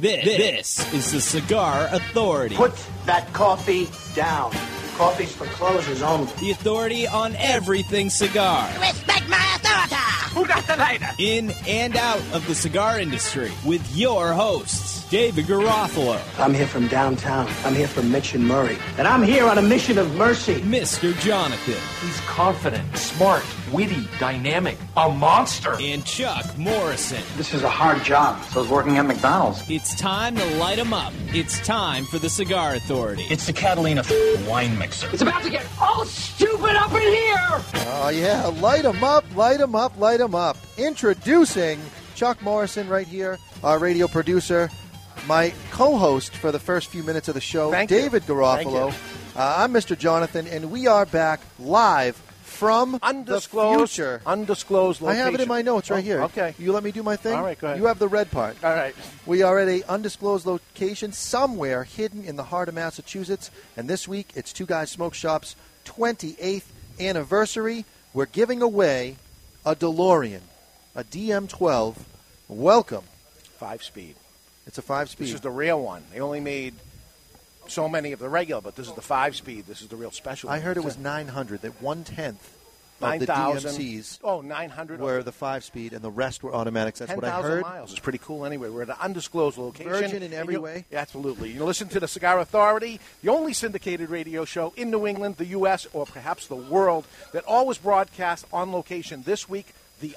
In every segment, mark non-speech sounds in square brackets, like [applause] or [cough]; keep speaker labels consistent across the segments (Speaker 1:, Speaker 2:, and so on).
Speaker 1: This, this is the Cigar Authority,
Speaker 2: Put that coffee down. Coffee's for closers only.
Speaker 1: the authority on everything cigar.
Speaker 3: Respect my authority!
Speaker 4: Who got the lighter?
Speaker 1: In and out of the cigar industry with your hosts, David Garofalo,
Speaker 2: I'm here from downtown. I'm here from Mitch and Murray. And I'm here on a mission of mercy.
Speaker 1: Mr. Jonathan,
Speaker 5: He's confident, smart, witty, dynamic, a monster.
Speaker 1: and Chuck Morrison.
Speaker 2: This is a hard job.
Speaker 6: So I was working at McDonald's.
Speaker 1: It's time to light 'em up. It's time for the Cigar Authority.
Speaker 7: It's the Catalina f- wine mixer.
Speaker 4: It's about to get all stupid up in here.
Speaker 8: Oh, yeah. Light 'em up, light 'em up, light 'em up. Introducing Chuck Morrison right here, our radio producer, my co host for the first few minutes of the show,
Speaker 9: Thank you.
Speaker 8: David Garofalo.
Speaker 9: Thank
Speaker 8: Uh, I'm Mr. Jonathan, and we are back live from the
Speaker 9: Undisclosed.
Speaker 8: future.
Speaker 9: Undisclosed
Speaker 8: I
Speaker 9: location.
Speaker 8: have it in my notes right
Speaker 9: Oh,
Speaker 8: here.
Speaker 9: Okay.
Speaker 8: You let me do my thing?
Speaker 9: All right, go ahead.
Speaker 8: You have the red part.
Speaker 9: All right.
Speaker 8: We are at a undisclosed location somewhere hidden in the heart of Massachusetts, and this week it's Two Guys Smoke Shop's 28th anniversary. We're giving away a DeLorean, a DM12. Welcome.
Speaker 9: Five speed.
Speaker 8: It's a five-speed.
Speaker 9: This is the real one. They only made so many of the regular, but this is the five speed. This is the real special.
Speaker 8: I
Speaker 9: one.
Speaker 8: heard it was 900, that one tenth of the
Speaker 9: 9,000.
Speaker 8: DMCs
Speaker 9: Oh, 900.
Speaker 8: were the five-speed, and the rest were automatics. That's what I
Speaker 9: 10,000
Speaker 8: heard.
Speaker 9: miles. It's pretty cool anyway. We're at an undisclosed location.
Speaker 8: Virgin in
Speaker 9: And
Speaker 8: every
Speaker 9: you-
Speaker 8: way.
Speaker 9: Absolutely. You listen to the Cigar Authority, the only syndicated radio show in New England, the U.S., or perhaps the world that always broadcasts on location this week, the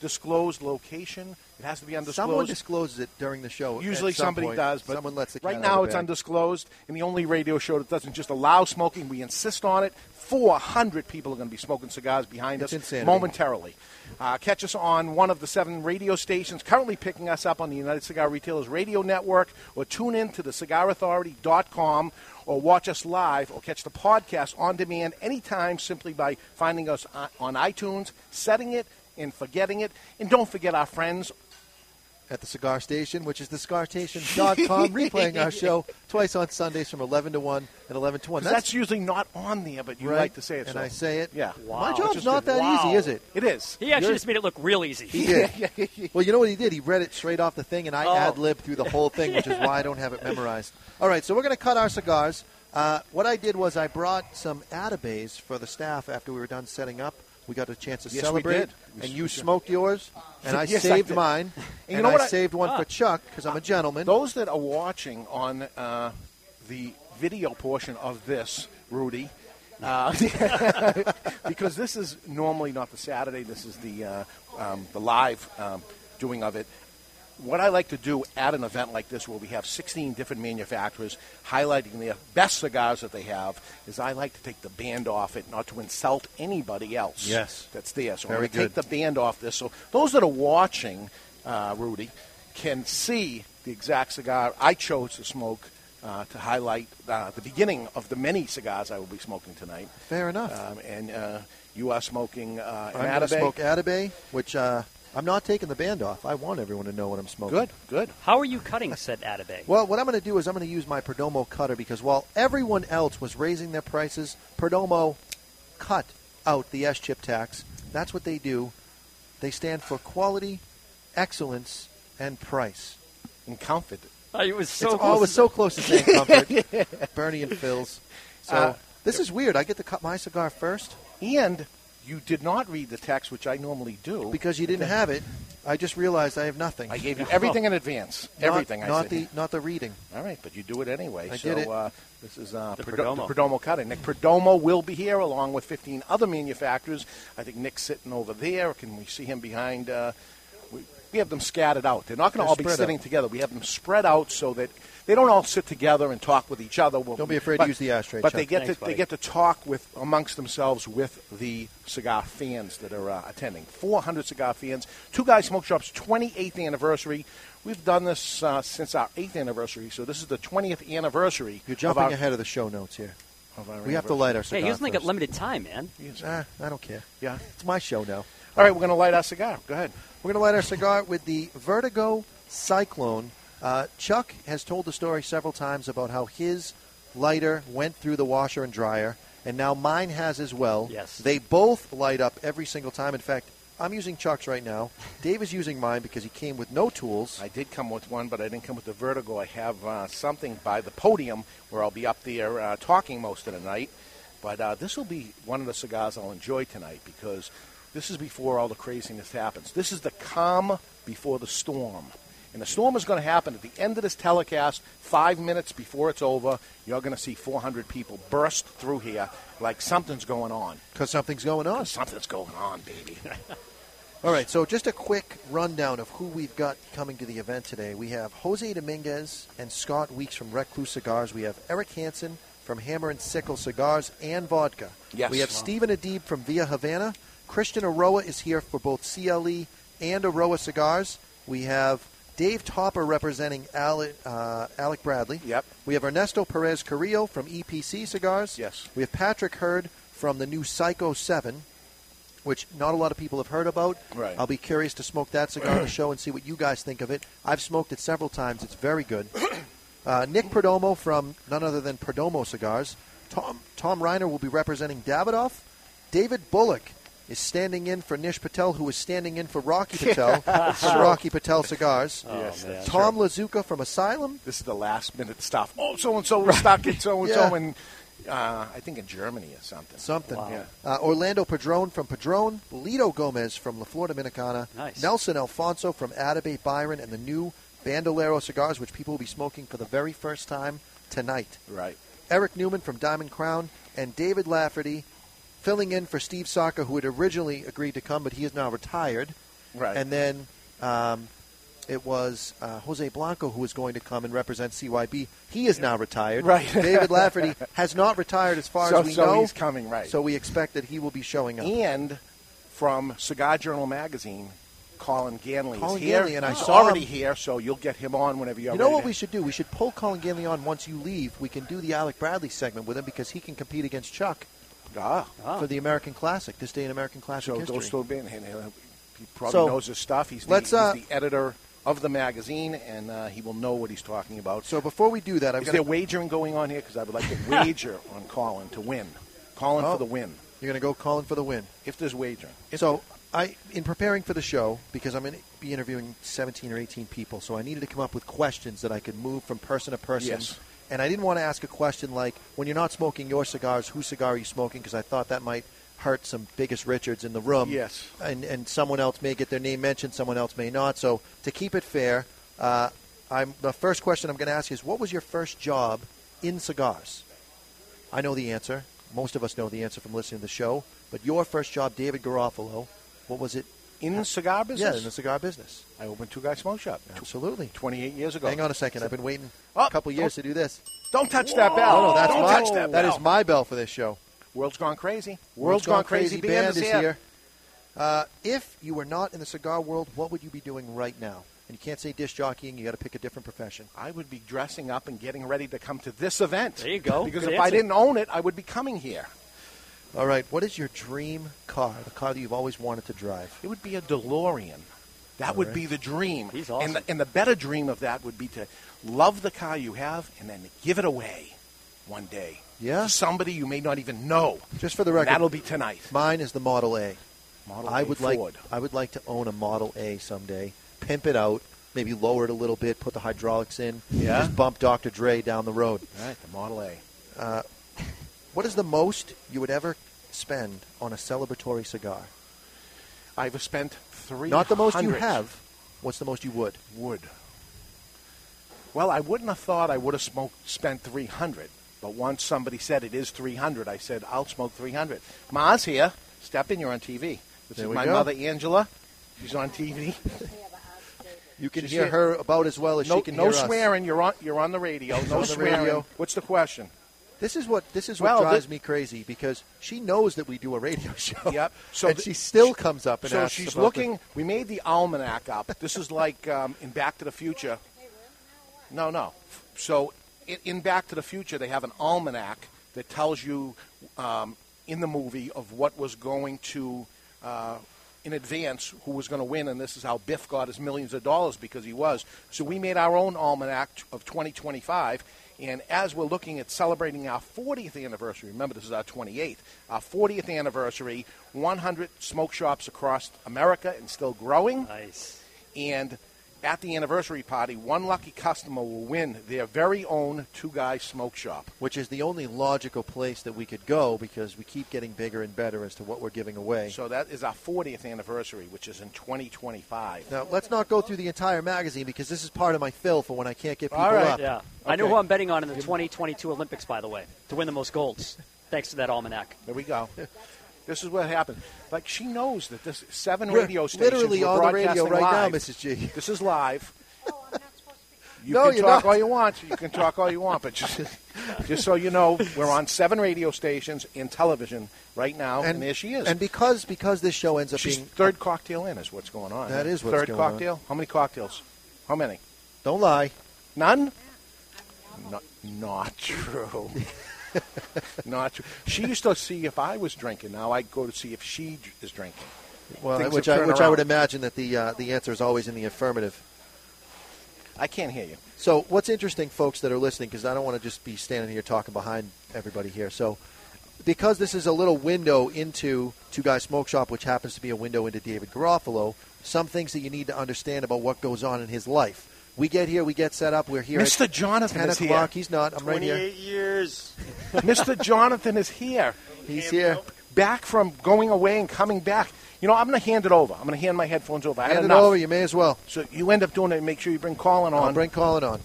Speaker 9: undisclosed location. It has to be undisclosed.
Speaker 8: Someone discloses it during the show. at
Speaker 9: Usually
Speaker 8: some
Speaker 9: somebody
Speaker 8: point.
Speaker 9: does, but
Speaker 8: someone lets the
Speaker 9: right
Speaker 8: cat out of
Speaker 9: now
Speaker 8: the
Speaker 9: it's
Speaker 8: bag.
Speaker 9: undisclosed, and the only radio show that doesn't just allow smoking. We insist on it. 400 people are going to be smoking cigars behind
Speaker 8: It's
Speaker 9: us
Speaker 8: insanity.
Speaker 9: momentarily. Uh, catch us on one of the seven radio stations currently picking us up on the United Cigar Retailers Radio Network, or tune in to thecigarauthority.com, or watch us live, or catch the podcast on demand anytime simply by finding us on- on iTunes, setting it, and forgetting it. And don't forget our friends
Speaker 8: at the cigar station, which is thecigarstation.com, replaying
Speaker 9: [laughs]
Speaker 8: our show twice on Sundays from 11 to 1 and 11 to 1.
Speaker 9: That's, usually not on there, but you
Speaker 8: Right,
Speaker 9: like to say it.
Speaker 8: and
Speaker 9: so-
Speaker 8: I say it.
Speaker 9: Yeah.
Speaker 8: Wow. My job's not that easy, is it?
Speaker 9: It is.
Speaker 10: He actually
Speaker 8: You're-
Speaker 10: just made it look real easy.
Speaker 8: He [laughs]
Speaker 9: [laughs]
Speaker 8: did. Well, you know what he did? He read it straight off the thing, and I
Speaker 9: Oh.
Speaker 8: ad lib through the whole thing, which is why I don't have it memorized. All right, so we're going to cut our cigars. Uh, what I did was I brought some atabays for the staff after we were done setting up. We got a chance to
Speaker 9: Yes, we
Speaker 8: celebrate,
Speaker 9: did. We
Speaker 8: and
Speaker 9: s-
Speaker 8: you
Speaker 9: we
Speaker 8: smoked yours,
Speaker 9: [laughs]
Speaker 8: and I
Speaker 9: Yes, I
Speaker 8: saved
Speaker 9: did.
Speaker 8: mine, and,
Speaker 9: you know
Speaker 8: I
Speaker 9: what I- Ah.
Speaker 8: saved one for Chuck because I'm a gentleman.
Speaker 9: Those that are watching on uh, the video portion of this, Rudy, uh, [laughs] because this is normally not the Saturday. This is the uh, um, the live um, doing of it. What I like to do at an event like this, where we have 16 different manufacturers highlighting their best cigars that they have, is I like to take the band off it, not to insult anybody else.
Speaker 8: Yes.
Speaker 9: that's there. So
Speaker 8: Very
Speaker 9: I'm going to take
Speaker 8: good.
Speaker 9: the band off this. So those that are watching, uh, Rudy, can see the exact cigar I chose to smoke uh, to highlight uh, the beginning of the many cigars I will be smoking tonight.
Speaker 8: Fair enough.
Speaker 9: Um, and uh, you are smoking uh, an
Speaker 8: I'm going to
Speaker 9: Atabey.
Speaker 8: smoke Atabay, which uh, I'm not taking the band off. I want everyone to know what I'm smoking.
Speaker 9: Good, good.
Speaker 10: How are you cutting said Atabay?
Speaker 8: Well, what I'm going to do is I'm going to use my Perdomo cutter because while everyone else was raising their prices, Perdomo cut out the S chip tax. That's what they do. They stand for quality, excellence, and price.
Speaker 9: And comfort.
Speaker 10: Uh, it was so close.
Speaker 8: it's always so close to saying
Speaker 9: [laughs]
Speaker 8: comfort. Bernie and Phil's. So
Speaker 9: Uh,
Speaker 8: this is weird. I get to cut my cigar first
Speaker 9: And you did not read the text, which I normally do.
Speaker 8: because you didn't have it. I just realized I have nothing. [laughs]
Speaker 9: I gave you everything in advance.
Speaker 8: Not-
Speaker 9: everything. I
Speaker 8: Not
Speaker 9: said.
Speaker 8: the not the reading.
Speaker 9: All right, but you do it anyway.
Speaker 8: I
Speaker 9: so,
Speaker 8: did it.
Speaker 9: Uh, this is uh,
Speaker 10: The
Speaker 9: Perdo-
Speaker 10: Perdomo.
Speaker 9: the Perdomo cutter. Nick Perdomo will be here along with 15 other manufacturers. I think Nick's sitting over there. Can we see him behind? Uh, we, we have them scattered out. They're not going
Speaker 8: They're
Speaker 9: to all be
Speaker 8: spread
Speaker 9: sitting
Speaker 8: out.
Speaker 9: together. We have them spread out so that they don't all sit together and talk with each other. Well,
Speaker 8: Don't be afraid to use the ashtray,
Speaker 9: But
Speaker 8: Chuck.
Speaker 9: they get
Speaker 10: Thanks,
Speaker 9: to
Speaker 10: buddy.
Speaker 9: they get to talk with amongst themselves with the cigar fans that are uh, attending. 400 cigar fans. Two Guys Smoke Shop's 28th anniversary. We've done this uh, since our eighth anniversary, so this is the 20th anniversary.
Speaker 8: You're jumping
Speaker 9: of our,
Speaker 8: ahead of the show notes here.
Speaker 9: Of our
Speaker 8: We have to light our cigar.
Speaker 10: hey, he doesn't got
Speaker 8: first.
Speaker 10: limited time, man.
Speaker 8: Ah, I don't care.
Speaker 9: Yeah.
Speaker 8: It's my show now.
Speaker 9: All right, we're going to light our cigar. Go ahead.
Speaker 8: We're going to light our cigar with the Vertigo Cyclone. Uh, Chuck has told the story several times about how his lighter went through the washer and dryer, and now mine has as well.
Speaker 10: Yes.
Speaker 8: They both light up every single time. In fact, I'm using Chuck's right now. Dave is using mine because he came with no tools.
Speaker 9: I did come with one, but I didn't come with the vertigo. I have uh, something by the podium where I'll be up there uh, talking most of the night. But uh, this will be one of the cigars I'll enjoy tonight because this is before all the craziness happens. This is the calm before the storm. And the storm is going to happen at the end of this telecast, five minutes before it's over. You're going to see 400 people burst through here like something's going on.
Speaker 8: Because something's going on.
Speaker 9: Something's going on, baby.
Speaker 8: All right, so just a quick rundown of who we've got coming to the event today. We have Jose Dominguez and Scott Weeks from Recluse Cigars. We have Eric Hansen from Hammer and Sickle Cigars and Vodka.
Speaker 9: Yes.
Speaker 8: We have
Speaker 9: Wow.
Speaker 8: Stephen Adib from Via Havana. Christian Aroa is here for both CLE and Aroa Cigars. We have Dave Topper representing Ale, uh, Alec Bradley.
Speaker 9: Yep.
Speaker 8: We have Ernesto Perez Carrillo from EPC Cigars.
Speaker 9: Yes.
Speaker 8: We have Patrick Hurd from the new Psycho 7 which not a lot of people have heard about.
Speaker 9: Right.
Speaker 8: I'll be curious to smoke that cigar on the show and see what you guys think of it. I've smoked it several times. It's very
Speaker 9: [coughs]
Speaker 8: good. Uh, Nick Perdomo from none other than Perdomo Cigars. Tom Tom Reiner will be representing Davidoff. David Bullock is standing in for Nish Patel, who is standing in for
Speaker 9: [laughs]
Speaker 8: Rocky Patel for Rocky Patel Cigars.
Speaker 9: Yes, man. that's
Speaker 8: Tom Lazuka from Asylum.
Speaker 9: this is the last minute stuff. Oh, so and so was stuck at so and so,
Speaker 8: Yeah.
Speaker 9: and uh, I think in Germany or something.
Speaker 8: Something.
Speaker 9: Yeah.
Speaker 8: Uh, Orlando Padron from Padron, Lito Gomez from La Florida Dominicana,
Speaker 10: Nice.
Speaker 8: Nelson Alfonso from Atabey Byron, and the new Bandolero cigars, which people will be smoking for the very first time tonight.
Speaker 9: Right.
Speaker 8: Eric Newman from Diamond Crown, and David Lafferty filling in for Steve Saka, who had originally agreed to come, but he is now retired.
Speaker 9: Right.
Speaker 8: And then um, it was uh, Jose Blanco who was going to come and represent CYB. He is now retired.
Speaker 9: Right.
Speaker 8: David
Speaker 9: [laughs]
Speaker 8: Lafferty has not retired as far
Speaker 9: So-
Speaker 8: as we
Speaker 9: so
Speaker 8: know.
Speaker 9: he's coming, right.
Speaker 8: So we expect that he will be showing up.
Speaker 9: And from Cigar Journal magazine, Colin Ganley
Speaker 8: Colin
Speaker 9: is here.
Speaker 8: Ganley, and I
Speaker 9: He's
Speaker 8: saw
Speaker 9: already
Speaker 8: him.
Speaker 9: here, so you'll get him on whenever you're
Speaker 8: You know
Speaker 9: ready
Speaker 8: what
Speaker 9: to-
Speaker 8: we should do? We should pull Colin Ganley on once you leave. We can do the Alec Bradley segment with him because he can compete against Chuck
Speaker 9: Ah,
Speaker 10: Ah.
Speaker 8: for the American Classic, this day in American Classic
Speaker 9: so
Speaker 8: history.
Speaker 9: goes to Ben. and he'll- He probably
Speaker 8: So,
Speaker 9: knows his stuff. He's the,
Speaker 8: let's, uh,
Speaker 9: he's the editor of the magazine, and uh, he will know what he's talking about.
Speaker 8: So before we do that, I've
Speaker 9: is
Speaker 8: got
Speaker 9: there wagering going on here? Because I would like to
Speaker 8: [laughs]
Speaker 9: wager on Colin to win. Colin
Speaker 8: Oh.
Speaker 9: for the win.
Speaker 8: You're going to go Colin for the win.
Speaker 9: If there's wagering. If
Speaker 8: So I, in preparing for the show, because I'm going to be interviewing 17 or 18 people, so I needed to come up with questions that I could move from person to person.
Speaker 9: Yes.
Speaker 8: And I didn't want to ask a question like, when you're not smoking your cigars, whose cigar are you smoking? Because I thought that might hurt some biggest Richards in the room.
Speaker 9: Yes.
Speaker 8: And, and someone else may get their name mentioned, someone else may not. So to keep it fair, uh, I'm, the first question I'm going to ask you is, what was your first job in cigars? I know the answer. Most of us know the answer from listening to the show. But your first job, David Garofalo, what was it?
Speaker 9: in the cigar business,
Speaker 8: Yeah, in the cigar business.
Speaker 9: I opened Two Guys Smoke Shop tw-
Speaker 8: Absolutely.
Speaker 9: 28 years ago.
Speaker 8: Hang on a second. I've been waiting
Speaker 9: Oh,
Speaker 8: a couple years to do this.
Speaker 9: Don't touch that bell.
Speaker 8: Oh, that's
Speaker 9: Don't
Speaker 8: my,
Speaker 9: touch that
Speaker 8: that
Speaker 9: bell.
Speaker 8: is my bell for this show.
Speaker 9: World's Gone Crazy.
Speaker 8: World's Gone Crazy
Speaker 9: Band, is here.
Speaker 8: Uh, if you were not in the cigar world, what would you be doing right now? And you can't say disc jockeying. You got to pick a different profession.
Speaker 9: I would be dressing up and getting ready to come to this event.
Speaker 10: There you go.
Speaker 9: Because
Speaker 10: Good
Speaker 9: if I
Speaker 10: answer.
Speaker 9: didn't own it, I would be coming here.
Speaker 8: All right. What is your dream car? The car that you've always wanted to drive?
Speaker 9: It would be a DeLorean. That would
Speaker 8: right.
Speaker 9: be the dream.
Speaker 10: He's awesome.
Speaker 9: And the, and the better dream of that would be to love the car you have and then give it away one day.
Speaker 8: Yeah.
Speaker 9: To somebody you may not even know.
Speaker 8: Just for the record,
Speaker 9: That'll be tonight.
Speaker 8: Mine is the Model A.
Speaker 9: Model
Speaker 8: I
Speaker 9: A
Speaker 8: would
Speaker 9: Ford.
Speaker 8: like I would like to own a Model A someday, pimp it out, maybe lower it a little bit, put the hydraulics in,
Speaker 9: Yeah.
Speaker 8: just bump Dr. Dre down the road. Uh,
Speaker 9: All right, the Model A.
Speaker 8: What is the most you would ever spend on a celebratory cigar?
Speaker 9: I've spent three.
Speaker 8: Not the most you have. What's the most you would?
Speaker 9: Would. Well, I wouldn't have thought I would have smoked, spent 300, but once somebody said it is 300, I said, I'll smoke 300. Ma's here. Step in, you're on TV. This is
Speaker 8: There we
Speaker 9: my
Speaker 8: go.
Speaker 9: mother, Angela. She's on TV.
Speaker 8: You can
Speaker 9: Just
Speaker 8: hear
Speaker 9: hear-
Speaker 8: her about as well as
Speaker 9: No,
Speaker 8: she can
Speaker 9: no
Speaker 8: hear us.
Speaker 9: swearing. You're on. You're on
Speaker 8: [laughs]
Speaker 9: the radio.
Speaker 8: on
Speaker 9: No
Speaker 8: the
Speaker 9: swearing.
Speaker 8: radio.
Speaker 9: What's the question?
Speaker 8: This is what this is what
Speaker 9: Well,
Speaker 8: drives
Speaker 9: thi-
Speaker 8: me crazy because she knows that we do a radio [laughs] show.
Speaker 9: Yep. So
Speaker 8: and
Speaker 9: th-
Speaker 8: she still comes up and
Speaker 9: so
Speaker 8: asks
Speaker 9: she's
Speaker 8: about
Speaker 9: looking. We made the almanac up. This is like um, in Back to the Future. No, no. So in, in Back to the Future, they have an almanac that tells you um, in the movie of what was going to. Uh, in advance, who was going to win, and this is how Biff got his millions of dollars because he was. So we made our own almanac t- of 2025, And as we're looking at celebrating our 40th anniversary, remember this is our 28th, our 40th anniversary, 100 smoke shops across America and still growing.
Speaker 10: Nice.
Speaker 9: And at the anniversary party, one lucky customer will win their very own Two Guys Smoke Shop.
Speaker 8: which is the only logical place that we could go because we keep getting bigger and better as to what we're giving away.
Speaker 9: So that is our 40th anniversary, which is in 2025.
Speaker 8: now, let's not go through the entire magazine because this is part of my fill for when I can't get people
Speaker 9: All right.
Speaker 8: up.
Speaker 10: Yeah. I know
Speaker 9: Okay.
Speaker 10: who I'm betting on in the 2022 Olympics, by the way, to win the most golds, thanks to that almanac.
Speaker 9: There we go. This is what happened. Like she knows that this seven
Speaker 8: We're
Speaker 9: radio stations
Speaker 8: literally
Speaker 9: were
Speaker 8: on the radio
Speaker 9: broadcasting
Speaker 8: right now,
Speaker 9: live.
Speaker 8: Mrs. G.
Speaker 9: This is live. You
Speaker 8: No,
Speaker 9: can
Speaker 8: you're
Speaker 9: talk
Speaker 8: not.
Speaker 9: all you want. You can talk all you want, but just, just so you know, we're on seven radio stations and television right now, and, there she is.
Speaker 8: And because because this show ends up
Speaker 9: She's
Speaker 8: being
Speaker 9: third cocktail in is what's going on.
Speaker 8: That is what's
Speaker 9: third
Speaker 8: going on.
Speaker 9: cocktail. How many cocktails? How many?
Speaker 8: don't lie.
Speaker 9: None? No,
Speaker 8: [laughs]
Speaker 9: not true. [laughs] not true. She used to see if I was drinking. Now I go to see if she d- is drinking.
Speaker 8: Well,
Speaker 9: Things
Speaker 8: which
Speaker 9: have
Speaker 8: I,
Speaker 9: turned
Speaker 8: which I would
Speaker 9: around.
Speaker 8: imagine that the uh, the answer is always in the affirmative.
Speaker 9: I can't hear you.
Speaker 8: So, what's interesting, folks that are listening, because I don't want to just be standing here talking behind everybody here. So, because this is a little window into Two Guys Smoke Shop, which happens to be a window into David Garofalo, some things that you need to understand about what goes on in his life. We get here, we get set up, we're here. at
Speaker 9: Mr. Jonathan
Speaker 8: 10
Speaker 9: is here.
Speaker 8: o'clock. He's not. I'm right here.
Speaker 11: 28 [laughs] years.
Speaker 9: Mr. [laughs] Jonathan is here,
Speaker 8: He's here.
Speaker 9: back from going away and coming back. You know, I'm going to hand it over. I'm going to hand my headphones over. I had
Speaker 8: Hand it
Speaker 9: enough.
Speaker 8: over. You may as well.
Speaker 9: So you end up doing it. Make sure you bring Colin
Speaker 8: I'll
Speaker 9: on.
Speaker 8: bring Colin on.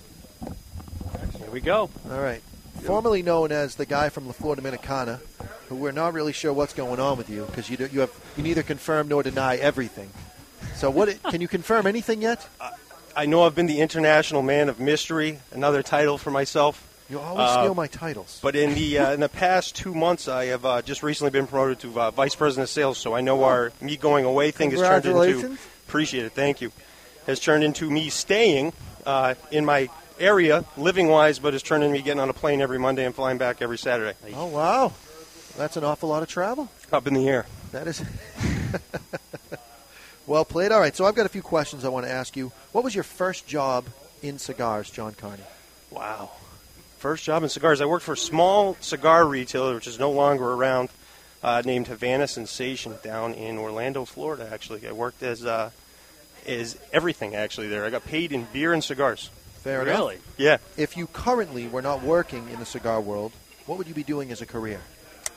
Speaker 10: Here we go.
Speaker 8: All right. Formerly known as the guy from La Florida Dominicana, who we're not really sure what's going on with you because you do, you have you neither confirm nor deny everything. So what it, can you confirm anything yet?
Speaker 11: Uh, I know I've been the international man of mystery, another title for myself.
Speaker 8: You always
Speaker 11: Uh,
Speaker 8: steal my titles.
Speaker 11: But in the uh, in the past two months, I have uh, just recently been promoted to uh, vice president of sales. So I know our me going away thing has turned into
Speaker 8: Congratulations.
Speaker 11: appreciate it. Thank you. Has turned into me staying uh, in my area, living wise, but has turned into me getting on a plane every Monday and flying back every Saturday.
Speaker 8: [laughs] oh wow, that's an awful lot of travel.
Speaker 11: Up in the air.
Speaker 8: That is [laughs] well played. All right, so I've got a few questions I want to ask you. What was your first job in cigars, John Carney?
Speaker 11: Wow. First job in cigars. I worked for a small cigar retailer, which is no longer around, uh, named Havana Sensation down in Orlando, Florida, actually. I worked as, uh, as everything, actually, there. I got paid in beer and cigars.
Speaker 8: Fair enough.
Speaker 10: Really?
Speaker 11: Yeah.
Speaker 8: If you currently were not working in the cigar world, what would you be doing as a career?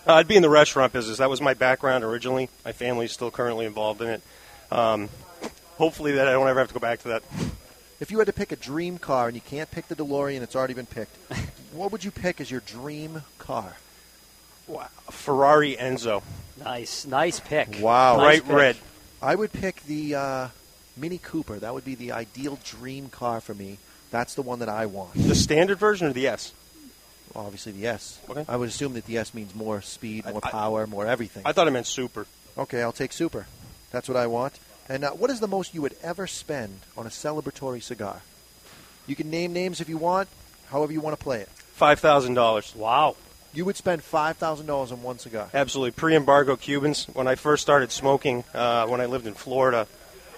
Speaker 11: Uh, I'd be in the restaurant business. That was my background originally. My family's still currently involved in it. Um, hopefully, that I don't ever have to go back to that.
Speaker 8: If you had to pick a dream car and you can't pick the DeLorean, it's already
Speaker 11: [laughs]
Speaker 8: been picked. what would you pick as your dream car?
Speaker 11: Ferrari Enzo.
Speaker 10: [laughs] Nice. Nice pick.
Speaker 8: Wow.
Speaker 10: Nice
Speaker 11: Bright
Speaker 10: pick.
Speaker 11: red.
Speaker 8: I would pick the uh, Mini Cooper. That would be the ideal dream car for me. That's the one that I want.
Speaker 11: The standard version or the S?
Speaker 8: Obviously, the S. I
Speaker 11: Okay.
Speaker 8: would assume that the S means more speed,
Speaker 11: I-
Speaker 8: more
Speaker 11: I-
Speaker 8: power, more everything.
Speaker 11: I thought I meant super.
Speaker 8: okay, I'll take Super. That's what I want. And uh, what is the most you would ever spend on a celebratory cigar? You can name names if you want, however you want to play it.
Speaker 11: $5,000.
Speaker 10: Wow.
Speaker 8: You would spend $5,000 on one cigar.
Speaker 11: Absolutely. Pre embargo Cubans. When I first started smoking, uh, when I lived in Florida,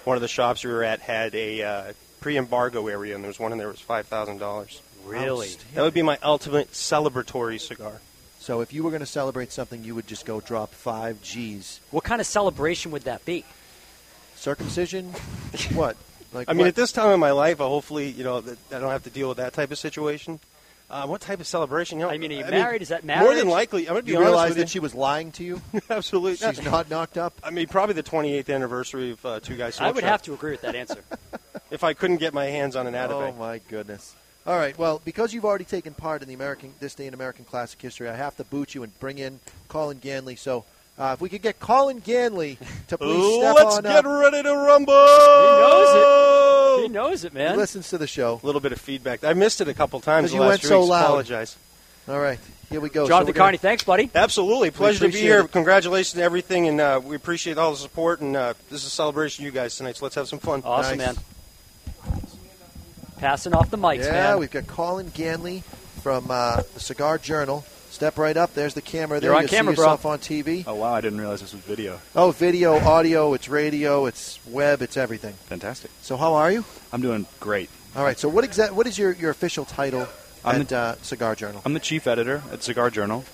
Speaker 11: one of the shops we were at had a uh, pre embargo area, and there was one in there that was $5,000.
Speaker 10: Really?
Speaker 11: That would be my ultimate celebratory cigar.
Speaker 8: So if you were going to celebrate something, you would just go drop five G's.
Speaker 10: What kind of celebration would that be?
Speaker 11: [laughs]
Speaker 8: Circumcision? what? Like
Speaker 11: I mean,
Speaker 8: what?
Speaker 11: at this time in my life, I hopefully, you know, that I don't have to deal with that type of situation. Uh, what type of celebration? You know,
Speaker 10: I mean, are you married? Is that
Speaker 11: More than
Speaker 10: marriage?
Speaker 11: likely, I'm going to be
Speaker 8: you
Speaker 11: honest
Speaker 8: realize
Speaker 11: with
Speaker 8: that she was lying to you.
Speaker 11: you. [laughs] Absolutely,
Speaker 8: She's not knocked up.
Speaker 11: I mean, probably the 28th anniversary of uh, Two Guys.
Speaker 10: I
Speaker 11: Smoke
Speaker 10: would
Speaker 11: Shop.
Speaker 10: have to agree with that answer.
Speaker 11: [laughs] if I couldn't get my hands on an
Speaker 8: Oh
Speaker 11: Atabey.
Speaker 8: my goodness! All right. Well, because you've already taken part in the American this day in American classic history, I have to boot you and bring in Colin Ganley. So uh, if we could get Colin Ganley to please step
Speaker 11: Let's
Speaker 8: on
Speaker 11: get
Speaker 8: up.
Speaker 11: ready to rumble.
Speaker 10: knows He knows it,
Speaker 8: He
Speaker 10: man.
Speaker 8: listens to the show.
Speaker 11: A little bit of feedback. I missed it a couple times.
Speaker 8: 'Cause
Speaker 11: The
Speaker 8: you
Speaker 11: last
Speaker 8: went
Speaker 11: few
Speaker 8: so
Speaker 11: weeks.
Speaker 8: loud.
Speaker 11: Apologize.
Speaker 8: All right. Here we go. So
Speaker 10: Jonathan
Speaker 8: we're gonna-
Speaker 10: Carney, thanks, buddy.
Speaker 11: Absolutely, pleasure to be
Speaker 8: appreciate
Speaker 11: here.
Speaker 8: it.
Speaker 11: Congratulations to everything, and uh, we appreciate all the support. And uh, this is a celebration of you guys tonight. So let's have some fun.
Speaker 10: Awesome,
Speaker 8: Nice.
Speaker 10: man. Passing off the mics,
Speaker 8: yeah,
Speaker 10: man.
Speaker 8: we've got Colin Ganley from uh, the Cigar Journal. Step right up. There's the camera. There
Speaker 10: You're on
Speaker 8: You'll see
Speaker 10: camera, bro.
Speaker 8: yourself on TV.
Speaker 12: Oh wow, I didn't realize this was video.
Speaker 8: Oh, video, audio, it's radio, it's web, it's everything.
Speaker 12: Fantastic.
Speaker 8: So how are you?
Speaker 12: I'm doing great.
Speaker 8: All right. So what exact what is your, your official title I'm
Speaker 12: I'm
Speaker 8: at
Speaker 12: the-
Speaker 8: uh, Cigar Journal.
Speaker 12: I'm the chief editor at Cigar Journal.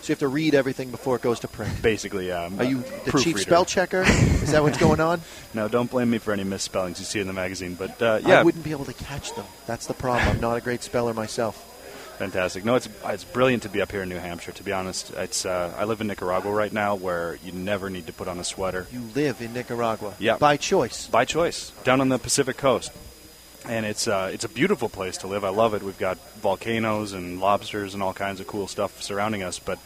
Speaker 8: So you have to read everything before it goes to print.
Speaker 12: Basically, yeah. I'm
Speaker 8: Are
Speaker 12: a
Speaker 8: you the chief
Speaker 12: proofreader.
Speaker 8: spell checker? Is that what's going on?
Speaker 12: No, don't blame me for any misspellings you see in the magazine. But uh, [laughs] yeah,
Speaker 8: I wouldn't be able to catch them. That's the problem. I'm not a great speller myself.
Speaker 12: Fantastic. No, it's it's brilliant to be up here in New Hampshire. To be honest, it's uh, I live in Nicaragua right now, where you never need to put on a sweater.
Speaker 8: You live in Nicaragua.
Speaker 12: Yeah.
Speaker 8: By choice.
Speaker 12: By choice, down on the Pacific coast, and it's uh, it's a beautiful place to live. I love it. We've got volcanoes and lobsters and all kinds of cool stuff surrounding us, but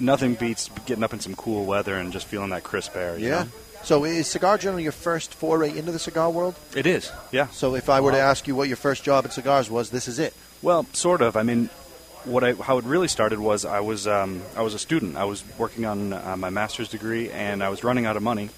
Speaker 12: nothing beats getting up in some cool weather and just feeling that crisp air. you
Speaker 8: Yeah.
Speaker 12: know?
Speaker 8: So is Cigar Journal your first foray into the cigar world?
Speaker 12: it is. Yeah.
Speaker 8: So if I were to ask you what your first job in cigars was, this is it.
Speaker 12: Well, sort of. I mean, what I, how it really started was I was um, I was a student. I was working on uh, my master's degree, and I was running out of money,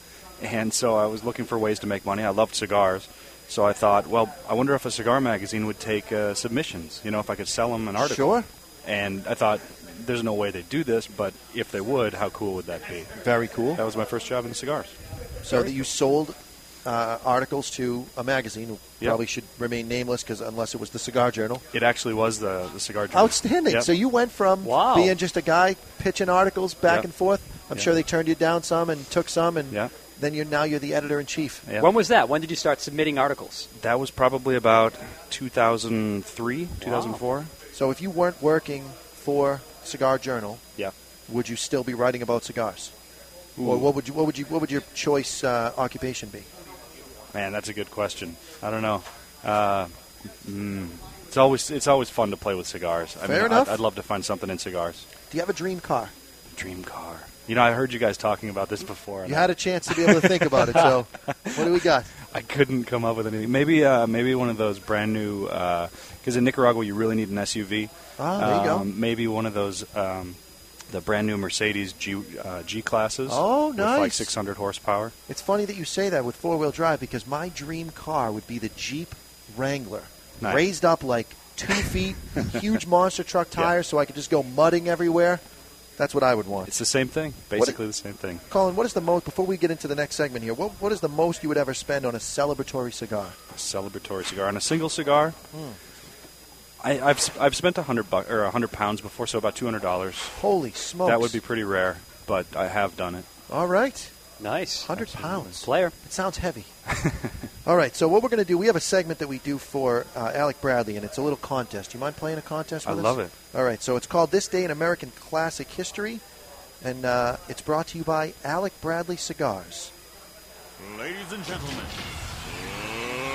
Speaker 12: and so I was looking for ways to make money. I loved cigars, so I thought, well, I wonder if a cigar magazine would take uh, submissions. You know, if I could sell them an article.
Speaker 8: Sure.
Speaker 12: And I thought, there's no way they'd do this, but if they would, how cool would that be?
Speaker 8: Very cool.
Speaker 12: That was my first job in cigars.
Speaker 8: So that you sold uh, articles to a magazine, who
Speaker 12: Yeah.
Speaker 8: probably should remain nameless because unless it was the Cigar Journal.
Speaker 12: It actually was the the cigar. Journal.
Speaker 8: Outstanding.
Speaker 12: Yep.
Speaker 8: So you went from
Speaker 12: Wow.
Speaker 8: being just a guy pitching articles back
Speaker 12: Yep.
Speaker 8: and forth. I'm
Speaker 12: Yep.
Speaker 8: sure they turned you down some and took some, and
Speaker 12: Yeah.
Speaker 8: then you're now you're the editor in chief.
Speaker 12: Yeah.
Speaker 10: When was that? When did you start submitting articles?
Speaker 12: that was probably about 2003, 2004.
Speaker 8: So if you weren't working for Cigar Journal,
Speaker 12: Yeah.
Speaker 8: would you still be writing about cigars?
Speaker 12: Ooh.
Speaker 8: Or what would you what would you what would your choice uh, occupation be?
Speaker 12: Man, that's a good question. I don't know. Uh, mm, it's always it's always fun to play with cigars. I
Speaker 8: Fair
Speaker 12: mean,
Speaker 8: enough.
Speaker 12: I'd, I'd love to find something in cigars.
Speaker 8: Do you have a dream car?
Speaker 12: Dream car. You know, I heard you guys talking about this before. and
Speaker 8: You had a chance to be able to think about it.
Speaker 12: [laughs]
Speaker 8: So what do we got?
Speaker 12: I couldn't come up with anything. Maybe uh, maybe one of those brand new. Because in Nicaragua, you really need an SUV.
Speaker 8: Ah, there you go.
Speaker 12: Um, Maybe one of those. Um, the brand new Mercedes G uh, G classes.
Speaker 8: Oh,
Speaker 12: With like
Speaker 8: nice.
Speaker 12: 600 horsepower.
Speaker 8: It's funny that you say that with four wheel drive because my dream car would be the Jeep Wrangler,
Speaker 12: Nice.
Speaker 8: raised up like
Speaker 12: [laughs]
Speaker 8: two feet, huge monster truck tires, so I could just go mudding everywhere. That's what I would want.
Speaker 12: It's the same thing. Basically, the same thing.
Speaker 8: Colin, what is the most? Before we get into the next segment here, what, what is the most you would ever spend on a celebratory cigar?
Speaker 12: celebratory cigar on a single cigar.
Speaker 8: Hmm.
Speaker 12: I, I've s- I've spent a hundred buck or a hundred pounds before, so about two hundred dollars.
Speaker 8: Holy smokes!
Speaker 12: That would be pretty rare, but I have done it.
Speaker 8: all right.
Speaker 10: Nice.
Speaker 8: Hundred pounds.
Speaker 10: Player.
Speaker 8: It sounds heavy. [laughs] all right. So what we're going to do? We have a segment that we do for uh, Alec Bradley, and it's a little contest. Do you mind playing a contest?
Speaker 12: I
Speaker 8: With us?
Speaker 12: love it.
Speaker 8: All right, so it's called This Day in American Classic History, and uh, it's brought to you by Alec Bradley Cigars.
Speaker 7: Ladies and gentlemen,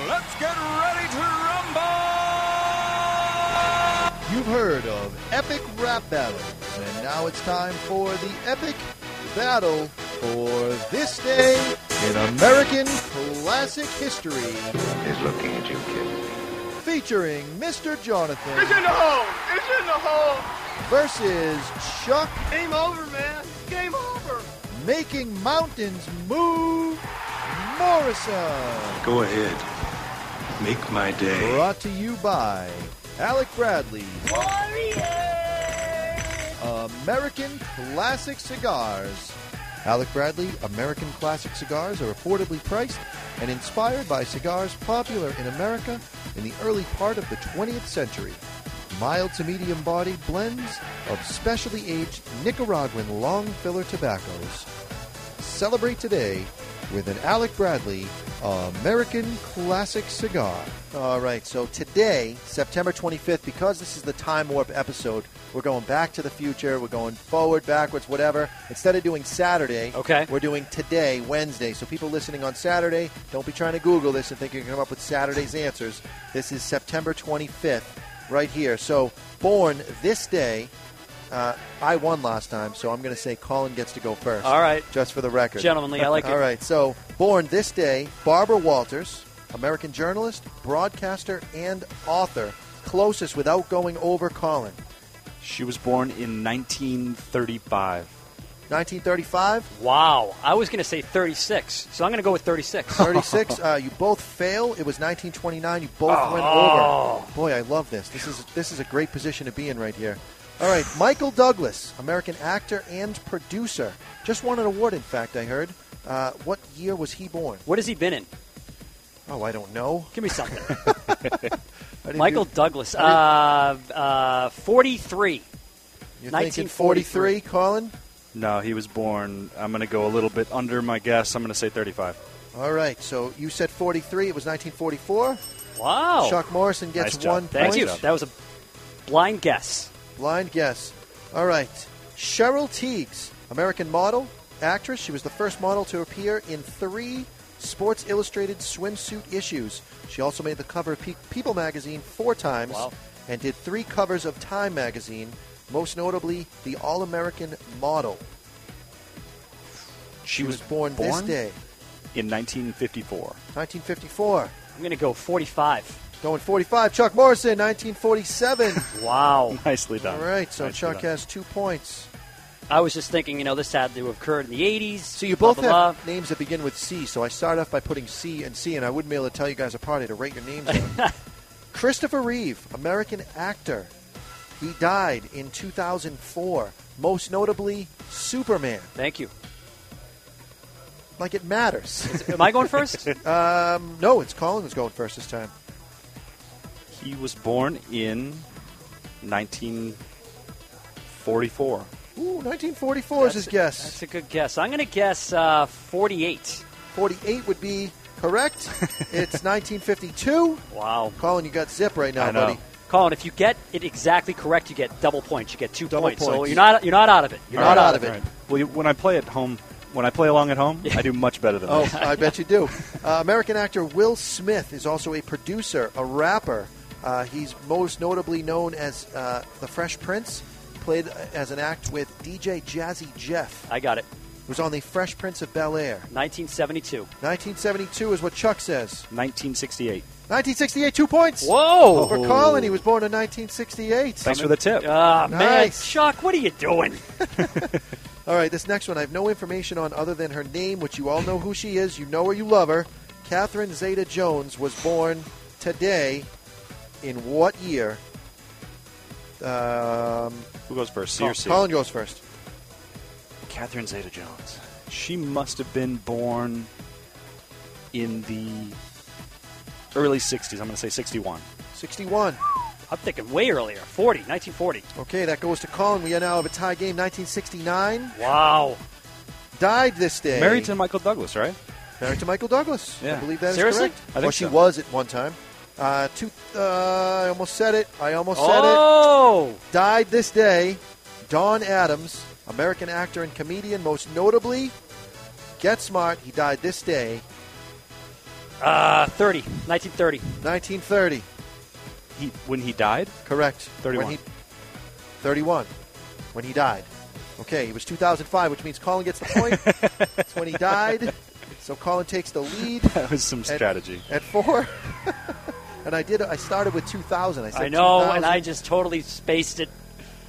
Speaker 7: let's get ready to rumble!
Speaker 8: You've heard of epic rap battles, and now it's time for the epic battle for this day in American Classic History. Is looking at you, kid. Featuring Mr. Jonathan. It's in the hole! It's in the hole! Versus Chuck. Game over, man. Game over. Making mountains move. Morrison.
Speaker 13: Go ahead. Make my day.
Speaker 8: Brought to you by Alec Bradley, American Classic Cigars. Alec Bradley, American Classic Cigars are affordably priced and inspired by cigars popular in America in the early part of the 20th century. Mild to medium bodied blends of specially aged Nicaraguan long filler tobaccos. Celebrate today with an Alec Bradley American Classic Cigar. All right, so today, September 25th, because this is the Time Warp episode, we're going back to the future, we're going forward, backwards, whatever. Instead of doing Saturday,
Speaker 10: Okay.
Speaker 8: we're doing today, Wednesday. So people listening on Saturday, don't be trying to Google this and think you can come up with Saturday's answers. This is September 25th, right here. So born this day, uh, I won last time, so I'm going to say Colin gets to go first.
Speaker 10: All right.
Speaker 8: Just for the record.
Speaker 10: Gentlemanly, I
Speaker 8: [laughs]
Speaker 10: like it.
Speaker 8: All right, so born this day, Barbara Walters, American journalist, broadcaster, and author. Closest without going over Colin.
Speaker 12: She was born in 1935.
Speaker 8: 1935,
Speaker 10: Wow. I was going to say 36, so I'm going to go with 36. [laughs]
Speaker 8: 36. uh, you both fail. It was 1929. You both went over. Boy, I love this. This is this is a great position to be in right here. All right, Michael Douglas, American actor and producer, just won an award. In fact, I heard. Uh, what year was he born?
Speaker 10: what has he been in?
Speaker 8: Oh, I don't know.
Speaker 10: Give me something.
Speaker 8: didn't
Speaker 10: Michael
Speaker 8: do-
Speaker 10: Douglas,
Speaker 8: I
Speaker 10: uh, uh, 43.
Speaker 8: [laughs] You're thinking 43, Colin?
Speaker 12: No, he was born. I'm going to go a little bit under my guess. I'm going to say 35.
Speaker 8: All right, so you said 43. It was 1944.
Speaker 10: Wow.
Speaker 8: Chuck Morrison gets
Speaker 10: Nice job.
Speaker 8: one
Speaker 10: Thank
Speaker 8: point.
Speaker 10: you. That was a blind guess.
Speaker 8: Blind guess. All right. Cheryl Teagues, American model, actress. She was the first model to appear in three Sports Illustrated swimsuit issues. She also made the cover of Pe- People magazine four times
Speaker 10: Wow.
Speaker 8: and did three covers of Time magazine, most notably the All American Model.
Speaker 12: She
Speaker 8: was born, this
Speaker 12: born?
Speaker 8: day,
Speaker 12: In 1954.
Speaker 8: 1954.
Speaker 10: I'm going to go 45.
Speaker 8: Going 45. Chuck Morrison, 1947.
Speaker 10: [laughs] wow.
Speaker 12: Nicely done.
Speaker 8: All right, so
Speaker 10: Nicely
Speaker 8: Chuck
Speaker 10: done.
Speaker 8: has two points.
Speaker 10: I was just thinking, you know, this had to have occurred in the 80s. So
Speaker 8: You both have names that begin with C, so I start off by putting C and C, and I wouldn't be able to tell you guys apart. I had to rate your names.
Speaker 10: [laughs]
Speaker 8: out. Christopher Reeve, American actor. He died in 2004. Most notably, Superman.
Speaker 10: Thank you.
Speaker 8: Like it matters.
Speaker 10: Am I going first?
Speaker 8: [laughs] um, no, it's Colin who's going first this time.
Speaker 12: He was born in 1944.
Speaker 8: Ooh, 1944 is his guess.
Speaker 10: That's a good guess. I'm going to guess uh, 48.
Speaker 8: 48 would be
Speaker 10: [laughs]
Speaker 8: correct. it's 1952.
Speaker 10: Wow.
Speaker 8: Colin, you got zip right now,
Speaker 10: I know.
Speaker 8: buddy.
Speaker 10: Colin, if you get it exactly correct, you get double points. You get two
Speaker 12: Double
Speaker 10: points. So
Speaker 12: points.
Speaker 10: you're not you're not out of it. You're not, out of it.
Speaker 12: All right. Well, you, when I play at home, when I play along at home,
Speaker 8: [laughs]
Speaker 12: I do much better than
Speaker 8: Oh,
Speaker 12: this.
Speaker 8: I bet you
Speaker 12: [laughs]
Speaker 8: do. Uh, American actor Will Smith is also a producer, a rapper. Uh, he's most notably known as uh, the Fresh Prince. Played as an act with DJ Jazzy Jeff.
Speaker 10: I got it.
Speaker 8: Was on the Fresh Prince of Bel Air.
Speaker 10: 1972.
Speaker 8: 1972 is what Chuck says.
Speaker 12: 1968.
Speaker 8: 1968, two points.
Speaker 10: Whoa!
Speaker 8: For Colin, he was born in 1968.
Speaker 12: Thanks for the tip.
Speaker 10: Ah, man,
Speaker 8: Nice.
Speaker 10: Chuck, what are you doing?
Speaker 8: [laughs] All right, this next one I have no information on other than her name, which you all know who she is. You know her, you love her. Catherine Zeta Jones was born today in what year? Um,
Speaker 12: Who goes first? C
Speaker 8: Col-
Speaker 12: or C?
Speaker 8: Colin goes first.
Speaker 12: Catherine Zeta Jones. She must have been born in the early 60s. I'm going to say 61.
Speaker 8: 61.
Speaker 10: I'm thinking way earlier. 40, 1940.
Speaker 8: Okay, that goes to Colin. We are now have a tie game. 1969.
Speaker 10: Wow.
Speaker 8: Died this day.
Speaker 12: Married to Michael Douglas, right?
Speaker 8: Married to Michael Douglas.
Speaker 12: Yeah.
Speaker 8: I believe that is
Speaker 12: Seriously?
Speaker 8: correct.
Speaker 12: I think
Speaker 8: well, she
Speaker 12: so.
Speaker 8: was at one time. Uh, two, uh, I almost said it. I almost said it.
Speaker 10: Oh!
Speaker 8: Died this day, Don Adams, American actor and comedian, most notably Get Smart. He died this day,
Speaker 10: Uh, 30, 1930.
Speaker 8: 1930.
Speaker 12: He, when he died?
Speaker 8: Correct.
Speaker 12: 31.
Speaker 8: When he, 31. When he died. Okay, it was 2005, which means Colin gets the point.
Speaker 12: [laughs]
Speaker 8: That's when he died. So Colin takes the lead.
Speaker 12: That was some
Speaker 8: at-
Speaker 12: strategy.
Speaker 8: At, four. [laughs] and I did. I started with 2000. I said
Speaker 10: I know,
Speaker 8: 2000.
Speaker 10: and I just totally spaced it.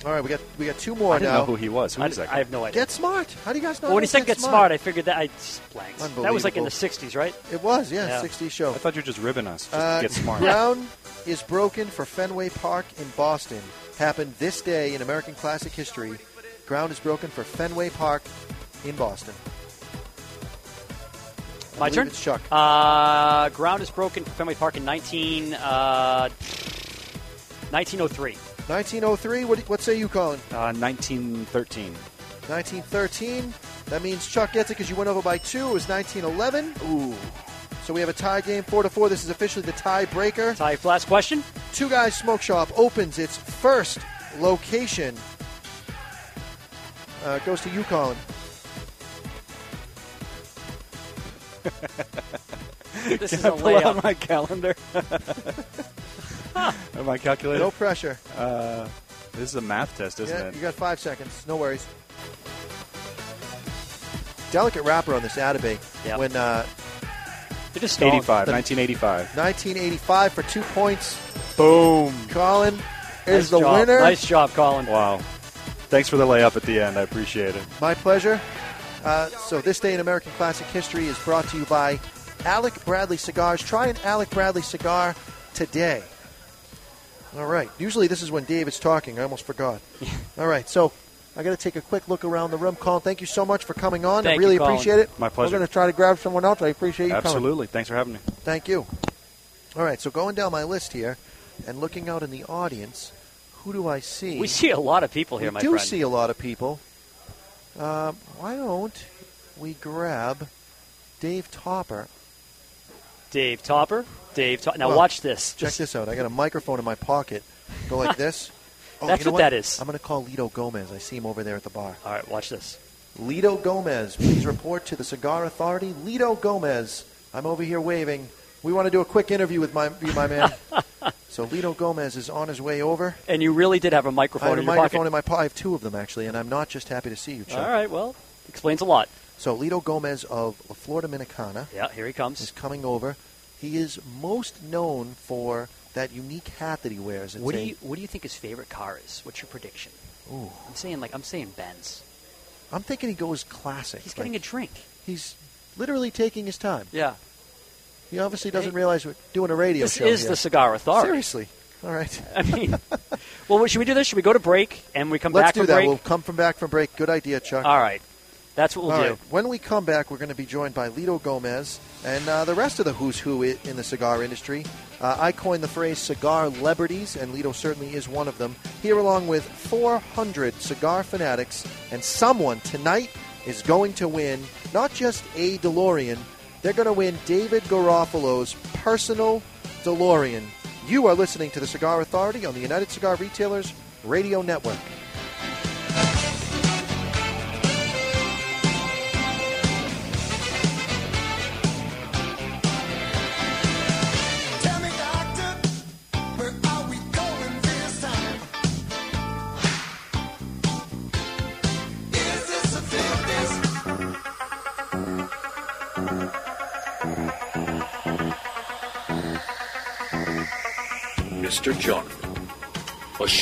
Speaker 8: All right, we got we got two more
Speaker 12: I didn't
Speaker 8: now.
Speaker 12: know who he was. Who
Speaker 10: I,
Speaker 12: is that guy?
Speaker 10: I have no idea.
Speaker 8: Get smart. How do you guys know?
Speaker 10: Well, when he
Speaker 8: he
Speaker 10: said get smart, I figured that I just blanked. That was like in
Speaker 8: Unbelievable.
Speaker 10: the 60s, right?
Speaker 8: It was, yeah,
Speaker 10: Yeah.
Speaker 8: 60 show.
Speaker 12: I thought you were just ribbing us. Just
Speaker 8: Uh,
Speaker 12: get
Speaker 8: [laughs]
Speaker 12: smart.
Speaker 8: Ground is broken for Fenway Park in Boston. Happened this day in American classic history. Ground is broken for Fenway Park in Boston. I
Speaker 10: My
Speaker 8: believe
Speaker 10: turn?
Speaker 8: It's Chuck.
Speaker 10: Uh, ground is broken for Fenway Park in 19, uh, 1903.
Speaker 8: 1903. What, what say you, Colin?
Speaker 12: Uh, 1913.
Speaker 8: 1913. That means Chuck gets it because you went over by two. It was 1911. Ooh. So we have a tie game, four to four. This is officially the tiebreaker.
Speaker 10: Ty, last question.
Speaker 8: Two Guys Smoke Shop opens its first location. Uh, goes to you, Colin.
Speaker 10: [laughs] This
Speaker 12: Can
Speaker 10: is
Speaker 12: I
Speaker 10: a
Speaker 12: pull out
Speaker 10: layup.
Speaker 8: [laughs]
Speaker 12: my [laughs] calendar? Am I calculating?
Speaker 8: No pressure.
Speaker 12: Uh, this is a math test, isn't
Speaker 8: Yeah,
Speaker 12: it?
Speaker 8: you got five seconds. No worries. Delicate wrapper on this Atabey.
Speaker 10: Yeah.
Speaker 8: When uh,
Speaker 10: They're just stalling.
Speaker 12: 85, 1985.
Speaker 8: 1985 for two points,
Speaker 12: Boom.
Speaker 8: Colin is
Speaker 10: nice
Speaker 8: the
Speaker 10: job.
Speaker 8: winner.
Speaker 10: Nice job, Colin.
Speaker 12: Wow. Thanks for the layup at the end. I appreciate it.
Speaker 8: My pleasure. Uh, so this day in American classic history is brought to you by Alec Bradley Cigars. Try an Alec Bradley cigar today. All right. Usually this is when David's talking. I almost
Speaker 10: [laughs]
Speaker 8: forgot. All right. So I got to take a quick look around the room. Colin, thank you so much for coming on. I
Speaker 10: Thank you,
Speaker 8: really
Speaker 10: Colin.
Speaker 8: appreciate it.
Speaker 12: My pleasure.
Speaker 8: We're going to try to grab someone else. I appreciate you coming.
Speaker 12: Absolutely. Thanks for having me.
Speaker 8: Thank you. All right, so going down my list here, and looking out in the audience, who do I see?
Speaker 10: We see a lot of people here,
Speaker 8: We
Speaker 10: my
Speaker 8: do
Speaker 10: friend.
Speaker 8: see a lot of people. Um, why don't we grab Dave Topper?
Speaker 10: Dave Topper. Dave Topper. Now
Speaker 8: Well,
Speaker 10: watch this.
Speaker 8: Check this out. I got a microphone in my pocket.
Speaker 10: [laughs]
Speaker 8: Go like this. Oh,
Speaker 10: That's
Speaker 8: you know
Speaker 10: what that is.
Speaker 8: I'm going to call Lito Gomez. I see him over there at the bar.
Speaker 10: All right, watch this.
Speaker 8: Lito Gomez, please report to the Cigar Authority. Lito Gomez, I'm over here waving. We want to do a quick interview with my, you,
Speaker 10: [laughs]
Speaker 8: my man. so Lito Gomez is on his way over.
Speaker 10: And you really did have a microphone
Speaker 8: I have a
Speaker 10: in your
Speaker 8: microphone
Speaker 10: pocket.
Speaker 8: in my pocket. I have two of them actually, and I'm not just happy to see you, Chuck.
Speaker 10: All right, well, explains a lot.
Speaker 8: So Lito Gomez of La Florida Minicana
Speaker 10: Yeah, here he comes.
Speaker 8: is coming over. He is most known for that unique hat that he wears. It's
Speaker 10: What do
Speaker 8: a-
Speaker 10: you What do you think his favorite car is? What's your prediction?
Speaker 8: Ooh.
Speaker 10: I'm saying like I'm saying Benz.
Speaker 8: I'm thinking he goes classic.
Speaker 10: He's getting a drink.
Speaker 8: He's literally taking his time.
Speaker 10: Yeah.
Speaker 8: He obviously doesn't realize we're doing a radio
Speaker 10: this
Speaker 8: show.
Speaker 10: is
Speaker 8: here.
Speaker 10: the Cigar Authority.
Speaker 8: Seriously. [laughs] All right.
Speaker 10: I mean, well, what- should we do this? Should we go to break and we come
Speaker 8: Let's
Speaker 10: back
Speaker 8: do
Speaker 10: from
Speaker 8: that.
Speaker 10: break?
Speaker 8: We'll come from back from break. Good idea, Chuck.
Speaker 10: All right, that's what we'll
Speaker 8: All
Speaker 10: do.
Speaker 8: right. When we come back, we're going to be joined by Lito Gomez and uh, the rest of the who's who i- in the cigar industry. Uh, I coined the phrase cigar celebrities, and Lito certainly is one of them. Here, along with 400 cigar fanatics, and someone tonight is going to win not just a DeLorean, they're going to win David Garofalo's personal DeLorean. You are listening to the Cigar Authority on the United Cigar Retailers Radio Network.
Speaker 5: Tell me, doctor, where are we going this time? Is this a fitness?
Speaker 14: Mr. Jonathan, a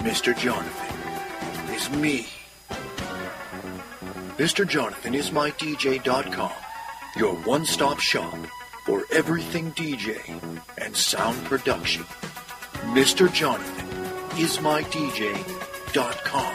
Speaker 14: Mr. Jonathan is me. Mr. Jonathan is my DJ.com, your one stop shop for everything DJ and sound production. Mr. Jonathan is my DJ.com.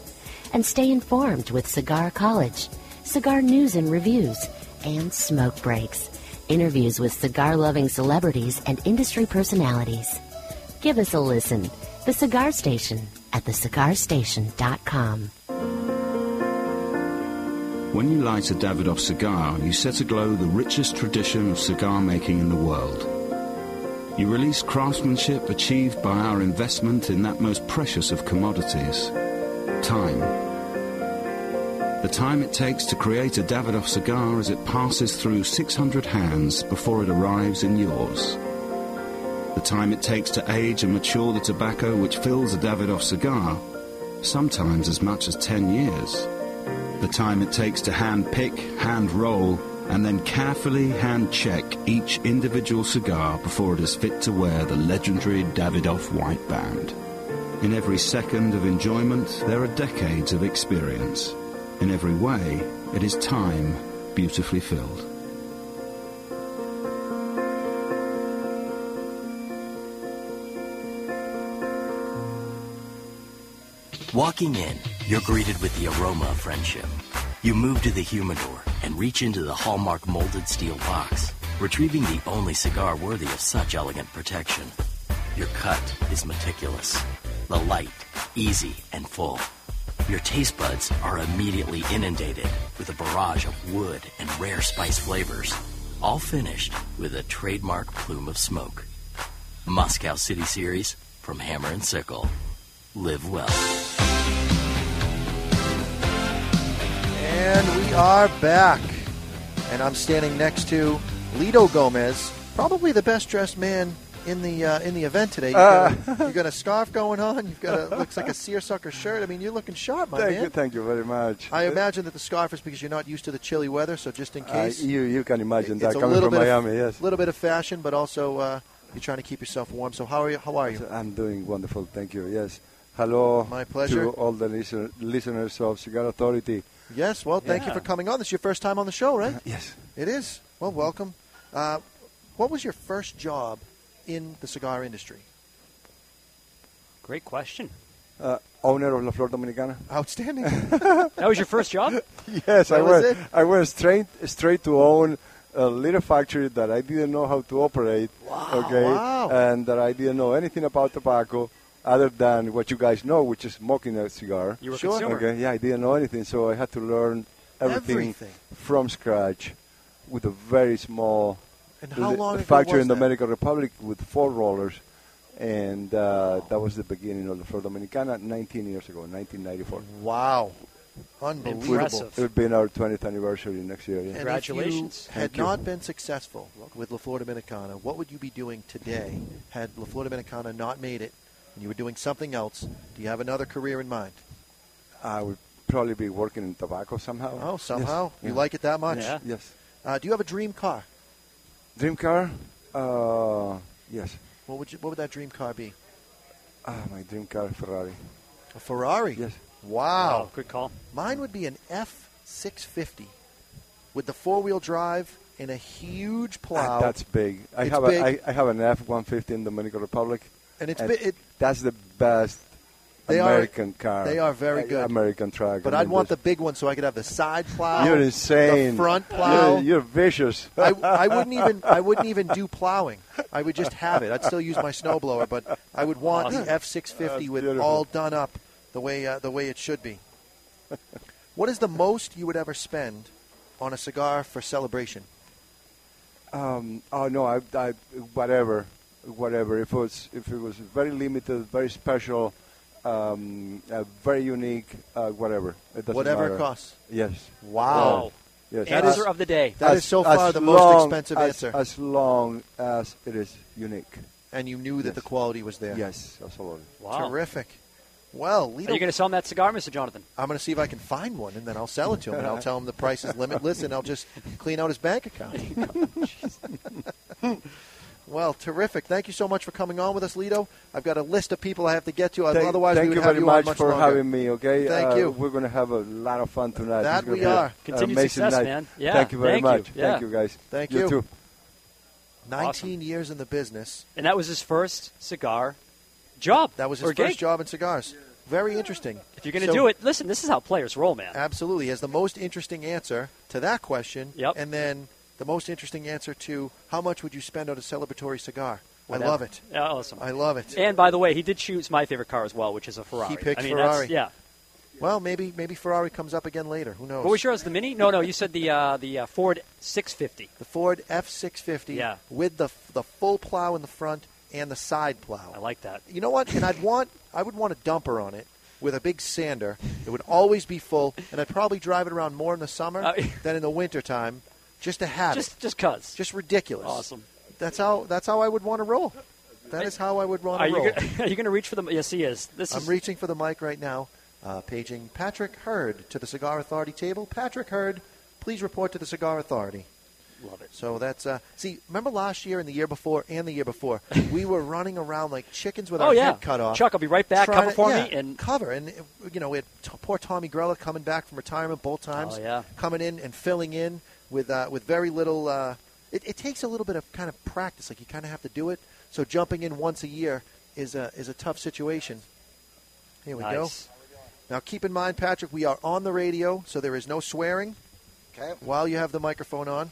Speaker 15: and stay informed with Cigar College, cigar news and reviews, and smoke breaks, interviews with cigar loving celebrities and industry personalities. Give us a listen. The Cigar Station at thecigarstation.com.
Speaker 16: When you light a Davidoff cigar, you set aglow the richest tradition of cigar making in the world. You release craftsmanship achieved by our investment in that most precious of commodities time. The time it takes to create a Davidoff cigar as it passes through 600 hands before it arrives in yours.
Speaker 17: the time it takes to age and mature the tobacco which fills a Davidoff cigar, sometimes as much as 10 years, the time it takes to hand pick, hand roll, and then carefully hand check each individual cigar before it is fit to wear the legendary Davidoff white band. In every second of enjoyment, there are decades of experience. In every way, it is time beautifully filled.
Speaker 18: Walking in, you're greeted with the aroma of friendship. You move to the humidor and reach into the hallmark molded steel box, retrieving the only cigar worthy of such elegant protection. Your cut is meticulous, the light, easy, and full. Your taste buds are immediately inundated with a barrage of wood and rare spice flavors, all finished with a trademark plume of smoke. Moscow City Series from Hammer and Sickle. Live well.
Speaker 8: And we are back. And I'm standing next to Lito Gomez, probably the best dressed man in the uh, in the event today. You've,
Speaker 19: Uh. [laughs]
Speaker 8: got a, you've got a scarf going on. You've got a looks like a seersucker shirt. I mean, you're looking sharp, my
Speaker 19: Thank
Speaker 8: man.
Speaker 19: you, thank you very much.
Speaker 8: I imagine that the scarf is because you're not used to the chilly weather. So just in
Speaker 19: Uh,
Speaker 8: case,
Speaker 19: you you can imagine that
Speaker 8: it's a
Speaker 19: coming
Speaker 8: little
Speaker 19: from
Speaker 8: bit
Speaker 19: Miami.
Speaker 8: of,
Speaker 19: yes,
Speaker 8: little bit of fashion, but also uh, you're trying to keep yourself warm. So how are you? How are you?
Speaker 19: I'm doing wonderful. Thank you. Yes, hello.
Speaker 8: My pleasure.
Speaker 19: to all the listen- listeners of Cigar Authority.
Speaker 8: Yes. Well, thank you
Speaker 19: Yeah. Uh,
Speaker 8: for coming on. This is your first time on the show, right?
Speaker 19: yes.
Speaker 8: It is. Well, welcome. Uh, what was your first job in the cigar industry?
Speaker 10: Great question.
Speaker 19: Uh, owner of La Flor Dominicana. [laughs]
Speaker 8: Outstanding.
Speaker 10: [laughs] That was your first job?
Speaker 19: yes, I
Speaker 10: That was
Speaker 19: was.
Speaker 10: it?
Speaker 19: I was straight straight to own a little factory that I didn't know how to operate. okay,
Speaker 20: wow.
Speaker 19: and that I didn't know anything about tobacco other than what you guys know, which is smoking a cigar.
Speaker 20: You were a Sure. consumer.
Speaker 19: Okay, yeah, I didn't know anything, so I had to learn everything,
Speaker 20: Everything.
Speaker 19: from scratch with a very small
Speaker 8: And how
Speaker 19: li-
Speaker 8: long ago
Speaker 19: factory
Speaker 8: was
Speaker 19: in the
Speaker 8: that?
Speaker 19: Dominican Republic with four rollers. And uh, that was the beginning of the Flor Dominicana 19 years ago, 1994.
Speaker 8: Wow.
Speaker 19: It
Speaker 8: Unbelievable.
Speaker 19: would- It would be our 20th anniversary next year. Yeah.
Speaker 8: And If you had
Speaker 19: Thank you.
Speaker 8: not been successful with La Flor Dominicana, what would you be doing today had La Flor Dominicana not made it and you were doing something else? Do you have another career in mind?
Speaker 19: I would probably be working in tobacco somehow.
Speaker 8: Oh, somehow?
Speaker 19: Yes.
Speaker 8: You like it that much?
Speaker 19: Yes. Yes.
Speaker 8: Uh, do you have a dream car?
Speaker 19: Dream car? Uh, yes.
Speaker 8: What would, you, what would that dream car be?
Speaker 19: Ah, my dream car, Ferrari.
Speaker 8: A Ferrari?
Speaker 19: Yes.
Speaker 8: Wow.
Speaker 10: Good call.
Speaker 8: Mine would be an F650 with the four wheel drive and a huge plow.
Speaker 19: Ah, That's big. I
Speaker 8: It's
Speaker 19: have
Speaker 8: big.
Speaker 19: A, I, I have an F-150 in Dominican Republic.
Speaker 8: And it's bi- it-
Speaker 19: that's the best
Speaker 8: They are-
Speaker 19: American car.
Speaker 8: they are very
Speaker 19: uh,
Speaker 8: good.
Speaker 19: American truck.
Speaker 8: But
Speaker 19: I
Speaker 8: I'd
Speaker 19: mean,
Speaker 8: want the big one so I could have the
Speaker 19: [laughs]
Speaker 8: side plow.
Speaker 19: You're
Speaker 8: The
Speaker 19: insane.
Speaker 8: front plow.
Speaker 19: You're, you're vicious.
Speaker 8: I, I wouldn't even I wouldn't even do plowing. I would just have it. I'd still use my snowblower, but I would want
Speaker 19: Awesome.
Speaker 8: the F six fifty
Speaker 19: That's
Speaker 8: with
Speaker 19: beautiful.
Speaker 8: all done up the way uh, the way it should
Speaker 19: [laughs]
Speaker 8: be. What is the most you would ever spend on a cigar for celebration?
Speaker 19: Um, oh no, I, I, whatever, whatever. If it was, if it was very limited, very special, um, uh, very unique, uh, whatever. It doesn't
Speaker 8: Whatever it
Speaker 19: matter.
Speaker 8: costs.
Speaker 19: Yes.
Speaker 8: Wow.
Speaker 19: Yes.
Speaker 8: That
Speaker 19: As-
Speaker 8: is- of the day. that is so far
Speaker 19: as
Speaker 8: the most
Speaker 19: long
Speaker 8: expensive
Speaker 19: as-
Speaker 8: answer.
Speaker 19: As long as it is unique.
Speaker 8: And you knew that the quality was there.
Speaker 19: Yes, absolutely.
Speaker 10: Wow.
Speaker 8: Terrific. Well, Lito,
Speaker 10: oh. Are you going to sell him that cigar, Mr. Jonathan?
Speaker 8: I'm going to see if I can find one, and then I'll sell it to him, and I'll tell him the price is limitless, and I'll just clean out his bank account. [laughs] well, terrific! Thank you so much for coming on with us, Lito. I've got a list of people I have to get to.
Speaker 19: Thank,
Speaker 8: otherwise,
Speaker 19: thank
Speaker 8: we would
Speaker 19: you
Speaker 8: have
Speaker 19: very
Speaker 8: you on
Speaker 19: much,
Speaker 8: much
Speaker 19: for
Speaker 8: longer.
Speaker 19: having me. Okay,
Speaker 8: Thank
Speaker 19: Uh,
Speaker 8: you.
Speaker 19: We're going to have a lot of fun tonight.
Speaker 8: That
Speaker 19: It's gonna
Speaker 8: we
Speaker 19: be a-
Speaker 8: are. Continued
Speaker 19: amazing
Speaker 8: success,
Speaker 19: night.
Speaker 8: man. Yeah.
Speaker 19: Thank you very
Speaker 8: Thank you.
Speaker 19: much.
Speaker 10: Yeah.
Speaker 19: Thank you, guys.
Speaker 8: Thank
Speaker 19: you
Speaker 8: you.
Speaker 19: too.
Speaker 8: 19 years in the business.
Speaker 10: And that was his first cigar job.
Speaker 8: That was his
Speaker 10: or
Speaker 8: first
Speaker 10: gig.
Speaker 8: job in cigars. Very interesting.
Speaker 10: If you're going to
Speaker 8: So-
Speaker 10: do it, listen, this is how players roll, man.
Speaker 8: Absolutely. He has the most interesting answer to that question. Yep. And then the most interesting answer to how much would you spend on a celebratory cigar? I
Speaker 10: Whatever.
Speaker 8: love it.
Speaker 10: Yeah, awesome.
Speaker 8: I love it.
Speaker 10: And by the way, he did choose my favorite car as well, which is a Ferrari.
Speaker 8: He picked
Speaker 10: I mean,
Speaker 8: Ferrari.
Speaker 10: That's, yeah.
Speaker 8: Well, maybe maybe Ferrari comes up again later. Who knows?
Speaker 10: What was yours? The Mini? No, no. You said the uh, the uh, Ford 650.
Speaker 8: The Ford F650
Speaker 10: Yeah.
Speaker 8: with the the full plow in the front and the side plow. I
Speaker 10: like that.
Speaker 8: You know what? And I'd want I would want a dumper on it with a big sander. It would always be full, and I'd probably drive it around more in the summer
Speaker 10: [laughs]
Speaker 8: than in the wintertime just to have
Speaker 10: Uh, Just-
Speaker 8: it.
Speaker 10: Just cuz.
Speaker 8: Just ridiculous.
Speaker 10: Awesome.
Speaker 8: That's how that's how I would want to roll. That is how I would run
Speaker 10: Are
Speaker 8: a
Speaker 10: you
Speaker 8: roll.
Speaker 10: go- [laughs] are you going to reach for the? Yes, he is. This
Speaker 8: I'm
Speaker 10: is
Speaker 8: reaching for the mic right now, uh, paging Patrick Hurd to the Cigar Authority table. Patrick Hurd, please report to the Cigar Authority.
Speaker 9: Love it.
Speaker 8: So that's uh, see. Remember last year and the year before and the year before, we were running around like chickens with
Speaker 10: Oh,
Speaker 8: our
Speaker 10: yeah.
Speaker 8: head cut off.
Speaker 10: Chuck, I'll be right back.
Speaker 8: trying
Speaker 10: Cover
Speaker 8: to-
Speaker 10: for
Speaker 8: yeah,
Speaker 10: me and-
Speaker 8: cover. And uh, you know, we had t- poor Tommy Grella coming back from retirement both times.
Speaker 10: Oh, yeah.
Speaker 8: coming in and filling in with uh, with very little. Uh, it, it takes a little bit of kind of practice. Like you kind of have to do it. So jumping in once a year is a is a tough situation. Here we
Speaker 10: Nice.
Speaker 8: go. Now keep in mind, Patrick, we are on the radio, so there is no swearing.
Speaker 20: Okay.
Speaker 8: While you have the microphone on,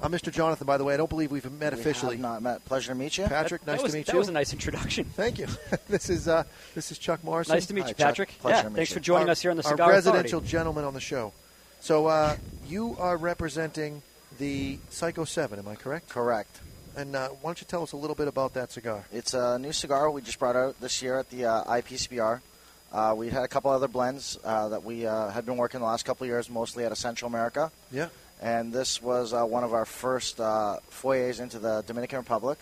Speaker 8: I'm Mr. Jonathan. By the way, I don't believe we've met
Speaker 20: We
Speaker 8: officially.
Speaker 20: have not met. Pleasure to meet you,
Speaker 8: Patrick. nice to meet you.
Speaker 10: nice introduction.
Speaker 8: Thank you. [laughs] this is uh, this is Chuck Morrison.
Speaker 10: Nice to meet
Speaker 8: Hi,
Speaker 10: you,
Speaker 8: Chuck.
Speaker 10: Patrick. Pleasure Yeah, to meet thanks you. for joining
Speaker 8: Our-
Speaker 10: us here on the
Speaker 8: our
Speaker 10: Cigar
Speaker 8: residential
Speaker 10: Authority.
Speaker 8: gentleman on the show. So uh, you are representing the Psycho Seven, am I correct?
Speaker 20: Correct.
Speaker 8: And uh, why don't you tell us a little bit about that cigar?
Speaker 20: It's a new cigar we just brought out this year at the uh, IPCBR. Uh, we had a couple other blends uh, that we uh, had been working the last couple of years, mostly out of Central America.
Speaker 8: Yeah.
Speaker 20: And this was uh, one of our first uh, foyers into the Dominican Republic.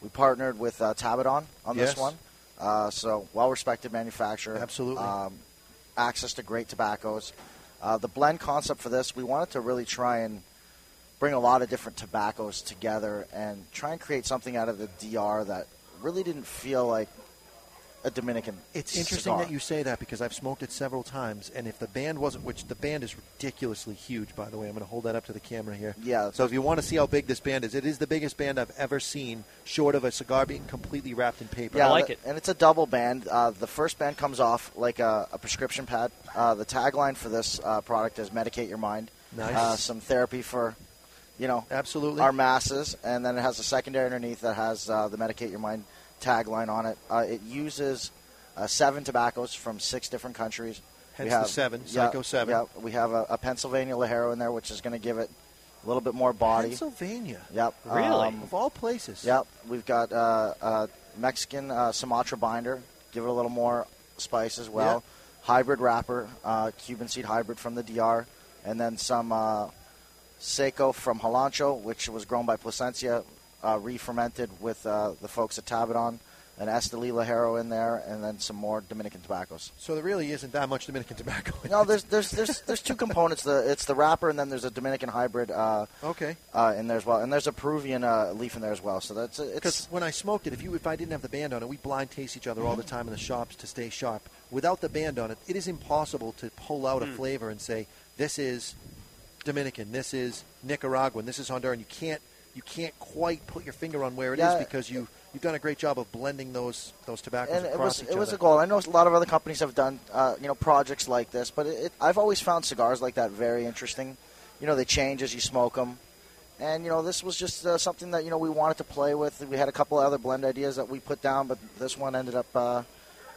Speaker 20: We partnered with uh, Tabadon on
Speaker 8: Yes.
Speaker 20: this one. Uh, so, well respected manufacturer.
Speaker 8: Absolutely.
Speaker 20: Um, access to great tobaccos. Uh, the blend concept for this, we wanted to really try and bring a lot of different tobaccos together and try and create something out of the DR that really didn't feel like a Dominican.
Speaker 8: It's interesting
Speaker 20: cigar.
Speaker 8: that you say that because I've smoked it several times, and if the band wasn't, which the band is ridiculously huge, by the way, I'm going to hold that up to the camera here.
Speaker 20: Yeah.
Speaker 8: So if you want to see how big this band is, it is the biggest band I've ever seen, short of a cigar being completely wrapped in paper.
Speaker 20: Yeah, th- And it's a double band. Uh, the first band comes off like a, a prescription pad. Uh, the tagline for this uh, product is "Medicate Your Mind."
Speaker 8: Nice.
Speaker 20: Uh, some therapy for, you know,
Speaker 8: absolutely
Speaker 20: our masses. And then it has a secondary underneath that has uh, the "Medicate Your Mind" tagline on it. Uh, it uses uh, seven tobaccos from six different countries.
Speaker 8: Hence the seven, Psycho seven.
Speaker 20: Yeah, we have a, a Pennsylvania Lajero in there, which is going to give it a little bit more body.
Speaker 8: Pennsylvania.
Speaker 20: Yep.
Speaker 8: Really?
Speaker 20: Um,
Speaker 8: of all places.
Speaker 20: Yep. We've got uh, uh, Mexican uh, Sumatra binder. Give it a little more spice as well. Hybrid wrapper, uh, Cuban seed hybrid from the DR, and then some uh, Seco from Halancho, which was grown by Placencia, uh, re-fermented with uh, the folks at Tabadon, and Estelí Lajero in there, and then some more Dominican
Speaker 8: [laughs]
Speaker 20: tobaccos.
Speaker 8: So there really isn't that much Dominican tobacco. [laughs]
Speaker 20: No, there's there's there's there's two components. The it's the wrapper, and then there's a Dominican hybrid uh,
Speaker 8: Okay.
Speaker 20: uh, in there as well, and there's a Peruvian uh, leaf in there as well. So that's it's
Speaker 8: Because when I smoked it, if you if I didn't have the band on it, we blind taste each other all
Speaker 20: Mm-hmm.
Speaker 8: the time in the shops to stay sharp. Without the band on it, it is impossible to pull out a
Speaker 20: Hmm.
Speaker 8: flavor and say this is Dominican, this is Nicaraguan, this is Honduran. You can't you can't quite put your finger on where it is
Speaker 20: Yeah.
Speaker 8: because you you've done a great job of blending those those tobaccos
Speaker 20: and it
Speaker 8: across
Speaker 20: was
Speaker 8: each
Speaker 20: it was
Speaker 8: other.
Speaker 20: a goal. I know a lot of other companies have done uh, you know projects like this, but it, it, I've always found cigars like that very interesting. You know, they change as you smoke them, and you know this was just uh, something that you know we wanted to play with. We had a couple other blend ideas that we put down, but this one ended up. Uh,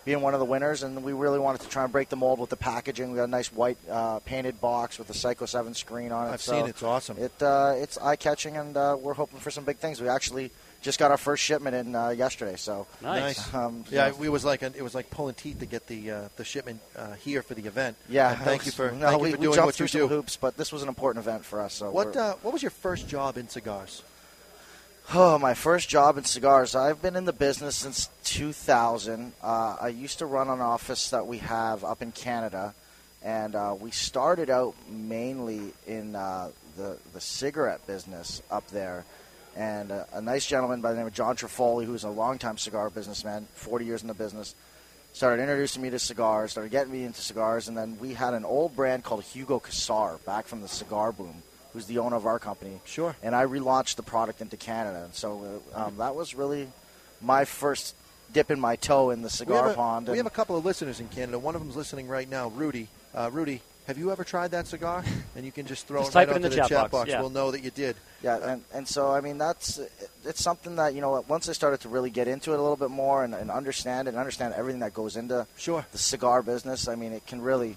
Speaker 20: being one of the winners, and we really wanted to try and break the mold with the packaging. We got a nice white uh, painted box with the Psycho Seven screen on it.
Speaker 8: I've
Speaker 20: so
Speaker 8: seen it. It's awesome.
Speaker 20: It uh, it's eye catching, and uh, we're hoping for some big things. We actually just got our first shipment in uh, yesterday, so Um,
Speaker 8: yeah,
Speaker 20: so-
Speaker 8: we was like it was like pulling teeth to get the uh, the shipment uh, here for the event.
Speaker 20: Yeah,
Speaker 8: And thank
Speaker 20: [laughs]
Speaker 8: you for
Speaker 20: no,
Speaker 8: thank
Speaker 20: we,
Speaker 8: you for
Speaker 20: we
Speaker 8: doing
Speaker 20: jumped
Speaker 8: what you
Speaker 20: through
Speaker 8: do.
Speaker 20: some hoops, but this was an important event for us. So
Speaker 8: What
Speaker 20: we're-
Speaker 8: uh, what was your first job in cigars?
Speaker 20: Oh, my first job in cigars. I've been in the business since 2000. Uh, I used to run an office that we have up in Canada, and uh, we started out mainly in uh, the the cigarette business up there. And uh, a nice gentleman by the name of John Trifoli, who's a longtime cigar businessman, 40 years in the business, started introducing me to cigars, started getting me into cigars, and then we had an old brand called Hugo Casar back from the cigar boom, who's the owner of our company.
Speaker 8: Sure.
Speaker 20: And I relaunched the product into Canada, and so uh, um, that was really my first dipping my toe in the
Speaker 8: we
Speaker 20: cigar
Speaker 8: have a,
Speaker 20: pond.
Speaker 8: We
Speaker 20: and-
Speaker 8: have a couple of listeners in Canada. One of them's listening right now, Rudy. Uh, Rudy, have you ever tried that
Speaker 20: [laughs]
Speaker 8: cigar? And you can just throw
Speaker 20: Just
Speaker 8: it right
Speaker 20: type it in
Speaker 8: onto
Speaker 20: the
Speaker 8: the
Speaker 20: chat
Speaker 8: chat
Speaker 20: box, yeah.
Speaker 8: We'll know that you did.
Speaker 20: Yeah, and, and so I mean that's it's something that you know once I started to really get into it a little bit more and, and understand it and understand everything that goes into
Speaker 8: sure
Speaker 20: the cigar business. I mean it can really,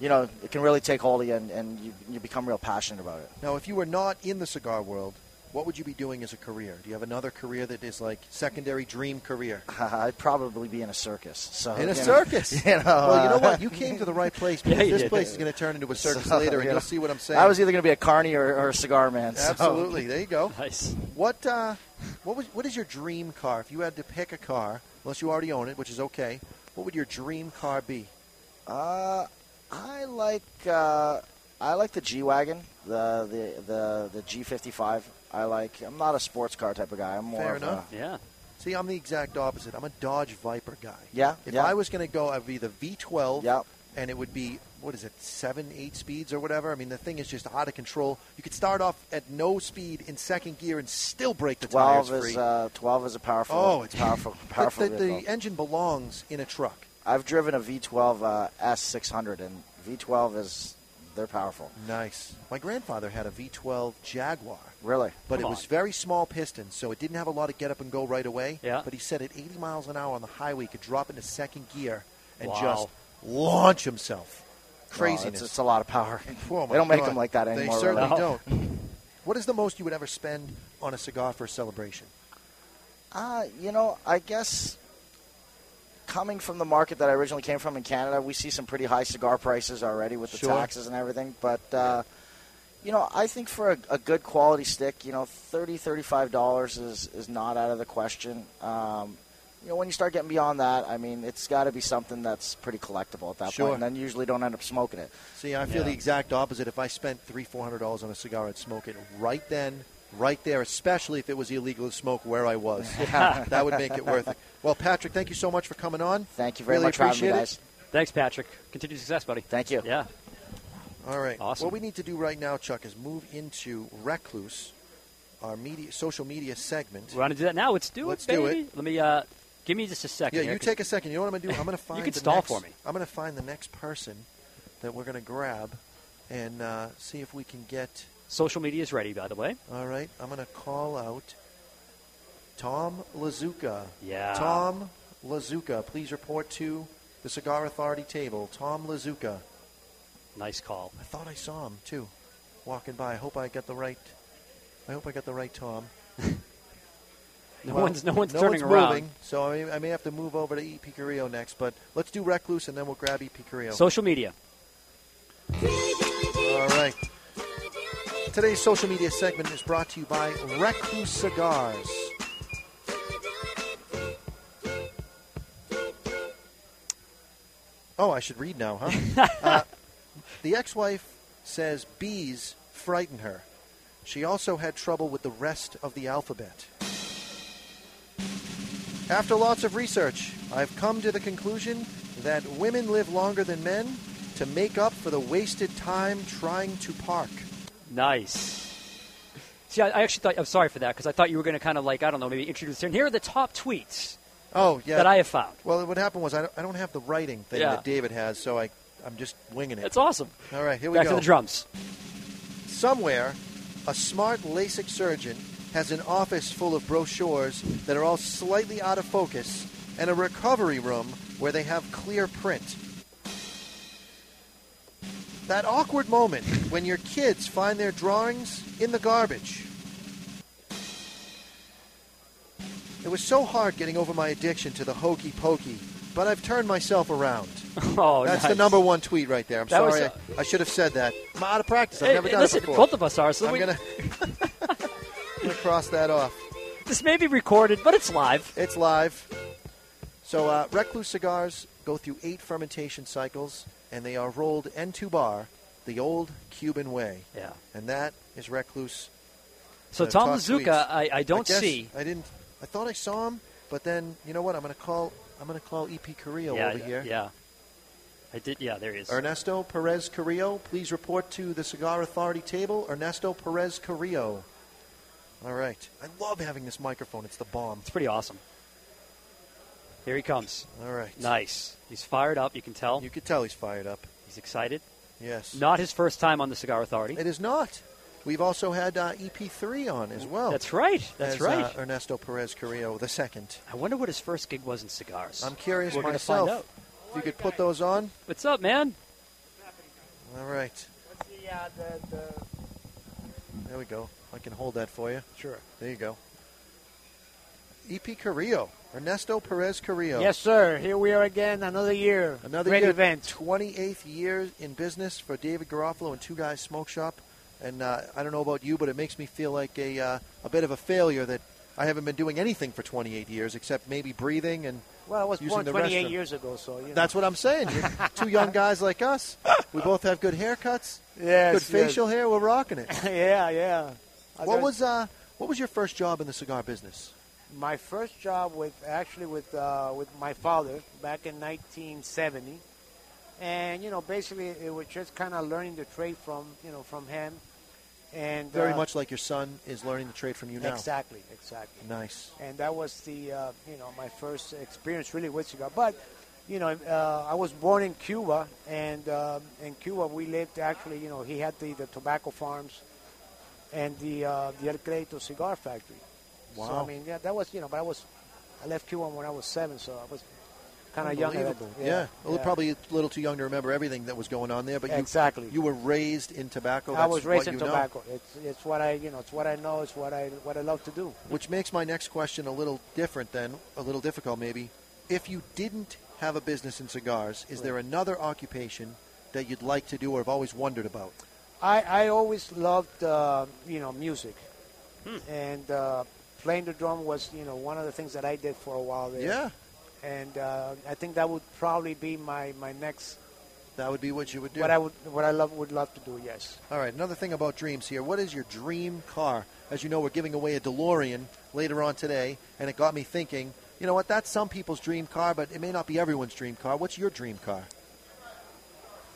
Speaker 20: you know, it can really take hold of you and, and you you become real passionate about it.
Speaker 8: Now, if you were not in the cigar world, what would you be doing as a career? Do you have another career that is like secondary dream career?
Speaker 20: [laughs] I'd probably be in a circus. So
Speaker 8: in
Speaker 20: you
Speaker 8: a
Speaker 20: know,
Speaker 8: circus.
Speaker 20: [laughs] you know,
Speaker 8: well, you know
Speaker 20: uh,
Speaker 8: what? You came to the
Speaker 20: [laughs]
Speaker 8: right place because
Speaker 20: Yeah, you
Speaker 8: this
Speaker 20: did.
Speaker 8: place is going to turn into a
Speaker 20: [laughs]
Speaker 8: circus
Speaker 20: So,
Speaker 8: later, and
Speaker 20: you
Speaker 8: you'll
Speaker 20: know,
Speaker 8: see what I'm saying.
Speaker 20: I was either going to be a carny or, or a cigar man. so-
Speaker 8: Absolutely. There you go.
Speaker 10: [laughs] Nice.
Speaker 8: What uh, What was what is your dream car? If you had to pick a car, unless you already own it, which is okay, what would your dream car be?
Speaker 20: Uh, I like uh, I like the G wagon, the the the the G fifty five. I like. I'm not a sports car type of guy. I'm more
Speaker 8: Fair
Speaker 20: of
Speaker 8: enough.
Speaker 20: A,
Speaker 10: yeah.
Speaker 8: See, I'm the exact opposite. I'm a Dodge Viper guy.
Speaker 20: Yeah,
Speaker 8: If
Speaker 20: yeah.
Speaker 8: I was going to go, I'd be the V12. Yep. And it would be what is it, seven, eight speeds or whatever. I mean, the thing is just out of control. You could start off at no speed in second gear and still break the
Speaker 20: twelve
Speaker 8: tires
Speaker 20: is
Speaker 8: free.
Speaker 20: uh, twelve is a powerful.
Speaker 8: oh, it's
Speaker 20: powerful.
Speaker 8: [laughs] but
Speaker 20: Powerful.
Speaker 8: the,
Speaker 20: vehicle.
Speaker 8: the engine belongs in a truck.
Speaker 20: I've driven a V12 uh, S600, and V12 is they're powerful.
Speaker 8: Nice. My grandfather had a V12 Jaguar.
Speaker 20: Really?
Speaker 8: But it was very small pistons, so it didn't have a lot of get up and go right away.
Speaker 20: Yeah.
Speaker 8: But he said at 80 miles an hour on the highway, he could drop into second gear and
Speaker 20: Wow.
Speaker 8: just launch himself.
Speaker 20: Craziness.
Speaker 8: Craziness.
Speaker 20: it's, a lot of power.
Speaker 8: Oh, my
Speaker 20: they don't make
Speaker 8: God.
Speaker 20: them like that anymore.
Speaker 8: They certainly
Speaker 20: really. [laughs]
Speaker 8: don't. What is the most you would ever spend on a cigar for a celebration?
Speaker 20: Uh, you know, I guess coming from the market that I originally came from in Canada, we see some pretty high cigar prices already with the
Speaker 3: Sure.
Speaker 20: taxes and everything. But, uh, you know, I think for a, a good quality stick, you know, $30, $35 is, is not out of the question. Um, you know, when you start getting beyond that, I mean, it's got to be something that's pretty collectible at that
Speaker 8: Sure.
Speaker 20: point, and then you usually don't end up smoking it.
Speaker 8: See, I feel
Speaker 20: Yeah.
Speaker 8: the exact opposite. If I spent three, four hundred dollars on a cigar, I'd smoke it right then, right there. Especially if it was illegal to smoke where
Speaker 10: [laughs]
Speaker 8: I was, that would make it worth it. Well, Patrick, thank you so much for coming on.
Speaker 20: Thank you
Speaker 8: really appreciate it.
Speaker 10: Thanks, Patrick. Continued success, buddy.
Speaker 20: Thank you.
Speaker 10: Yeah.
Speaker 8: All right.
Speaker 10: Awesome.
Speaker 8: What we need to do right now, Chuck, is move into Recluse, our media, social media segment.
Speaker 10: We want to do that now. Let's do
Speaker 8: Let's
Speaker 10: it,
Speaker 8: do
Speaker 10: baby. Let me uh, give me just a second.
Speaker 8: Yeah,
Speaker 10: here,
Speaker 8: you
Speaker 10: 'cause-
Speaker 8: take a second. You know what I'm gonna do? I'm gonna
Speaker 10: [laughs]
Speaker 8: find.
Speaker 10: You can
Speaker 8: the
Speaker 10: stall
Speaker 8: next-
Speaker 10: for me.
Speaker 8: I'm gonna find the next person that we're gonna grab, and uh, see if we can get.
Speaker 10: Social media is ready, by the way.
Speaker 8: All right, I'm gonna call out Tom Lazuka.
Speaker 10: Yeah.
Speaker 8: Tom Lazuka, please report to the Cigar Authority table. Tom Lazuka.
Speaker 10: Nice call.
Speaker 8: I thought I saw him too, walking by. I hope I got the right. I hope I got the right Tom.
Speaker 10: No one's- no one's turning
Speaker 8: one's
Speaker 10: around.
Speaker 8: moving, so I may, I may have to move over to E. Picarillo next. But let's do Recluse, and then we'll grab E. Picarillo.
Speaker 10: Social media.
Speaker 8: All right. Today's social media segment is brought to you by Recluse Cigars. Oh, I should read now,
Speaker 10: [laughs]
Speaker 8: huh? uh, the ex wife says bees frighten her. She also had trouble with the rest of the alphabet. After lots of research, I've come to the conclusion that women live longer than men to make up for the wasted time trying to park.
Speaker 10: Nice. See, I, I actually thought I'm sorry for that because I thought you were going to kind of like I don't know maybe introduce and here are the top tweets.
Speaker 8: Oh, yeah.
Speaker 10: That I have found.
Speaker 8: Well, what happened was I don't, I don't have the writing thing
Speaker 10: Yeah.
Speaker 8: that David has, so I, I'm just winging it.
Speaker 10: That's awesome.
Speaker 8: All right, here we
Speaker 10: Back
Speaker 8: go.
Speaker 10: to the drums.
Speaker 8: Somewhere, a smart LASIK surgeon has an office full of brochures that are all slightly out of focus and a recovery room where they have clear print. That awkward moment when your kids find their drawings in the garbage. It was so hard getting over my addiction to the hokey pokey, but I've turned myself around.
Speaker 10: [laughs] Oh,
Speaker 8: That's the
Speaker 10: nice.
Speaker 8: number one tweet right there. I'm
Speaker 10: That was
Speaker 8: sorry,
Speaker 10: a-
Speaker 8: I I should have said that. I'm out of practice. I've
Speaker 10: Hey,
Speaker 8: never
Speaker 10: hey,
Speaker 8: done
Speaker 10: listen,
Speaker 8: it before.
Speaker 10: both of us are. So
Speaker 8: I'm
Speaker 10: we- [laughs]
Speaker 8: gonna, I'm gonna cross that off.
Speaker 10: This may be recorded, but it's live.
Speaker 8: It's live. So uh, Recluse cigars go through eight fermentation cycles, and they are rolled end to bar, the old Cuban way.
Speaker 10: Yeah.
Speaker 8: And that is Recluse.
Speaker 10: So
Speaker 8: uh,
Speaker 10: Tom
Speaker 8: top
Speaker 10: Lazuka,
Speaker 8: tweets.
Speaker 10: I- I don't
Speaker 8: guess
Speaker 10: see.
Speaker 8: I didn't. I thought I saw him, but then you know what? I'm gonna call. I'm gonna call EP Carrillo
Speaker 10: yeah,
Speaker 8: over
Speaker 10: I-
Speaker 8: here.
Speaker 10: Yeah. I did. Yeah, there he is.
Speaker 8: Ernesto Perez Carrillo, please report to the Cigar Authority table. Ernesto Perez Carrillo. All right. I love having this microphone. It's the bomb. It's
Speaker 10: pretty awesome. Here he comes.
Speaker 8: All right.
Speaker 10: Nice. He's fired up. You can tell. You
Speaker 8: can tell he's fired up.
Speaker 10: He's excited.
Speaker 8: Yes.
Speaker 10: Not his first time on the Cigar Authority.
Speaker 8: It is not. We've also had uh, EP3 on as well.
Speaker 10: That's right. That's
Speaker 8: As, uh,
Speaker 10: right.
Speaker 8: Ernesto Perez Carrillo the second.
Speaker 10: I wonder what his first gig was in cigars.
Speaker 8: I'm curious
Speaker 10: We're gonna
Speaker 8: myself.
Speaker 10: Find out.
Speaker 8: If you could put those on.
Speaker 10: What's up, man?
Speaker 8: All right. There we go. I can hold that for you. Sure. There you go. EP Carrillo. Ernesto Perez Carrillo.
Speaker 21: Yes, sir. Here we are again, another year.
Speaker 8: Another
Speaker 21: Great
Speaker 8: year,
Speaker 21: event.
Speaker 8: 28th year in business for David Garofalo and Two Guys Smoke Shop. And uh, I don't know about you, but it makes me feel like a, uh, a bit of a failure that I haven't been doing anything for 28 years except maybe breathing and
Speaker 21: Well, I was
Speaker 8: using
Speaker 21: born
Speaker 8: the
Speaker 21: 28
Speaker 8: restroom.
Speaker 21: years ago, so you know.
Speaker 8: That's what I'm saying.
Speaker 21: [laughs]
Speaker 8: You're two young guys like us. We both have good haircuts.
Speaker 21: Yes, yes.
Speaker 8: Good facial hair. We're rocking it.
Speaker 21: [laughs] yeah, yeah. I
Speaker 8: What
Speaker 21: got-
Speaker 8: was uh, what was your first job in the cigar business?
Speaker 21: my first job with actually with uh, with my father back in 1970, and you know basically it was just kind of learning the trade from you know from him, and
Speaker 8: Very
Speaker 21: uh,
Speaker 8: much like your son is learning the trade from you now.
Speaker 21: Exactly, exactly.
Speaker 8: Nice.
Speaker 21: And that was the uh, you know my first experience really with cigar. But you know uh, I was born in Cuba, and um in Cuba we lived actually you know he had the, the tobacco farms and the uh, the El Crédito cigar factory. So
Speaker 8: Wow.
Speaker 21: I mean yeah that was you know but I was I left Cuba when I was seven, so I was kind of young. at that-
Speaker 8: Unbelievable. Yeah. Well, probably a little too young to remember everything that was going on there, but you,
Speaker 21: Exactly.
Speaker 8: you were raised in tobacco.
Speaker 21: I
Speaker 8: That's
Speaker 21: was
Speaker 8: what
Speaker 21: raised in
Speaker 8: you know.
Speaker 21: tobacco. It's it's what I you know it's what I know. It's what I what I love to do.
Speaker 8: Which makes my next question a little different then, a little difficult maybe. If you didn't have a business in cigars, is there another occupation that you'd like to do or have always wondered about?
Speaker 21: I, I always loved uh, you know music,
Speaker 8: Hmm.
Speaker 21: and uh, playing the drum was you know one of the things that I did for a while there.
Speaker 8: Yeah.
Speaker 21: And uh, I think that would probably be my, my next.
Speaker 8: That would be what you would do.
Speaker 21: What I would what I love would love to do. Yes.
Speaker 8: All right, another thing about dreams here. What is your dream car? As you know, we're giving away a DeLorean later on today, and it got me thinking, you know what, that's some people's dream car, but it may not be everyone's dream car. What's your dream car?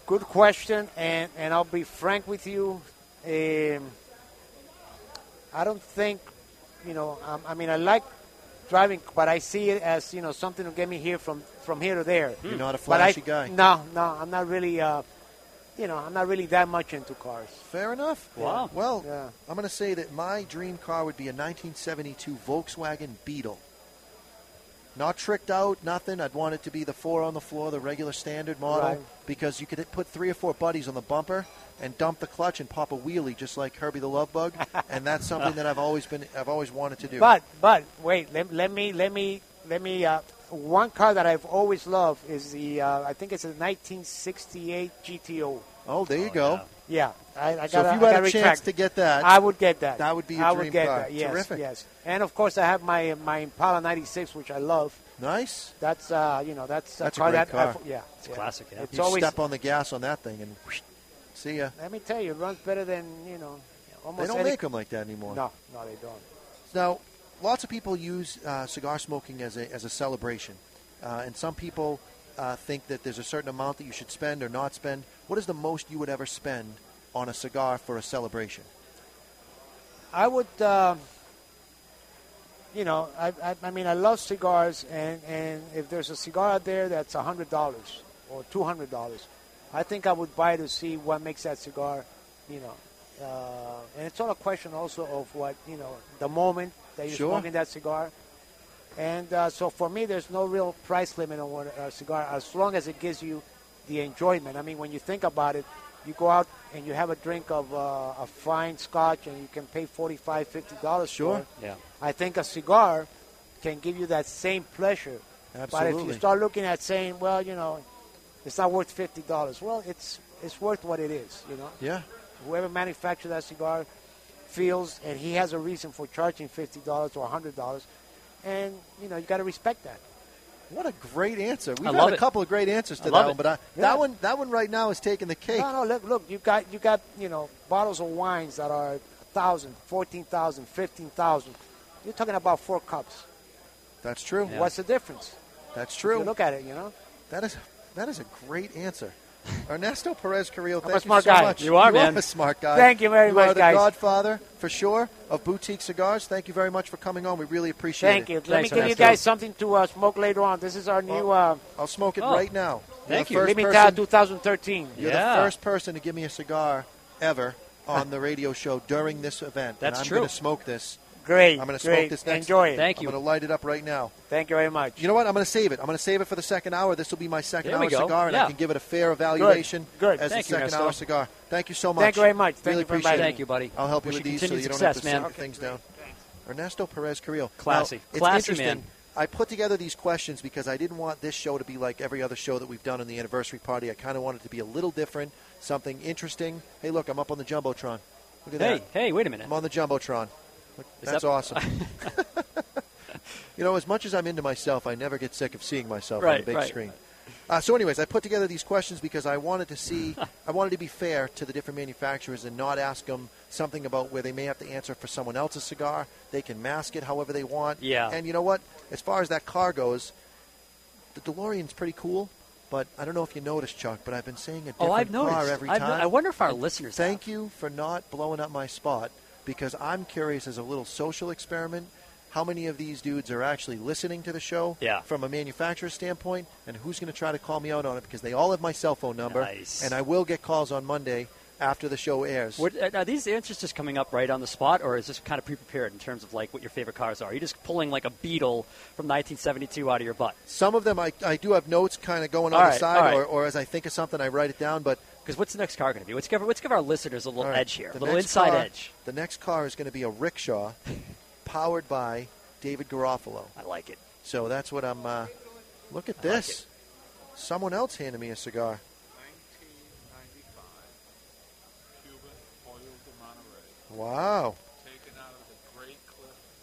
Speaker 21: Good question, and and I'll be frank with you. Um, I don't think, you know, um, I mean, I like driving, but I see it as you know something to get me here from from here to there.
Speaker 8: You're not a
Speaker 21: But I-
Speaker 8: flashy guy.
Speaker 21: No, no, I'm not really. Uh, you know, I'm not really that much into cars.
Speaker 8: Fair enough.
Speaker 21: Wow.
Speaker 8: Well, I'm going to say that my dream car would be a 1972 Volkswagen Beetle. Not tricked out, nothing. I'd want it to be the four on the floor, the regular standard model,
Speaker 21: Right.
Speaker 8: because you could put three or four buddies on the bumper and dump the clutch and pop a wheelie, just like Herbie the
Speaker 21: [laughs]
Speaker 8: Love Bug. and that's something that I've always been, I've always wanted to do.
Speaker 21: But but wait, let, let me let me let me. Uh, one car that I've always loved is the uh, I think it's a 1968 GTO.
Speaker 8: oh, there you go.
Speaker 21: Yeah, I, I got.
Speaker 8: So if you had a chance to get that,
Speaker 21: I would get that.
Speaker 8: that would be your
Speaker 21: I
Speaker 8: dream
Speaker 21: would get
Speaker 8: car.
Speaker 21: that. Yes,
Speaker 8: Terrific.
Speaker 21: yes. And of course, I have my my Impala '96, which I love.
Speaker 8: Nice.
Speaker 21: That's uh, you know that's a
Speaker 8: That's a
Speaker 21: car
Speaker 8: great
Speaker 21: that
Speaker 8: car.
Speaker 21: I've- yeah, yeah. It's
Speaker 8: you
Speaker 21: always.
Speaker 8: step on the gas on that thing and whoosh, see ya.
Speaker 21: Let me tell you, it runs better than you know. Almost
Speaker 8: They don't
Speaker 21: any-
Speaker 8: make 'em like that anymore.
Speaker 21: No, no, they don't.
Speaker 8: Now, lots of people use uh, cigar smoking as a, as a celebration, uh, and some people uh, think that there's a certain amount that you should spend or not spend. What is the most you would ever spend on a cigar for a celebration?
Speaker 21: I would, um you know, I, I, I mean, I love cigars, and, and if there's a cigar out there that's $100 or $200, I think I would buy to see what makes that cigar, you know. Uh, and it's all a question also of what, you know, the moment that you're
Speaker 8: Sure.
Speaker 21: smoking that cigar. And uh, so for me, there's no real price limit on what a cigar, as long as it gives you the enjoyment. I mean, when you think about it, you go out and you have a drink of uh, a fine scotch and you can pay $45, $50 for
Speaker 8: Sure.
Speaker 21: it.
Speaker 8: Yeah.
Speaker 21: I think a cigar can give you that same pleasure. But if you
Speaker 8: Absolutely.
Speaker 21: start looking at saying, well, you know, it's not worth fifty dollars. Well, it's it's worth what it is, you know.
Speaker 8: Yeah.
Speaker 21: Whoever manufactured that cigar feels, and he has a reason for charging fifty dollars or hundred dollars, and you know you got to respect that.
Speaker 8: What a great answer! We've
Speaker 21: I
Speaker 8: had
Speaker 21: love
Speaker 8: a
Speaker 21: it.
Speaker 8: couple of great answers
Speaker 21: I
Speaker 8: to that
Speaker 21: love
Speaker 8: one,
Speaker 21: it.
Speaker 8: but I,
Speaker 21: Yeah.
Speaker 8: that one that one right now is taking the cake.
Speaker 21: No, no, look, look, you got you got you know bottles of wines that are thousand, fourteen thousand, fifteen thousand. You're talking about four cups.
Speaker 8: That's true.
Speaker 21: What's the difference?
Speaker 8: That's true.
Speaker 21: You look at it, you know.
Speaker 8: That is that is a great answer. Ernesto Perez Carrillo,
Speaker 21: I'm a
Speaker 8: thank
Speaker 21: smart
Speaker 8: you so
Speaker 21: guy.
Speaker 8: much.
Speaker 21: You are, man.
Speaker 8: a smart guy.
Speaker 21: Thank you very
Speaker 8: you
Speaker 21: much,
Speaker 8: are the
Speaker 21: guys.
Speaker 8: godfather, for sure, of Boutique Cigars. Thank you very much for coming on. We really appreciate
Speaker 21: Thank
Speaker 8: it.
Speaker 21: you. Let me give you guys something to uh, smoke later on. This is our new. Uh,
Speaker 8: I'll smoke it right now.
Speaker 21: Thank
Speaker 8: You're
Speaker 21: you.
Speaker 8: the first
Speaker 21: Limitado
Speaker 8: person-
Speaker 21: 2013.
Speaker 8: You're the first person to give me a cigar ever on the radio show during this event.
Speaker 21: That's
Speaker 8: and I'm
Speaker 21: true.
Speaker 8: going to smoke this.
Speaker 21: Great,
Speaker 8: I'm going to smoke
Speaker 21: great.
Speaker 8: this next.
Speaker 21: Enjoy it. Thank
Speaker 8: I'm going to light it up right now.
Speaker 21: Thank you very much.
Speaker 8: You know what? I'm going to save it. I'm going to save it for the second hour. This will be my second
Speaker 21: There
Speaker 8: hour
Speaker 21: we go.
Speaker 8: cigar, and I
Speaker 21: Yeah.
Speaker 8: can give it a fair evaluation
Speaker 21: Good.
Speaker 8: as
Speaker 21: Thank
Speaker 8: the
Speaker 21: you,
Speaker 8: second hour
Speaker 21: Ernesto.
Speaker 8: cigar. Thank you so much.
Speaker 21: Thank you very much. Thank
Speaker 8: really
Speaker 21: you for
Speaker 8: appreciate
Speaker 21: inviting
Speaker 8: it.
Speaker 21: me. Thank you, buddy.
Speaker 8: I'll help
Speaker 21: Wish
Speaker 8: you with
Speaker 21: you
Speaker 8: these so you
Speaker 21: continued
Speaker 8: don't have to
Speaker 21: success, man.
Speaker 8: stamp things down. Ernesto Perez Carrillo.
Speaker 10: Classy.
Speaker 8: Now, it's
Speaker 10: Classy,
Speaker 8: interesting.
Speaker 10: man.
Speaker 8: I put together these questions because I didn't want this show to be like every other show that we've done on the anniversary party. I kind of wanted it to be a little different, something interesting. Hey, look, I'm up on the Jumbotron. Look at
Speaker 10: Hey,
Speaker 8: that.
Speaker 10: hey, wait a minute.
Speaker 8: I'm on the Jumbotron. Look,
Speaker 10: Is [laughs]
Speaker 8: that's
Speaker 10: that-
Speaker 8: awesome. [laughs] You know, as much as I'm into myself, I never get sick of seeing myself on
Speaker 10: Right,
Speaker 8: the big
Speaker 10: right.
Speaker 8: screen. Uh, so, anyways, I put together these questions because I wanted to see, I wanted to be fair to the different manufacturers and not ask them something about where they may have to answer for someone else's cigar. They can mask it however they want.
Speaker 10: Yeah.
Speaker 8: And you know what? As far as that car goes, the DeLorean's pretty cool, but I don't know if you noticed, Chuck, but I've been saying a different
Speaker 10: Oh, I've
Speaker 8: car
Speaker 10: noticed.
Speaker 8: every
Speaker 10: I've-
Speaker 8: time.
Speaker 10: I wonder if our
Speaker 8: And
Speaker 10: listeners
Speaker 8: Thank you for not blowing up my spot because I'm curious as a little social experiment how many of these dudes are actually listening to the show
Speaker 10: Yeah.
Speaker 8: from a manufacturer standpoint and who's going to try to call me out on it because they all have my cell phone number
Speaker 10: Nice.
Speaker 8: and I will get calls on Monday after the show airs.
Speaker 10: What, are these answers just coming up right on the spot, or is this kind of pre-prepared in terms of like what your favorite cars are? Are you just pulling like a Beetle from 1972 out of your butt?
Speaker 8: Some of them I, I do have notes kind of going on
Speaker 10: All
Speaker 8: the
Speaker 10: right,
Speaker 8: side
Speaker 10: all right.
Speaker 8: or, or as I think of something I write it down but
Speaker 10: because what's the next car going to be? Let's give let's give our listeners a little
Speaker 8: All right.
Speaker 10: edge here,
Speaker 8: The
Speaker 10: a little
Speaker 8: next
Speaker 10: inside
Speaker 8: car-
Speaker 10: edge.
Speaker 8: The next car is going to be a rickshaw, powered by David Garofalo.
Speaker 10: I like it.
Speaker 8: So that's what I'm. Uh, look at this. Someone else handed me a cigar. Wow.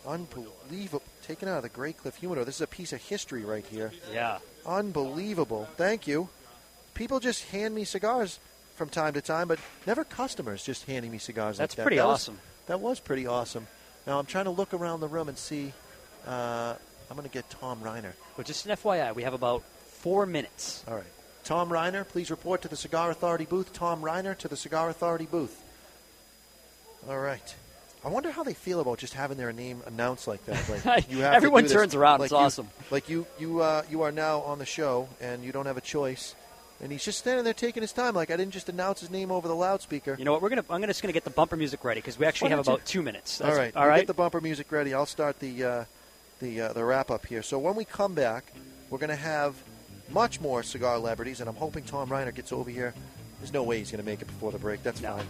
Speaker 8: Unbelievable. Taken out of the Great Cliff Humidor. This is a piece of history right here.
Speaker 10: Yeah.
Speaker 8: Unbelievable. Thank you. People just hand me cigars from time to time, but never customers just handing me cigars
Speaker 10: That's
Speaker 8: like that.
Speaker 10: pretty
Speaker 8: That was-
Speaker 10: awesome.
Speaker 8: that was pretty awesome. Now I'm trying to look around the room and see. Uh, I'm going to get Tom Reiner.
Speaker 10: Well, just an FYI, we have about four minutes.
Speaker 8: All right. Tom Reiner, please report to the Cigar Authority booth. Tom Reiner to the Cigar Authority booth. All right. I wonder how they feel about just having their name announced like
Speaker 10: [laughs]
Speaker 8: that. Like you have to
Speaker 10: Everyone
Speaker 8: do this.
Speaker 10: turns around.
Speaker 8: Like
Speaker 10: It's
Speaker 8: you-
Speaker 10: awesome.
Speaker 8: Like you, you, uh, you are now on the show and you don't have a choice. And he's just standing there taking his time. Like I didn't just announce his name over the loudspeaker.
Speaker 10: You know what? We're gonna I'm gonna, just going to get the bumper music ready because we actually
Speaker 8: Why
Speaker 10: have
Speaker 8: don't
Speaker 10: about two minutes.
Speaker 8: all
Speaker 10: That's-
Speaker 8: right,
Speaker 10: All
Speaker 8: you
Speaker 10: right.
Speaker 8: Get the bumper music ready. I'll start the uh, the uh, the wrap up here. So when we come back, we're going to have much more cigar celebrities, and I'm hoping Tom Reiner gets over here. There's no way he's going to make it before the break. That's fine.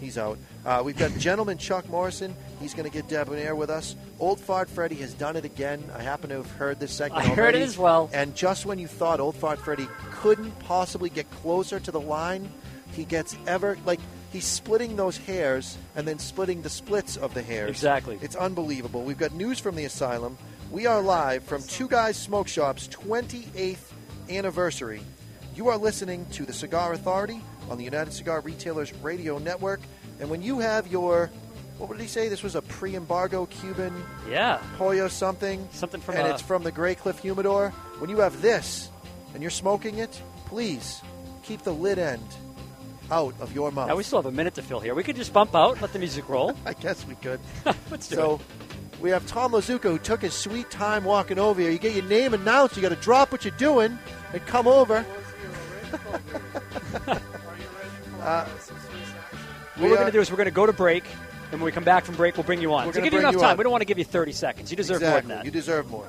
Speaker 8: He's out. Uh, we've got gentleman Chuck Morrison. He's going to get debonair with us. Old Fart Freddy has done it again. I happen to have heard this segment.
Speaker 10: I heard it
Speaker 8: already.
Speaker 10: as well.
Speaker 8: And just when you thought Old Fart Freddy couldn't possibly get closer to the line, he gets ever like he's splitting those hairs and then splitting the splits of the hairs.
Speaker 10: Exactly.
Speaker 8: It's unbelievable. We've got news from the asylum. We are live from Two Guys Smoke Shop's 28th anniversary. You are listening to the Cigar Authority on the United Cigar Retailers Radio Network. And when you have your, what did he say? This was a pre embargo Cuban
Speaker 10: yeah.
Speaker 8: Pollo something. Something
Speaker 10: from
Speaker 8: And
Speaker 10: a-
Speaker 8: it's from the Grey Cliff Humidor. When you have this and you're smoking it, please keep the lid end out of your mouth.
Speaker 10: Now we still have a minute to fill here. We could just bump out, let the music roll.
Speaker 8: [laughs] I guess we could.
Speaker 10: [laughs] Let's do
Speaker 8: so
Speaker 10: it.
Speaker 8: we have Tom Lazuka who took his sweet time walking over here. You get your name announced, you gotta drop what you're doing and come over. [laughs] Uh,
Speaker 10: What we're going to do is we're going to go to break, and when we come back from break, we'll bring you on.
Speaker 8: We're
Speaker 10: to
Speaker 8: gonna
Speaker 10: give you
Speaker 8: bring
Speaker 10: enough
Speaker 8: you
Speaker 10: time,
Speaker 8: on.
Speaker 10: we don't want to give you 30 seconds. You deserve
Speaker 8: exactly.
Speaker 10: more than
Speaker 8: You
Speaker 10: that.
Speaker 8: deserve more.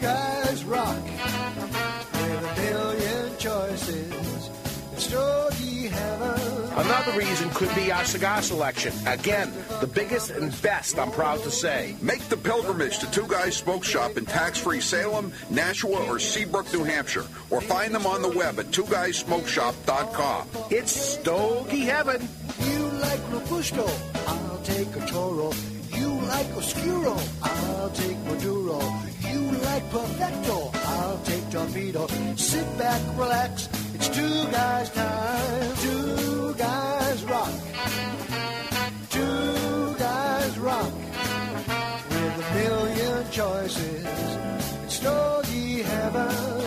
Speaker 5: guys rock. With a billion choices. It's stogie heaven.
Speaker 9: Another reason could be our cigar selection. Again, the biggest and best, I'm proud to say.
Speaker 13: Make the pilgrimage to Two Guys Smoke Shop in tax-free Salem, Nashua, or Seabrook, New Hampshire, or find them on the web at twoguysmokeshop.com.
Speaker 9: It's Stogie Heaven.
Speaker 5: You like Robusto, I'll take a Toro. You like Oscuro, I'll take Maduro. You like Perfecto, I'll take Torpedo. Sit back, relax, it's two guys' time. Two guys rock. Two guys rock. With a choices. Extol ye heaven.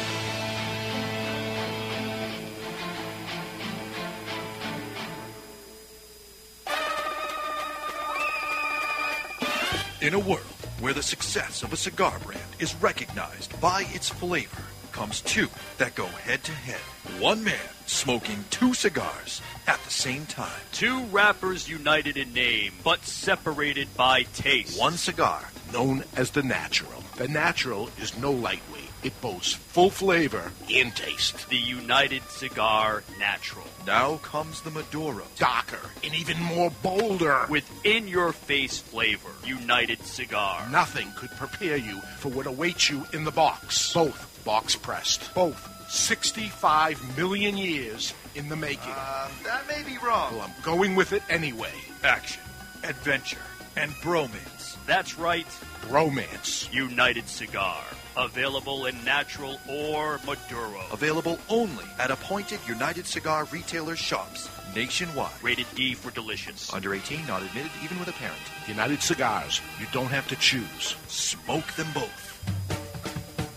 Speaker 14: In a world where the success of a cigar brand is recognized by its flavor, comes two that go head to head. One man smoking two cigars at the same time.
Speaker 3: Two rappers united in name, but separated by taste.
Speaker 14: One cigar
Speaker 3: known
Speaker 9: As the natural. The natural is no lightweight. It boasts full flavor and taste.
Speaker 3: The United Cigar Natural.
Speaker 14: Now comes the Maduro.
Speaker 9: Darker and even more bolder.
Speaker 3: With in your face flavor, United Cigar.
Speaker 9: Nothing could prepare you for what awaits you in the box. Both box pressed. Both 65 million years in the making.
Speaker 22: Uh,
Speaker 14: That may be wrong.
Speaker 9: well, I'm going with it anyway.
Speaker 3: Action, adventure, and bromance. That's right.
Speaker 9: Bromance.
Speaker 3: United Cigar. Available in natural or Maduro.
Speaker 14: Available only at appointed United Cigar retailer shops nationwide.
Speaker 3: Rated D for delicious.
Speaker 14: Under 18, not admitted even with a parent.
Speaker 9: United Cigars. You don't have to choose.
Speaker 14: Smoke them both.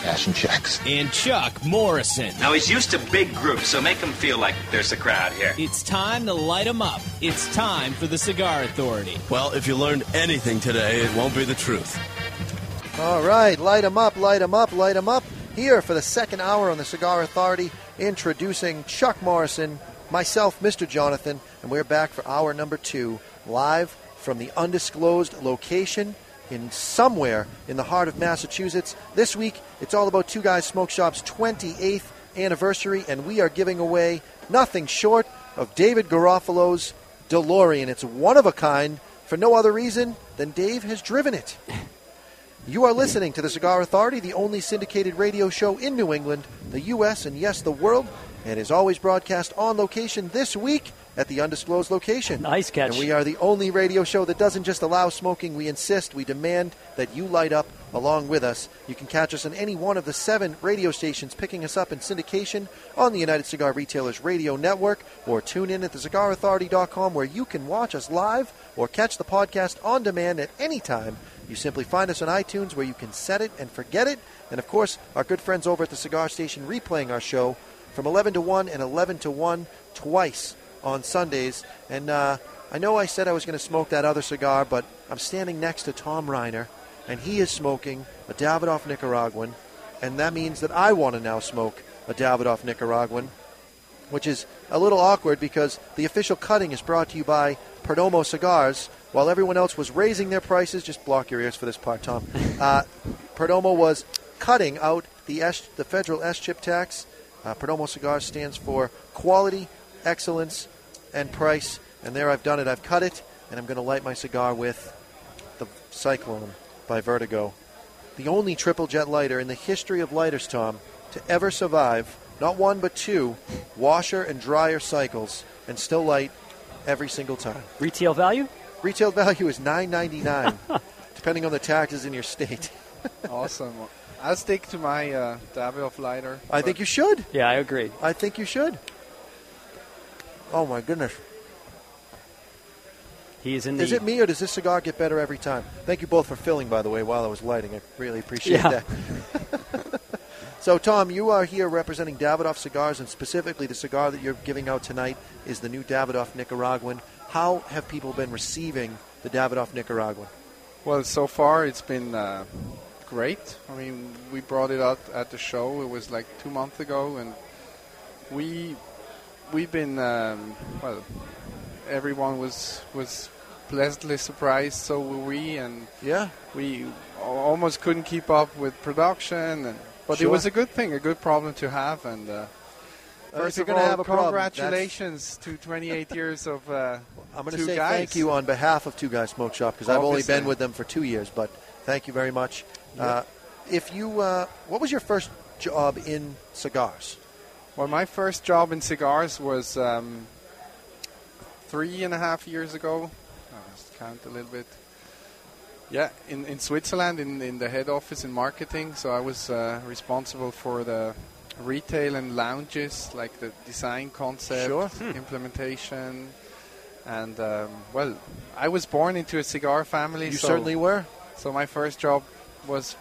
Speaker 23: cashing checks.
Speaker 24: And Chuck Morrison.
Speaker 25: Now he's used to big groups, so make him feel like there's a crowd here.
Speaker 24: It's time to light 'em up. It's time for the Cigar Authority.
Speaker 26: Well, if you learned anything today, it won't be the truth.
Speaker 8: All right, light 'em up, light 'em up, light 'em up. Here for the second hour on the Cigar Authority, introducing Chuck Morrison, myself, Mr. Jonathan, and we're back for hour number two, live from the undisclosed location in somewhere in the heart of Massachusetts. This week, it's all about Two Guys Smoke Shop's 28th anniversary, and we are giving away nothing short of David Garofalo's DeLorean. It's one of a kind for no other reason than Dave has driven it. You are listening to the Cigar Authority, the only syndicated radio show in New England, the U.S., and yes, the world, and is always broadcast on location this week at the undisclosed location. Nice
Speaker 10: catch.
Speaker 8: And we are the only radio show that doesn't just allow smoking, we insist, we demand that you light up along with us. You can catch us on any one of the seven radio stations picking us up in syndication on the United Cigar Retailers Radio Network, or tune in at thecigarauthority.com where you can watch us live or catch the podcast on demand at any time. You simply find us on iTunes where you can set it and forget it. And of course, our good friends over at the Cigar Station replaying our show from 11 to 1 and 11 to 1 twice on Sundays. And uh, I know I said I was going to smoke that other cigar, but I'm standing next to Tom Reiner, and he is smoking a Davidoff Nicaraguan. And that means that I want to now smoke a Davidoff Nicaraguan, which is a little awkward because the official cutting is brought to you by Perdomo Cigars. While everyone else was raising their prices, just block your ears for this part, Tom. Uh, Perdomo was cutting out the, S, the federal S chip tax. Uh, Perdomo Cigars stands for quality, excellence, and price. And there I've done it. I've cut it, and I'm going to light my cigar with the Cyclone by Vertigo. The only triple jet lighter in the history of lighters, Tom, to ever survive not one but two washer and dryer cycles and still light every single time.
Speaker 10: Retail value?
Speaker 8: Retail value is nine ninety nine, [laughs] depending on the taxes in your state.
Speaker 4: awesome. I'll stick to my uh, Davidoff lighter.
Speaker 8: I think you should.
Speaker 10: Yeah, I agree.
Speaker 8: I think you should. Oh my goodness.
Speaker 10: He is in the.
Speaker 8: Is it me or does this cigar get better every time? Thank you both for filling, by the way, while I was lighting. I really appreciate
Speaker 10: Yeah.
Speaker 8: that. [laughs] so, Tom, you are here representing Davidoff cigars, and specifically the cigar that you're giving out tonight is the new Davidoff Nicaraguan. How have people been receiving the Davidoff Nicaraguan?
Speaker 4: Well, so far it's been uh, great. I mean, we brought it out at the show. It was like two months ago, and we we've been um, well. Everyone was was pleasantly surprised. So were we, and
Speaker 8: yeah,
Speaker 4: we al- almost couldn't keep up with production. And, but
Speaker 8: Sure.
Speaker 4: it was a good thing, a good problem to have, and. Uh,
Speaker 8: Uh, if
Speaker 4: First
Speaker 8: you're
Speaker 4: of all,
Speaker 8: gonna have a problem, that's-
Speaker 4: congratulations to 28 years of uh,
Speaker 8: [laughs] I'm going to
Speaker 4: two
Speaker 8: say
Speaker 4: guys.
Speaker 8: thank you on behalf of Two Guys Smoke Shop because I've only
Speaker 4: Obviously.
Speaker 8: been with them for two years, but thank you very much.
Speaker 4: Yeah.
Speaker 8: Uh, if you, uh, what was your first job in cigars?
Speaker 4: Well, my first job in cigars was um, three and a half years ago. I must count a little bit. Yeah, in, in Switzerland, in, in the head office in marketing. So I was uh, responsible for the retail and lounges, like the design concept,
Speaker 8: Sure.
Speaker 4: implementation. And, um, well, I was born into a cigar family.
Speaker 8: You
Speaker 4: so-
Speaker 8: certainly were.
Speaker 4: So my first job was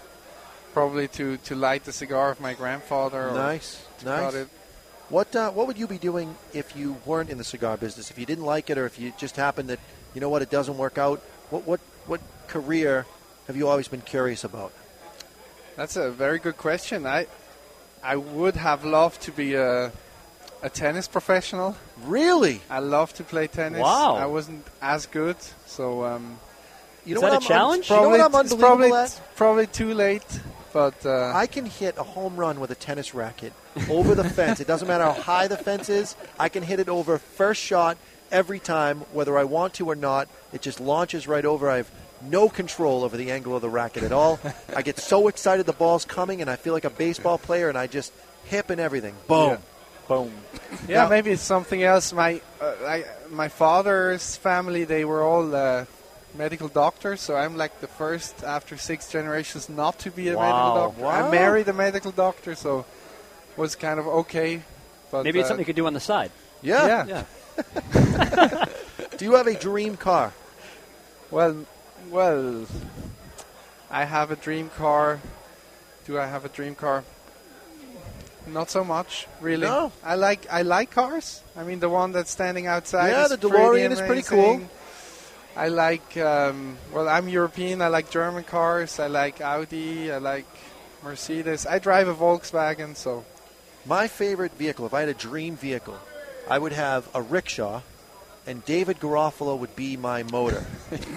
Speaker 4: probably to, to light the cigar of my grandfather. or
Speaker 8: Nice,
Speaker 4: to
Speaker 8: nice.
Speaker 4: cut it.
Speaker 8: What uh, what would you be doing if you weren't in the cigar business? If you didn't like it, or if you just happened that you know what it doesn't work out? What what what career have you always been curious about?
Speaker 4: That's a very good question. I I would have loved to be a a tennis professional.
Speaker 8: Really?
Speaker 4: I love to play tennis.
Speaker 8: Wow.
Speaker 4: I wasn't as good, so um
Speaker 8: You know Is that what a I'm- challenge?
Speaker 4: It's
Speaker 8: you know
Speaker 4: Probably,
Speaker 8: what I'm
Speaker 4: it's
Speaker 8: unbelievable
Speaker 4: probably,
Speaker 8: at?
Speaker 4: probably too late, but uh,
Speaker 8: I can hit a home run with a tennis racket over the fence. It doesn't matter how high the fence is. I can hit it over first shot every time, whether I want to or not. It just launches right over. I have no control over the angle of the racket at all. I get so excited the ball's coming, and I feel like a baseball player, and I just hip and everything. Boom.
Speaker 4: Yeah.
Speaker 8: Boom.
Speaker 4: yeah,
Speaker 8: Now-
Speaker 4: maybe it's something else. My uh, I, my father's family they were all uh, medical doctors, so I'm like the first after six generations not to be a medical
Speaker 10: Wow.
Speaker 4: doctor. I
Speaker 10: Wow.
Speaker 4: married a medical doctor, so was kind of okay. But
Speaker 10: Maybe it's
Speaker 4: uh,
Speaker 10: something you could do on the side.
Speaker 4: Yeah.
Speaker 10: Yeah.
Speaker 8: [laughs] Do you have a dream car?
Speaker 4: Well, well, I have a dream car. Do I have a dream car? Not so much, really.
Speaker 8: No.
Speaker 4: I like I like cars. I mean, the one that's standing outside.
Speaker 8: Yeah,
Speaker 4: is
Speaker 8: the DeLorean
Speaker 4: pretty
Speaker 8: is pretty
Speaker 4: amazing.
Speaker 8: cool.
Speaker 4: I like. Um, well, I'm European. I like German cars. I like Audi. I like Mercedes. I drive a Volkswagen, so
Speaker 8: My favorite vehicle, if I had a dream vehicle, I would have a rickshaw, and David Garofalo would be my
Speaker 4: [laughs]
Speaker 8: motor.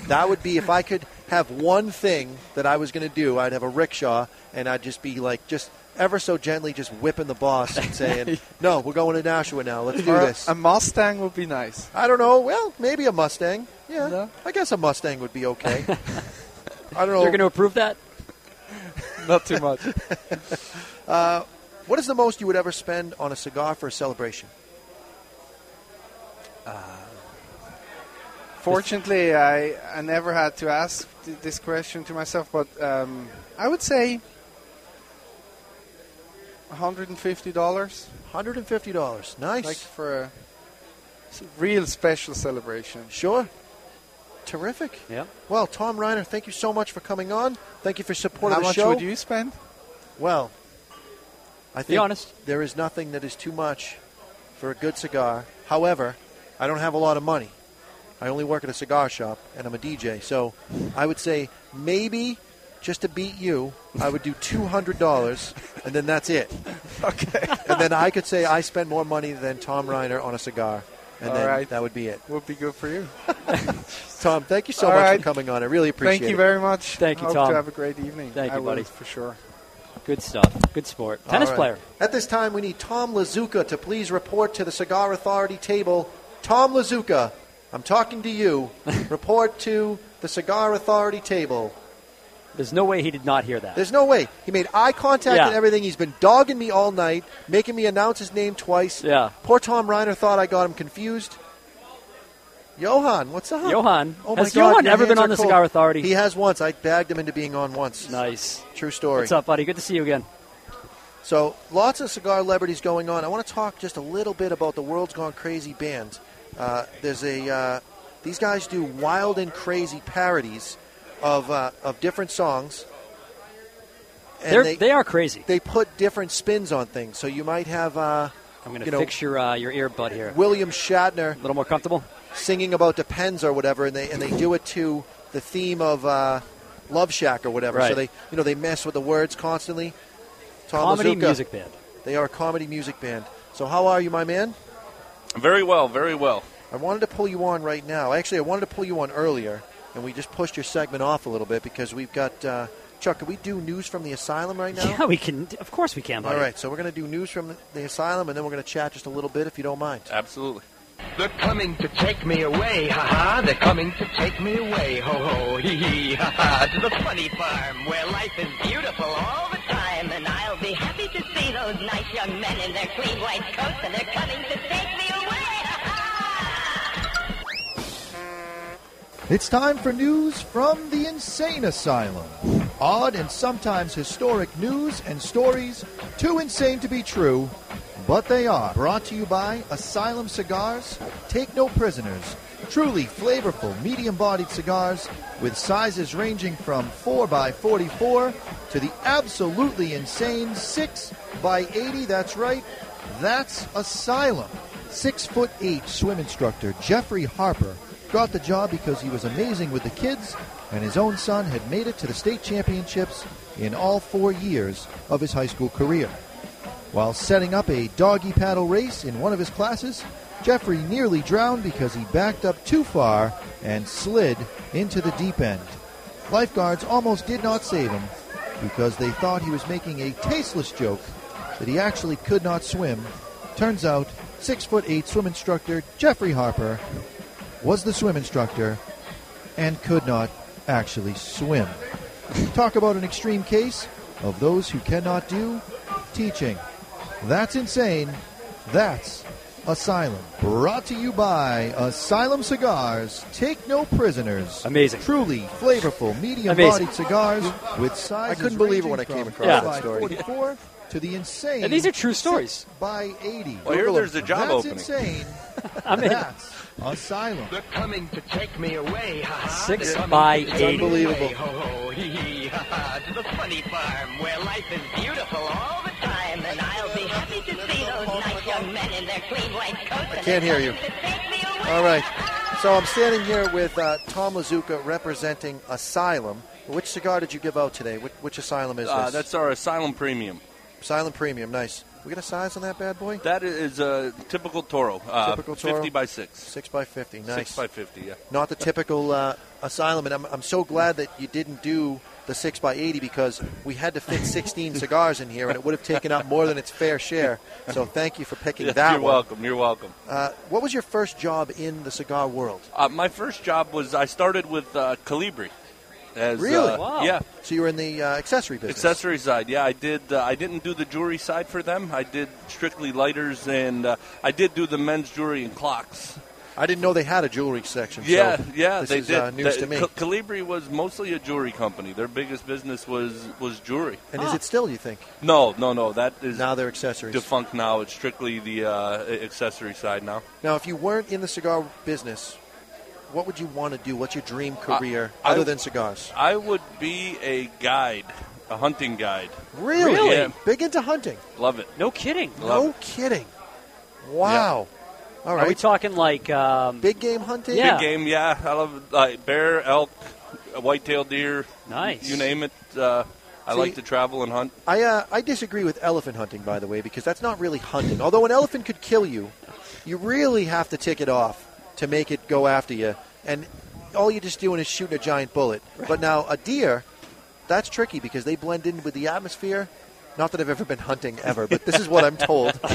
Speaker 8: that would be if I could have one thing that I was going to do, I'd have a rickshaw, and I'd just be like, just ever so gently, just whipping the boss and
Speaker 4: [laughs]
Speaker 8: saying, "No, we're going to Nashua now. Let's do
Speaker 4: Or a-
Speaker 8: this."
Speaker 4: A Mustang would be nice.
Speaker 8: I don't know. Well, maybe a Mustang. Yeah, I guess a Mustang would be okay. I don't know.
Speaker 4: You're gonna
Speaker 10: approve that?
Speaker 4: [laughs] Not too much.
Speaker 8: [laughs] uh, what is the most you would ever spend on a cigar for a celebration? uh,
Speaker 4: Fortunately, I, I never had to ask th- this question to myself, but um, I would say $150.
Speaker 8: $150, nice.
Speaker 4: Like for a s- real special celebration.
Speaker 8: Sure. Terrific.
Speaker 10: Yeah.
Speaker 8: Well, Tom Reiner, thank you so much for coming on. Thank you for supporting
Speaker 4: How
Speaker 8: the
Speaker 4: much
Speaker 8: show.
Speaker 4: would you spend?
Speaker 8: Well, I think
Speaker 4: honest.
Speaker 8: there is nothing that is too much for a good cigar. However, I don't have a lot of money. I only work at a cigar shop and I'm a DJ. So I would say maybe just to beat you, I would do $200 and then
Speaker 4: [laughs]
Speaker 8: that's it. Okay. And then I could say I spend more money than Tom Reiner on a cigar. And
Speaker 4: All
Speaker 8: then
Speaker 4: right.
Speaker 8: that would be it.
Speaker 4: Would be good for you.
Speaker 8: [laughs] Tom, thank you so
Speaker 4: All
Speaker 8: much
Speaker 4: right.
Speaker 8: for coming on. I really appreciate it.
Speaker 4: Thank you very much.
Speaker 8: Thank you,
Speaker 4: Hope
Speaker 8: Tom.
Speaker 4: to have a great evening.
Speaker 8: Thank
Speaker 4: I
Speaker 8: you, buddy.
Speaker 4: will, for sure.
Speaker 10: Good stuff. Good sport. Tennis
Speaker 8: All right.
Speaker 10: player.
Speaker 8: At this time, we need Tom Lazuka to please report to the Cigar Authority table. Tom Lazuka, I'm talking to [laughs] you. report to the Cigar Authority table.
Speaker 10: There's no way he did not hear that.
Speaker 8: There's no way. He made eye contact
Speaker 10: Yeah.
Speaker 8: and everything. He's been dogging me all night, making me announce his name twice.
Speaker 10: Yeah.
Speaker 8: Poor Tom Reiner thought I got him confused. Johan, what's up?
Speaker 10: Johan?
Speaker 8: oh my
Speaker 10: Has
Speaker 8: God,
Speaker 10: Johan
Speaker 8: your
Speaker 10: ever been
Speaker 8: hands
Speaker 10: on
Speaker 8: are
Speaker 10: the
Speaker 8: cold.
Speaker 10: Cigar Authority?
Speaker 8: He has once. I bagged him into being on once.
Speaker 10: Nice,
Speaker 8: true story.
Speaker 10: What's up, buddy? Good to see you again.
Speaker 8: So, lots of cigar celebrities going on. I want to talk just a little bit about the World's Gone Crazy band. Uh, there's a uh, these guys do wild and crazy parodies of uh, of different songs.
Speaker 10: They're- they are crazy.
Speaker 8: They put different spins on things. So you might have uh,
Speaker 10: I'm going
Speaker 8: you
Speaker 10: to
Speaker 8: know,
Speaker 10: fix your uh, your earbud here.
Speaker 8: William Shatner. A
Speaker 10: little more comfortable.
Speaker 8: Singing about depends or whatever, and they and they do it to the theme of uh, Love Shack or whatever. So
Speaker 10: Right.
Speaker 8: they you know they mess with the words constantly. Tom
Speaker 10: Comedy
Speaker 8: Bazooka.
Speaker 10: music band.
Speaker 8: They are a comedy music band. So how are you, my man?
Speaker 6: Very well, very well.
Speaker 8: I wanted to pull you on right now. Actually, I wanted to pull you on earlier, and we just pushed your segment off a little bit because we've got uh, Chuck. Can we do news from the asylum right now?
Speaker 10: Yeah, we can. Of course, we can. Buddy.
Speaker 8: All right, so we're going to do news from the asylum, and then we're going to chat just a little bit, if you don't mind.
Speaker 6: Absolutely.
Speaker 9: They're coming to take me away, ha ha. They're coming to take me away, ho ho, hee hee, ha ha. To the funny farm where life is beautiful all the time. And I'll be happy to see those nice young men in their clean white coats. And they're coming to take me away.
Speaker 12: It's time for news from the Insane Asylum. Odd and sometimes historic news and stories, too insane to be true, but they are. Brought to you by Asylum Cigars, Take No Prisoners. Truly flavorful, medium bodied cigars with sizes ranging from 4x44 to the absolutely insane 6x80. That's right, that's Asylum. Six foot eight swim instructor Jeffrey Harper got the job because he was amazing with the kids, and his own son had made it to the state championships in all four years of his high school career. While setting up a doggy paddle race in one of his classes, Jeffrey nearly drowned because he backed up too far and slid into the deep end. Lifeguards almost did not save him because they thought he was making a tasteless joke that he actually could not swim. Turns out, six foot eight swim instructor Jeffrey Harper was the swim instructor and could not actually swim. Talk about an extreme case of those who cannot do teaching. That's insane. That's Asylum. Brought to you by Asylum Cigars. Take no prisoners.
Speaker 10: Amazing.
Speaker 12: Truly flavorful,
Speaker 10: Amazing.
Speaker 12: medium-bodied cigars with
Speaker 8: I
Speaker 12: sizes.
Speaker 8: couldn't believe it when I
Speaker 12: ranging
Speaker 8: came
Speaker 12: from
Speaker 8: across
Speaker 12: five
Speaker 8: that story.
Speaker 12: by 44 to the insane.
Speaker 8: And these are true stories.
Speaker 12: six By eighty.
Speaker 9: Well, here there's a job
Speaker 12: That's
Speaker 8: [laughs]
Speaker 9: opening.
Speaker 12: insane.
Speaker 9: I'm in.
Speaker 12: That's Asylum.
Speaker 9: They're coming to take me away, ha ha.
Speaker 12: Six
Speaker 9: They're coming
Speaker 12: by
Speaker 9: to take
Speaker 12: eight.
Speaker 9: me
Speaker 12: Unbelievable.
Speaker 9: away, Ho ho, Oh, hee hee, ha ha. To the funny farm where life is beautiful all the time. And I'll be happy to see those nice young men in their clean white coats.
Speaker 8: I can't hear you. All right. So I'm standing here with uh, Tom Lazuka representing Asylum. Which cigar did you give out today? Which, which asylum is
Speaker 6: Uh,
Speaker 8: this?
Speaker 6: that's our Asylum Premium.
Speaker 8: Asylum Premium. Nice. We got a size on that bad boy?
Speaker 6: That is a typical Toro. Uh,
Speaker 8: Typical Toro.
Speaker 6: 50 by 6.
Speaker 8: 6 by 50. Nice.
Speaker 6: 6 by 50, yeah.
Speaker 8: Not the typical uh, asylum. And I'm, I'm so glad that you didn't do the 6 by 80 because we had to fit
Speaker 6: [laughs]
Speaker 8: 16 cigars in here and it would have taken up more than its fair share. So thank you
Speaker 6: [laughs]
Speaker 8: for picking
Speaker 6: Yeah,
Speaker 8: that
Speaker 6: you're
Speaker 8: one.
Speaker 6: welcome. You're welcome.
Speaker 8: Uh, what was your first job in the cigar world?
Speaker 6: Uh, my first job was I started with uh, Calibri. As,
Speaker 8: really?
Speaker 6: uh, Yeah.
Speaker 8: So you were in the uh, accessory business.
Speaker 6: Accessory side, yeah, I did. Uh, I didn't do the jewelry side for them. I did strictly lighters, and uh, I did do the men's jewelry and clocks.
Speaker 8: I didn't know they had a jewelry section.
Speaker 6: Yeah,
Speaker 8: so
Speaker 6: yeah,
Speaker 8: this
Speaker 6: they
Speaker 8: is,
Speaker 6: did.
Speaker 8: Uh, news
Speaker 6: The-
Speaker 8: to me.
Speaker 6: Cal- Calibri was mostly a jewelry company. Their biggest business was was jewelry.
Speaker 8: and
Speaker 10: Ah.
Speaker 8: is it still? You think?
Speaker 6: No, no, no. That is
Speaker 8: now they're accessories.
Speaker 6: Defunct now. It's strictly the uh, accessory side now.
Speaker 8: Now, if you weren't in the cigar business, what would you want to do? What's your dream career other
Speaker 6: I-
Speaker 8: than cigars?
Speaker 6: I would be a guide, a hunting guide.
Speaker 8: Really?
Speaker 6: Yeah,
Speaker 8: Big into hunting.
Speaker 6: love it.
Speaker 10: No kidding.
Speaker 6: Love
Speaker 8: no kidding. Wow. All
Speaker 10: Are we
Speaker 8: right.
Speaker 10: talking like um,
Speaker 8: big game hunting?
Speaker 10: Yeah.
Speaker 6: Big game, yeah. I love like bear, elk, white-tailed deer.
Speaker 8: Nice.
Speaker 6: You name it. Uh, I
Speaker 8: See-
Speaker 6: like to travel and hunt.
Speaker 8: I uh, I disagree with elephant hunting, by the way, because that's not really hunting. Although an elephant could kill you, you really have to tick it off to make it go after you, and all you're just doing is shooting a giant bullet. But now a deer, that's tricky because they blend in with the atmosphere. Not that I've ever been hunting ever, but this is what I'm told.
Speaker 6: [laughs]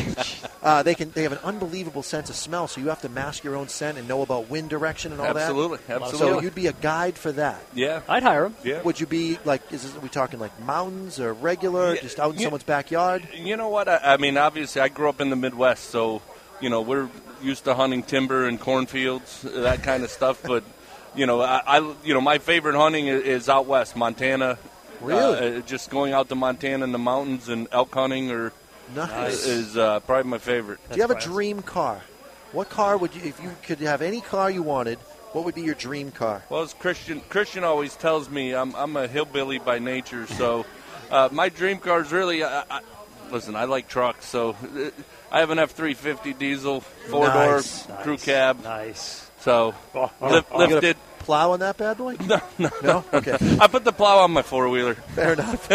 Speaker 8: Uh, they can they have an unbelievable sense of smell, so you have to mask your own scent and know about wind direction and all
Speaker 6: Absolutely,
Speaker 8: that. So
Speaker 6: absolutely.
Speaker 8: you'd be a guide for that.
Speaker 6: Yeah.
Speaker 10: I'd hire him.
Speaker 6: Yeah.
Speaker 8: Would you be like? Is this, are we talking like mountains or regular, just out in someone's backyard?
Speaker 6: You know what? I, I mean, obviously, I grew up in the Midwest, so you know we're used to hunting timber and cornfields, that kind of stuff. But [laughs] you know, I, I you know my favorite hunting is, is out west, Montana.
Speaker 8: Really?
Speaker 6: Uh, just going out to Montana in the mountains and elk hunting, or
Speaker 8: Nice.
Speaker 6: is uh, probably my favorite.
Speaker 8: Do you have a dream car? What car would you, if you could have any car you wanted, what would be your dream car?
Speaker 6: Well, as Christian, Christian always tells me I'm, I'm a hillbilly by nature, so uh, my dream car is really. I, I, listen, I like trucks, so uh, I have an F350 diesel, four door,
Speaker 8: Nice.
Speaker 6: crew
Speaker 8: Nice.
Speaker 6: cab.
Speaker 10: Nice.
Speaker 6: So lift,
Speaker 8: You gonna
Speaker 6: lifted.
Speaker 8: Plow on that
Speaker 6: [laughs]
Speaker 8: bad boy? No, no, Okay,
Speaker 6: I put the plow on my four wheeler. [laughs]
Speaker 8: fair enough.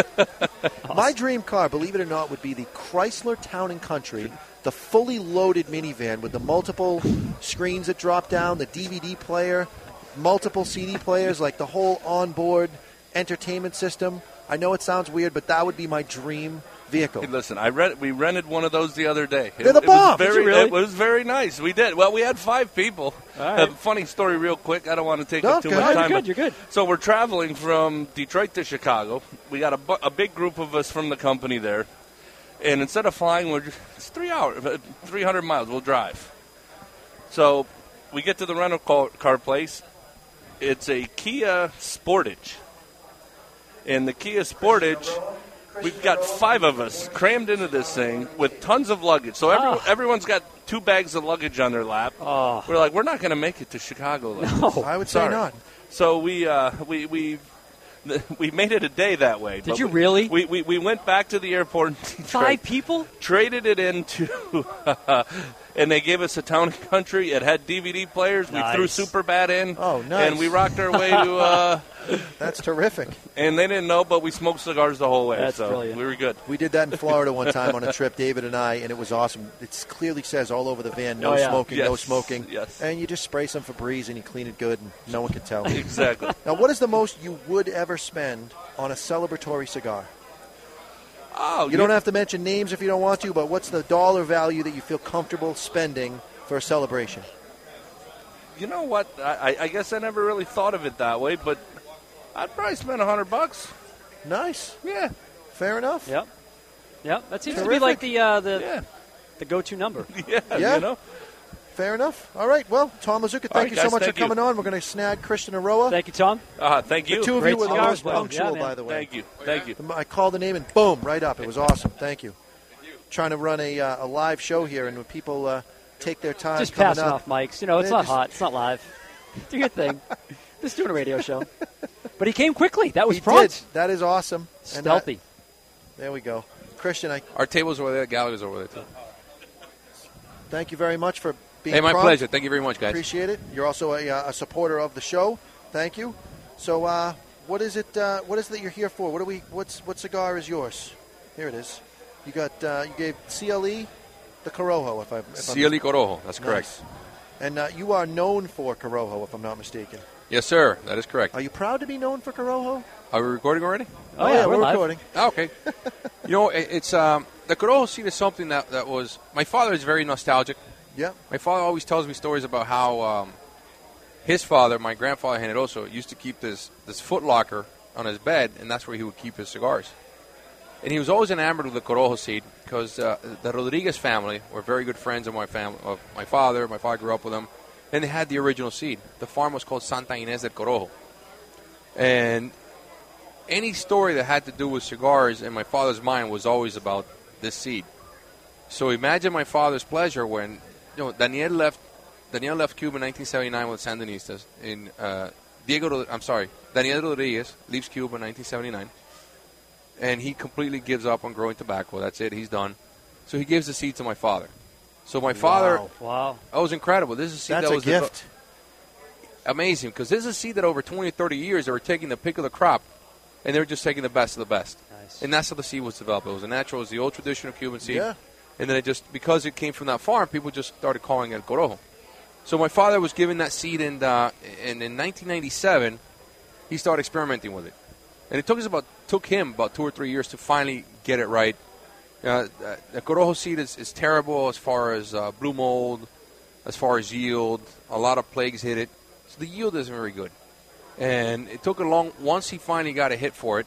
Speaker 8: My dream car, believe it or not, would be the Chrysler Town and Country, the fully loaded minivan with the multiple screens that drop down, the DVD player, multiple CD players, like the whole onboard entertainment system. I know it sounds weird, but that would be my dream vehicle.
Speaker 6: Hey, listen, I rent, we rented one of those the other day.
Speaker 8: They're the bomb.
Speaker 6: It was
Speaker 8: Did
Speaker 6: very,
Speaker 8: you really?
Speaker 6: it was very nice. We did. Well, we had five people.
Speaker 8: right.
Speaker 6: Uh, funny story, real quick. I don't want to take
Speaker 8: No,
Speaker 6: up too
Speaker 8: go
Speaker 6: much
Speaker 8: ahead. You're
Speaker 6: time.
Speaker 8: good,
Speaker 6: but-
Speaker 8: you're good.
Speaker 6: So we're traveling from Detroit to Chicago. We got a, bu- a big group of us from the company there, and instead of flying, we're just, it's three hours, three hundred miles. We'll drive. So we get to the rental car, car place. It's a Kia Sportage. And the Kia Sportage, we've got five of us crammed into this thing with tons of luggage. So every,
Speaker 8: Ah.
Speaker 6: everyone's got two bags of luggage on their lap. We're like, we're not going to make it to Chicago. Like this.
Speaker 8: I would
Speaker 6: Sorry.
Speaker 8: say not.
Speaker 6: So we uh, we we. [laughs] We made it a day that way.
Speaker 10: Did
Speaker 6: but
Speaker 10: you
Speaker 6: we-
Speaker 10: really?
Speaker 6: We, we, we went back to the airport. [laughs] in Detroit
Speaker 10: Five people?
Speaker 6: traded it into, [laughs] and they gave us a town and country. It had DVD players.
Speaker 8: Nice.
Speaker 6: We threw Superbad in.
Speaker 8: Oh, nice.
Speaker 6: And we rocked our way to.
Speaker 8: [laughs]
Speaker 6: Uh,
Speaker 8: That's terrific.
Speaker 6: and they didn't know, but we smoked cigars the whole way.
Speaker 8: That's
Speaker 6: so
Speaker 8: brilliant.
Speaker 6: We were good.
Speaker 8: We did that in Florida one time on a trip, David and I, and it was awesome. It clearly says all over the van, no
Speaker 6: Oh, yeah.
Speaker 8: smoking, no
Speaker 6: Yes,
Speaker 8: smoking.
Speaker 6: yes.
Speaker 8: And you just spray some Febreze and you clean it good, and no one can
Speaker 6: [laughs]
Speaker 8: tell.
Speaker 6: Exactly.
Speaker 8: now, what is the most you would ever spend on a celebratory cigar?
Speaker 6: Oh,
Speaker 8: you don't have to mention names if you don't want to, but what's the dollar value that you feel comfortable spending for a celebration?
Speaker 6: You know what? I, I- I guess I never really thought of it that way, but I'd probably spend a hundred bucks.
Speaker 8: Nice.
Speaker 6: Yeah.
Speaker 8: Fair enough.
Speaker 10: Yep. Yep. That seems to
Speaker 8: Terrific.
Speaker 10: be like the uh, the the go-to
Speaker 7: [laughs]
Speaker 10: number.
Speaker 6: Yeah.
Speaker 8: Yeah. Fair enough. All right. Well, Tom Mazuka, thank
Speaker 10: right,
Speaker 8: you so
Speaker 10: guys,
Speaker 8: much
Speaker 10: thank
Speaker 8: for
Speaker 10: you.
Speaker 8: coming on. We're going to snag Christian Aroa.
Speaker 10: Thank you, Tom.
Speaker 6: Uh, thank
Speaker 8: The
Speaker 6: you.
Speaker 8: two of you
Speaker 6: Great
Speaker 8: were the
Speaker 6: cigars,
Speaker 8: most
Speaker 6: bud.
Speaker 8: punctual,
Speaker 6: Yeah, man.
Speaker 8: by the way.
Speaker 6: Thank you. Thank you.
Speaker 8: I called the name and boom, right up. It was awesome. Thank you. Trying to run a, uh, a live show here, and when people uh, take their time,
Speaker 10: Just
Speaker 8: coming
Speaker 10: passing
Speaker 8: up-
Speaker 10: off mics. You know, it's
Speaker 8: They're
Speaker 10: not
Speaker 8: just-
Speaker 10: hot. It's not
Speaker 8: [laughs]
Speaker 10: live. Do your thing. just doing a radio show. But he came quickly. That was
Speaker 8: He
Speaker 10: prompt.
Speaker 8: did. That is awesome. And I-
Speaker 10: Stealthy.
Speaker 8: there we go, Christian. I
Speaker 7: Our table's over there. The gallery's over there, too.
Speaker 8: thank you very much for being.
Speaker 7: Hey, my
Speaker 8: prompt.
Speaker 7: pleasure. Thank you very much, guys.
Speaker 8: Appreciate it. You're also a, uh, a supporter of the show. Thank you. So, uh, what is it? Uh, what is it that you're here for? What do we? What's what cigar is yours? Here it is. You got. Uh, you gave CLE the Corojo. If I. If I'm-
Speaker 7: Cieli E Corojo. That's correct.
Speaker 8: And uh, you are known for Corojo, if I'm not mistaken.
Speaker 7: Yes, sir. That is correct.
Speaker 8: Are you proud to be known for Corojo?
Speaker 7: Are we recording already?
Speaker 8: Oh, yeah, yeah, we're we're live. recording. [laughs]
Speaker 7: Oh, okay. you know, it, it's um, the Corojo seed is something that, that was. My father is very nostalgic.
Speaker 8: Yeah.
Speaker 7: My father always tells me stories about how um, his father, my grandfather Generoso, used to keep this this foot locker on his bed, and that's where he would keep his cigars. And he was always enamored with the Corojo seed because uh, the Rodriguez family were very good friends of my family, of my father. My father grew up with them, and they had the original seed. The farm was called Santa Inés del Corojo, and any story that had to do with cigars in my father's mind was always about this seed. So imagine my father's pleasure when you know Daniel left Daniel left Cuba in 1979 with Sandinistas. In uh, Diego, Rod- I'm sorry, Daniel Rodriguez leaves Cuba in 1979, and he completely gives up on growing tobacco. That's it. He's done. So he gives the seed to my father. So my father,
Speaker 13: Wow. Wow.
Speaker 7: that was incredible. This is a seed
Speaker 13: That's
Speaker 7: that
Speaker 13: a
Speaker 7: was
Speaker 13: gift.
Speaker 7: devo- amazing because this is a seed that over 20 or 30 years they were taking the pick of the crop, and they were just taking the best of the best. And that's how the seed was developed. It was a natural, it was the old traditional Cuban seed.
Speaker 27: Yeah.
Speaker 7: And then it just because it came from that farm, people just started calling it corojo. So my father was given that seed, and uh, and in 1997, he started experimenting with it. And it took us about took him about two or three years to finally get it right. Uh, uh, the corojo seed is, is terrible as far as uh, blue mold, as far as yield. A lot of plagues hit it, so the yield isn't very good. And it took a long. Once he finally got a hit for it,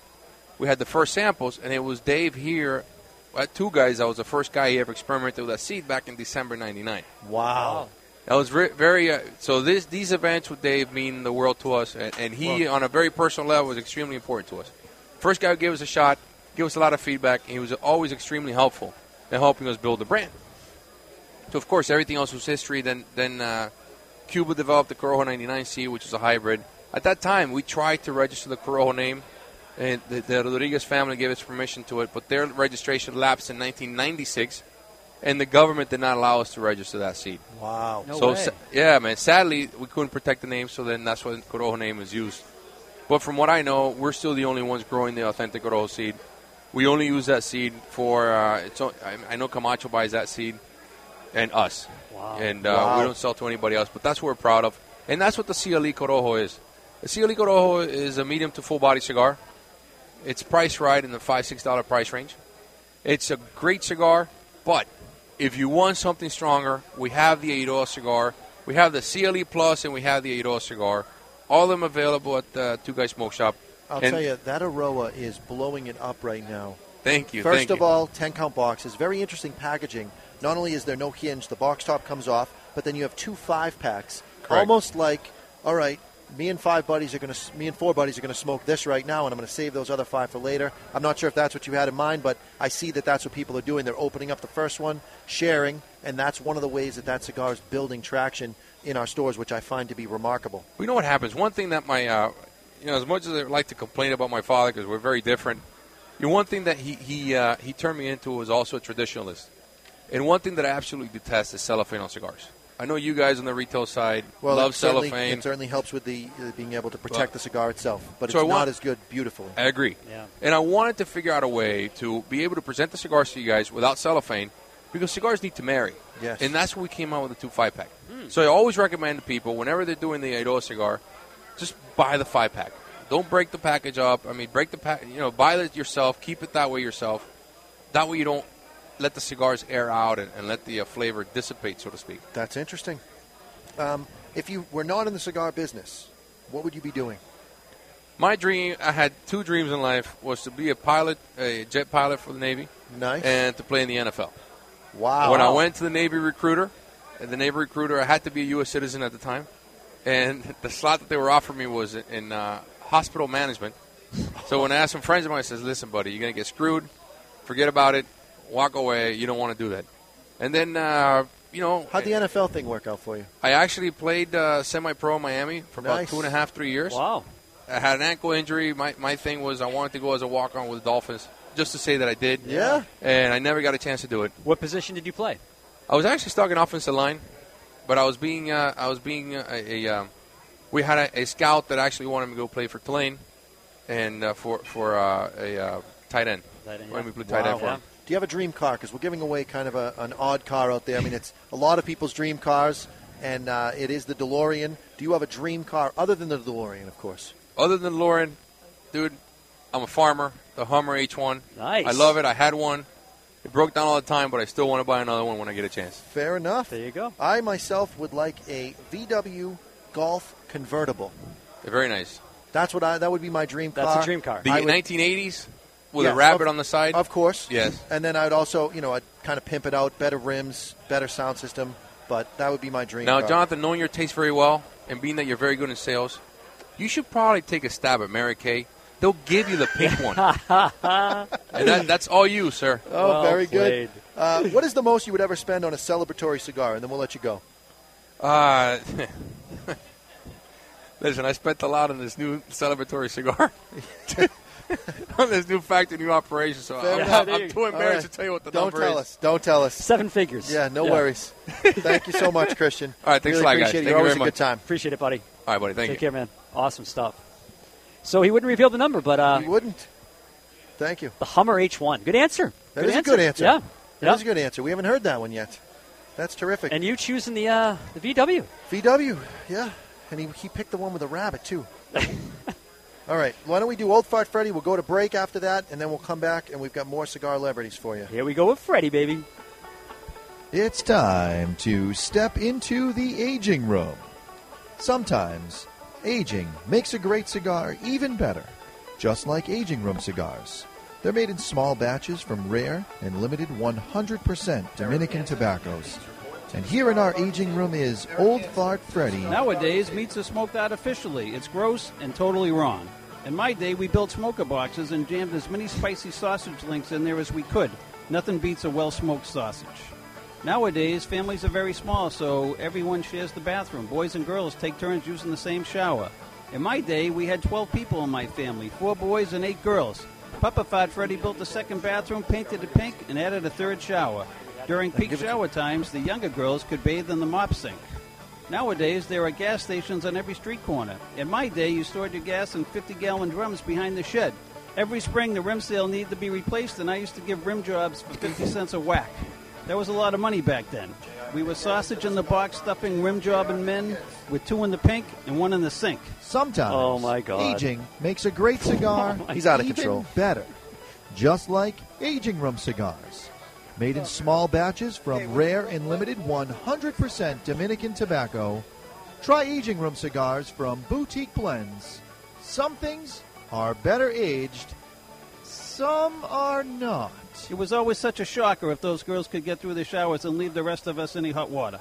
Speaker 7: we had the first samples, and it was Dave here at Two Guys. I was the first guy he ever experimented with that seed back in December '99.
Speaker 8: Wow.
Speaker 7: That was very, very uh, so. This these events with Dave mean the world to us, and, and he,
Speaker 27: Wow.
Speaker 7: on a very personal level, was extremely important to us. First guy who gave us a shot, gave us a lot of feedback. And he was always extremely helpful in helping us build the brand. So of course, everything else was history. Then then uh, Cuba developed the Corojo 99C, which was a hybrid. At that time, we tried to register the Corojo name, and the, the Rodriguez family gave us permission to it, but their registration lapsed in 1996, and the government did not allow us to register that seed.
Speaker 8: Wow.
Speaker 7: so sa- yeah, man. Sadly, we couldn't protect the name, so then that's when Corojo name is used. But from what I know, we're still the only ones growing the authentic Corojo seed. We only use that seed for. Uh, it's. o- I- I know Camacho buys that seed, and us. Wow. And uh,
Speaker 27: Wow.
Speaker 7: we don't sell to anybody else, but that's what we're proud of, and that's what the CLE Corojo is. The CLE Corojo is a medium to full body cigar. It's priced right in the five six dollar price range. It's a great cigar, but if you want something stronger, we have the Ador cigar, we have the CLE Plus, and we have the Ador cigar. All of them available at the Two Guys Smoke Shop.
Speaker 8: I'll
Speaker 7: And
Speaker 8: tell you, that Aroa is blowing it up right now.
Speaker 7: Thank you.
Speaker 8: First
Speaker 7: thank
Speaker 8: of
Speaker 7: you.
Speaker 8: all, 10 count boxes. Very interesting packaging. Not only is there no hinge, the box top comes off, but then you have two five packs.
Speaker 7: Correct.
Speaker 8: Almost like, all right, me and five buddies are going to, me and four buddies are going to smoke this right now, and I'm going to save those other five for later. I'm not sure if that's what you had in mind, but I see that that's what people are doing. They're opening up the first one, sharing, and that's one of the ways that that cigar is building traction in our stores, which I find to be remarkable.
Speaker 7: We know what happens. One thing that my, uh, you know, as much as I like to complain about my father because we're very different, you know, one thing that he he uh, he turned me into was also a traditionalist. And one thing that I absolutely detest is cellophane on cigars. I know you guys on the retail side
Speaker 8: Well,
Speaker 7: love
Speaker 8: it, certainly,
Speaker 7: cellophane.
Speaker 8: it certainly helps with the uh, being able to protect
Speaker 7: Well-
Speaker 8: the cigar itself, but
Speaker 7: So
Speaker 8: it's
Speaker 7: I
Speaker 8: not
Speaker 7: want-
Speaker 8: as good beautifully.
Speaker 7: I agree.
Speaker 8: Yeah.
Speaker 7: And I wanted to figure out a way to be able to present the cigars to you guys without cellophane because cigars need to marry.
Speaker 8: Yes.
Speaker 7: And that's what we came out with the two five pack. So I always recommend to people whenever they're doing the Aidoa cigar, just buy the five pack. Don't break the package up. I mean, break the pack. You know, buy it yourself. Keep it that way yourself. That way you don't let the cigars air out and, and let the uh, flavor dissipate, so to speak.
Speaker 8: That's interesting. Um, if you were not in the cigar business, what would you be doing?
Speaker 7: My dream, I had two dreams in life, was to be a pilot, a jet pilot for the Navy.
Speaker 8: Nice.
Speaker 7: And to play in the NFL.
Speaker 8: Wow.
Speaker 7: When I went to the Navy recruiter, and the Navy recruiter, I had to be a U.S. citizen at the time. And [laughs] the slot that they were offering me was in uh, hospital management. So when I asked some friends of mine, I says, listen, buddy, you're going to get screwed. Forget about it. Walk away. You don't want to do that. And then, uh, you know,
Speaker 8: How'd the NFL thing work out for you?
Speaker 7: I actually played uh, semi-pro in Miami for about
Speaker 8: Nice.
Speaker 7: two and a half, three years. Wow. I had an ankle injury. My, my thing was I wanted to go as a walk-on with the Dolphins, just to say that I did.
Speaker 10: Yeah.
Speaker 7: And I never got a chance to do it.
Speaker 10: What position did you play?
Speaker 7: I was actually stuck in offensive line, but I was being uh, I was being uh, a, a um, we had a, a scout that actually wanted me to go play for Tulane, and uh, for for uh, a uh, tight end.
Speaker 10: Tight end,
Speaker 7: Wanted me
Speaker 10: yeah.
Speaker 7: to play tight end for him.
Speaker 8: Do you have a dream car? Because we're giving away kind of a, an odd car out there. I mean, it's a lot of people's dream cars, and uh, it is the DeLorean. Do you have a dream car other than the DeLorean, of course?
Speaker 7: Other than Lauren, dude, I'm a farmer. The Hummer H1.
Speaker 8: Nice.
Speaker 7: I love it. I had one. It broke down all the time, but I still want to buy another one when I get a chance.
Speaker 8: Fair enough. There you go. I myself would like a VW Golf convertible.
Speaker 7: They're very nice.
Speaker 8: That's what I. That would be my dream car.
Speaker 7: The
Speaker 8: I would-
Speaker 7: 1980s with
Speaker 8: Yes,
Speaker 7: a rabbit
Speaker 8: of-
Speaker 7: on the side.
Speaker 8: Of course.
Speaker 7: Yes.
Speaker 8: And then I'd also, you know, I'd kind of pimp it out, better rims, better sound system. But that would be my dream.
Speaker 7: Now,
Speaker 8: car.
Speaker 7: Jonathan, knowing your taste very well and being that you're very good in sales, you should probably take a stab at Mary Kay. They'll give you the pink one.
Speaker 8: [laughs]
Speaker 7: [laughs] and that, that's all you, sir.
Speaker 8: Oh, very good. Uh, what is the most you would ever spend on a celebratory cigar? And then we'll let you go.
Speaker 7: Uh, [laughs] listen, I spent a lot on this new celebratory cigar. [laughs] on this new factory, new operation. So
Speaker 8: Fair
Speaker 7: I'm,
Speaker 8: enough.
Speaker 7: Uh, I'm, I'm too
Speaker 8: All
Speaker 7: embarrassed
Speaker 8: right.
Speaker 7: to tell you what the
Speaker 8: Don't
Speaker 7: number
Speaker 8: tell
Speaker 7: is.
Speaker 8: us. Don't tell us.
Speaker 13: Seven figures.
Speaker 8: Yeah, no
Speaker 7: Yeah. [laughs]
Speaker 8: worries. Thank you so much, Christian.
Speaker 7: All right, thanks
Speaker 8: really
Speaker 7: a lot, guys.
Speaker 8: appreciate
Speaker 7: Thank
Speaker 8: it.
Speaker 7: you
Speaker 8: You're always
Speaker 7: very
Speaker 8: a
Speaker 7: much.
Speaker 8: good time.
Speaker 13: Appreciate it, buddy.
Speaker 7: All right, buddy. Thank
Speaker 13: Take
Speaker 7: you.
Speaker 13: care, man. Awesome stuff. So he wouldn't reveal the number, but uh, he
Speaker 8: wouldn't. Thank you.
Speaker 13: The Hummer H1. Good answer.
Speaker 8: That
Speaker 13: good
Speaker 8: is
Speaker 13: answer.
Speaker 8: a good answer.
Speaker 13: Yeah.
Speaker 8: that is
Speaker 13: Yeah.
Speaker 8: a good answer. We haven't heard that one yet. That's terrific.
Speaker 13: And you choosing the uh, the VW.
Speaker 8: VW, yeah. And he, he picked the one with the
Speaker 13: [laughs]
Speaker 8: rabbit, too. All right. Why don't we do Old Fart Freddy? We'll go to break after that, and then we'll come back, and we've got more cigar celebrities for you.
Speaker 13: Here we go with Freddy, baby.
Speaker 12: It's time to step into the aging room. Sometimes, aging makes a great cigar even better, just like aging room cigars. They're made in small batches from rare and limited 100% Dominican tobaccos. And here in our aging room is Old Fart Freddy.
Speaker 27: Nowadays, meats are smoked artificially. It's gross and totally wrong. In my day, we built smoker boxes and jammed as many spicy sausage links in there as we could. Nothing beats a well smoked sausage. Nowadays, families are very small, so everyone shares the bathroom. Boys and girls take turns using the same shower. In my day, we had 12 people in my family four boys and eight girls. Papa Fat Freddy built a second bathroom, painted it pink, and added a third shower. During peak shower times, the younger girls could bathe in the mop sink. Nowadays, there are gas stations on every street corner. In my day, you stored your gas in 50 gallon drums behind the shed. Every spring, the rim seal needed to be replaced, and I used to give rim jobs for 50 cents a whack. That was a lot of money back then. We were sausage in the box, stuffing rim job and men, with two in the pink and one in the sink.
Speaker 12: Sometimes
Speaker 27: Oh, my God.
Speaker 12: aging makes a
Speaker 27: [laughs]
Speaker 12: great cigar
Speaker 27: Oh, He's out of
Speaker 12: even
Speaker 27: control.
Speaker 12: better. Just like aging room cigars. Made in small batches from rare and limited 100% Dominican tobacco. Try aging room cigars from Boutique Blends. Some things are better aged, some are not.
Speaker 27: It was always such a shocker if those girls could get through the showers and leave the rest of us in the hot water.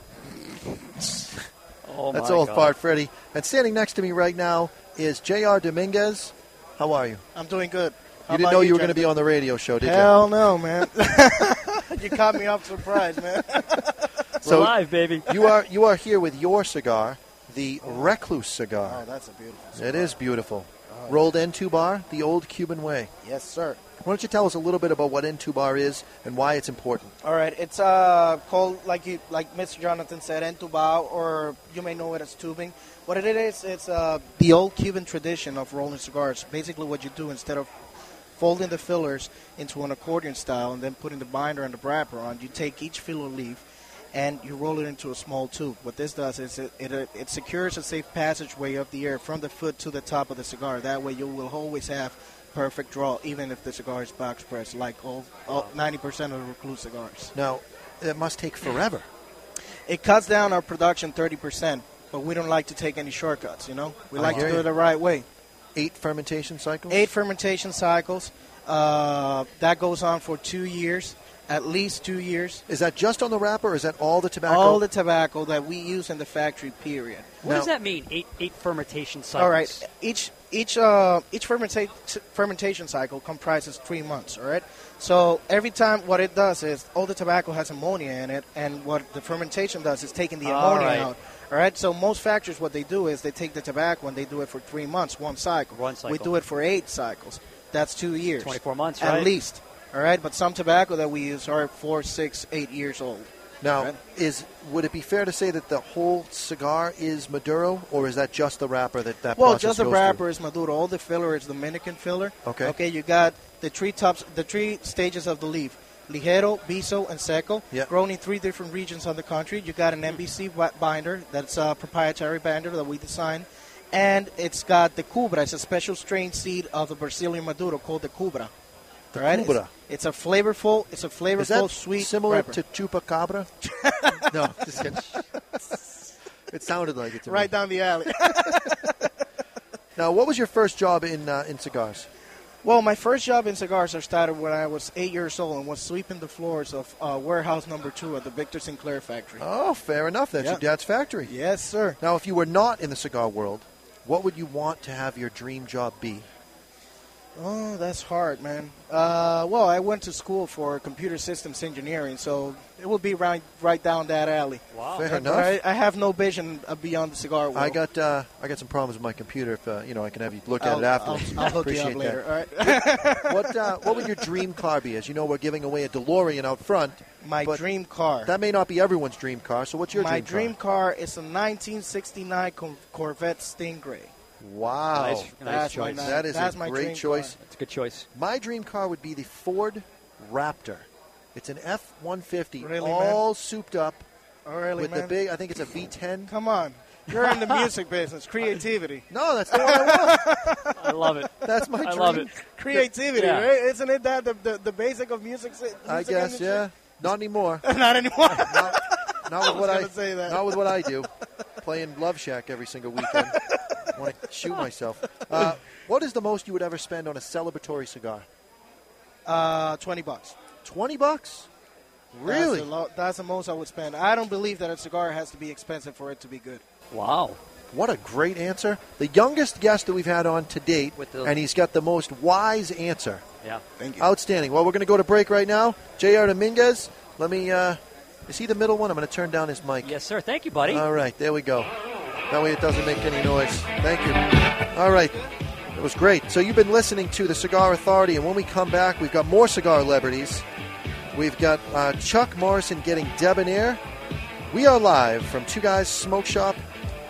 Speaker 8: Oh That's Old Fart Freddy. And standing next to me right now is J.R. Dominguez. How are you?
Speaker 28: I'm doing good.
Speaker 8: You didn't know you were going to be on the radio show, Oh, did
Speaker 28: Hell no, man. [laughs] you caught me off surprise,
Speaker 8: [laughs]
Speaker 28: man.
Speaker 8: you? baby. you are you are here with your cigar, the Recluse cigar.
Speaker 28: Oh, that's a beautiful.
Speaker 8: It is beautiful.
Speaker 28: Oh, yeah.
Speaker 8: Rolled N2 bar, the old Cuban way.
Speaker 28: Yes, sir.
Speaker 8: Why don't you tell us a little bit about what N2 bar is and why it's important?
Speaker 28: All right, it's uh, called like you, like Mr. Jonathan said, entubao, or you may know it as tubing. What it is, it's uh, the old Cuban tradition of rolling cigars. Basically, what you do instead of folding the fillers into an accordion style and then putting the binder and the wrapper on, you take each filler leaf and you roll it into a small tube. What this does is it, it, it secures a safe passageway of the air from the foot to the top of the cigar. That way, you will always have perfect draw, even if the cigar is box pressed, like all, all 90% of the recluse cigars.
Speaker 8: Now, it must take forever.
Speaker 28: It cuts down our production 30%, but we don't like to take any shortcuts, you know? We
Speaker 8: I
Speaker 28: like to
Speaker 8: hear
Speaker 28: do
Speaker 8: you.
Speaker 28: it the right way.
Speaker 8: Eight fermentation cycles?
Speaker 28: Eight fermentation cycles. Uh, that goes on for two years, at least two years.
Speaker 8: Is that just on the wrapper, or is that all the tobacco?
Speaker 28: All the tobacco that we use in the factory, period.
Speaker 13: What does that mean? Eight eight fermentation cycles.
Speaker 28: All right. Each each uh, each fermenta- fermentation cycle comprises three months. All right. So every time, what it does is all the tobacco has ammonia in it, and what the fermentation does is taking the
Speaker 13: All
Speaker 28: ammonia
Speaker 13: right.
Speaker 28: out. All right. So most factories, what they do is they take the tobacco and they do it for three months, one cycle. One
Speaker 13: cycle.
Speaker 28: We do it for eight cycles. That's two years.
Speaker 13: 24 months,
Speaker 28: at
Speaker 13: right?
Speaker 28: least. All right. But some tobacco that we use are four, six, eight years old.
Speaker 8: Now, is would it be fair to say that the whole cigar is Maduro, or is that just the wrapper that that
Speaker 28: well,
Speaker 8: process
Speaker 28: just the
Speaker 8: goes
Speaker 28: wrapper is Maduro. All the filler is Dominican filler.
Speaker 8: Okay.
Speaker 28: Okay. You got the three tops, the three stages of the leaf: ligero, biso, and seco.
Speaker 8: Yeah.
Speaker 28: Grown in three different regions of the country. You got an MBC bi- binder. That's a proprietary binder that we designed, and it's got the cubra. It's a special strain seed of the Brazilian Maduro called the cubra.
Speaker 8: The
Speaker 28: All right? It's-
Speaker 8: cubra.
Speaker 28: It's, a flavorful. It's a
Speaker 8: through?
Speaker 28: flavorful,
Speaker 8: Is that
Speaker 28: sweet.
Speaker 8: similar
Speaker 28: wrapper.
Speaker 8: to chupacabra?
Speaker 28: [laughs]
Speaker 8: no, just kidding. it sounded like it to
Speaker 28: right
Speaker 8: me.
Speaker 28: down the alley.
Speaker 8: Now, what was your first job in uh, in cigars?
Speaker 28: Well, my first job in cigars I started when I was eight years old and was sweeping the floors of uh, warehouse number two at the Victor Sinclair factory.
Speaker 8: Oh, fair enough. That's
Speaker 28: Yeah.
Speaker 8: your dad's factory.
Speaker 28: Yes, sir.
Speaker 8: Now, if you were not in the cigar world, what would you want to have your dream job be?
Speaker 28: Oh, that's hard, man. Uh, well, I went to school for computer systems engineering, so it would be right right down that alley.
Speaker 8: Wow. Fair
Speaker 28: But
Speaker 8: enough.
Speaker 28: I, I have no vision uh, beyond the cigar world.
Speaker 8: I got uh, I got some problems with my computer. If uh, you know, I can have you look at
Speaker 28: I'll-
Speaker 8: it [laughs] afterwards.
Speaker 28: I'll- I'll hook you up
Speaker 8: Appreciate
Speaker 28: later,
Speaker 8: that. [laughs] what uh, what would your dream car be? As you know, we're giving away a DeLorean out front.
Speaker 28: My dream car.
Speaker 8: That may not be everyone's dream car. So what's your
Speaker 28: My
Speaker 8: dream,
Speaker 28: dream car is a 1969 Cor- Corvette Stingray.
Speaker 8: car? Wow,
Speaker 28: Nice- nice
Speaker 8: that's my-
Speaker 28: choice.
Speaker 8: that is
Speaker 28: That's
Speaker 8: a
Speaker 28: my dream
Speaker 8: great choice.
Speaker 28: car.
Speaker 8: It's a good choice. My dream car would be the Ford Raptor. It's an F one fifty,
Speaker 28: Really,
Speaker 8: all souped up.
Speaker 28: Oh, really,
Speaker 8: with the
Speaker 28: man?
Speaker 8: big, I think it's a V10.
Speaker 28: Come on, you're
Speaker 8: [laughs]
Speaker 28: in the music business. Creativity.
Speaker 8: No, that's the one I
Speaker 28: want.
Speaker 8: I love it. That's my
Speaker 28: I
Speaker 8: dream.
Speaker 28: love it. Creativity,
Speaker 8: Yeah.
Speaker 28: right? Isn't it that the, the, the basic of music? si- music
Speaker 8: I guess,
Speaker 28: industry?
Speaker 8: yeah. Not anymore.
Speaker 28: [laughs] Not anymore.
Speaker 8: [laughs] not, not
Speaker 28: I
Speaker 8: with what
Speaker 28: was
Speaker 8: I
Speaker 28: gonna say that.
Speaker 8: not with what I do. Playing Love Shack every
Speaker 28: [laughs]
Speaker 8: single weekend. I want to shoot myself. Uh, what is the most you would ever spend on a celebratory cigar?
Speaker 28: Uh, twenty bucks.
Speaker 8: Twenty bucks. Really?
Speaker 28: That's the, lo- that's the most I would spend. I don't believe that a cigar has to be expensive for it to be good.
Speaker 8: Wow. What a great answer. The youngest guest that we've had on to date,
Speaker 28: the-
Speaker 8: and he's got the most wise answer.
Speaker 28: Yeah. Thank
Speaker 8: Outstanding. Well, we're going to go to break right now. J.R. Dominguez, let me. Uh, is he the middle one? I'm going to turn down his mic.
Speaker 13: Yes, sir. Thank you, buddy.
Speaker 8: All right, there we go. That way it doesn't make any noise. Thank you. All right, it was great. So you've been listening to the Cigar Authority, and when we come back, we've got more cigar celebrities. We've got uh, Chuck Morrison getting debonair. We are live from Two Guys Smoke Shop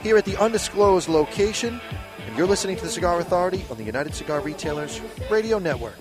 Speaker 8: here at the undisclosed location, and you're listening to the Cigar Authority on the United Cigar Retailers Radio Network.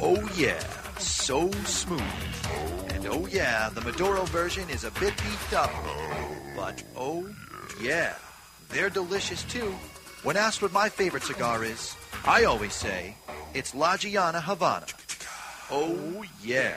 Speaker 29: Oh yeah, so smooth. And oh yeah, the Maduro version is a bit beefed up. But oh yeah, they're delicious too. When asked what my favorite cigar is, I always say it's La Giana Havana. Oh yeah.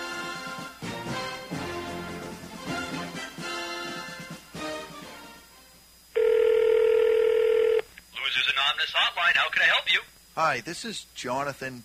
Speaker 30: Losers Anonymous Hotline, how can I help you?
Speaker 29: Hi, this is Jonathan.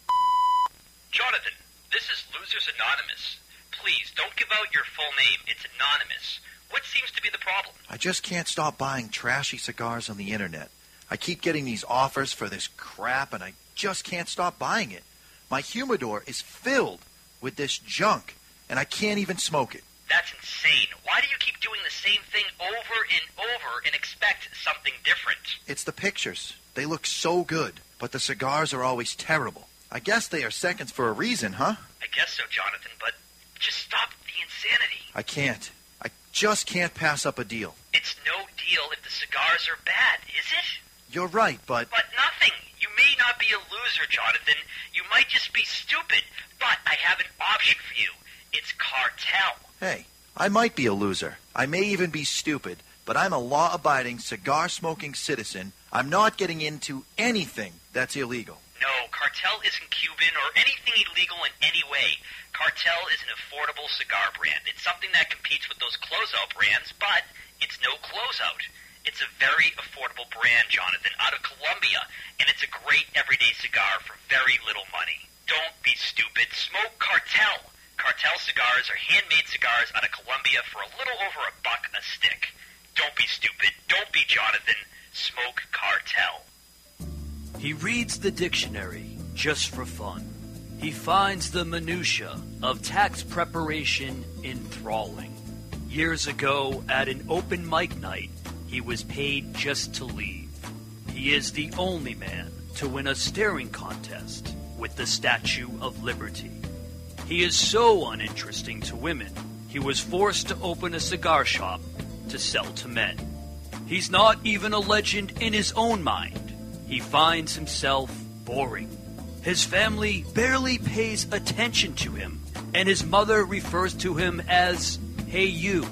Speaker 30: Jonathan, this is Losers Anonymous. Please don't give out your full name. It's anonymous. What seems to be the problem?
Speaker 29: I just can't stop buying trashy cigars on the internet. I keep getting these offers for this crap and I just can't stop buying it. My humidor is filled with this junk and I can't even smoke it.
Speaker 30: That's insane. Why do you keep doing the same thing over and over and expect something different?
Speaker 29: It's the pictures. They look so good, but the cigars are always terrible. I guess they are seconds for a reason, huh?
Speaker 30: I guess so, Jonathan, but just stop the insanity.
Speaker 29: I can't. I just can't pass up a deal.
Speaker 30: It's no deal if the cigars are bad, is it?
Speaker 29: You're right, but
Speaker 30: But nothing. You may not be a loser, Jonathan. You might just be stupid. But I have an option for you. It's cartel.
Speaker 29: hey, I might be a loser. I may even be stupid, but I'm a law abiding, cigar smoking citizen. I'm not getting into anything that's illegal.
Speaker 30: No, Cartel isn't Cuban or anything illegal in any way. Cartel is an affordable cigar brand. It's something that competes with those closeout brands, but it's no closeout. It's a very affordable brand, Jonathan, out of Colombia, and it's a great everyday cigar for very little money. Don't be stupid. Smoke Cartel. Cartel cigars are handmade cigars out of Colombia for a little over a buck a stick. Don't be stupid. Don't be Jonathan. Smoke Cartel.
Speaker 22: He reads the dictionary just for fun. He finds the minutia of tax preparation enthralling. Years ago, at an open mic night, he was paid just to leave. He is the only man to win a staring contest with the Statue of Liberty. He is so uninteresting to women, he was forced to open a cigar shop to sell to men. He's not even a legend in his own mind. He finds himself boring. His family barely pays attention to him, and his mother refers to him as Hey You.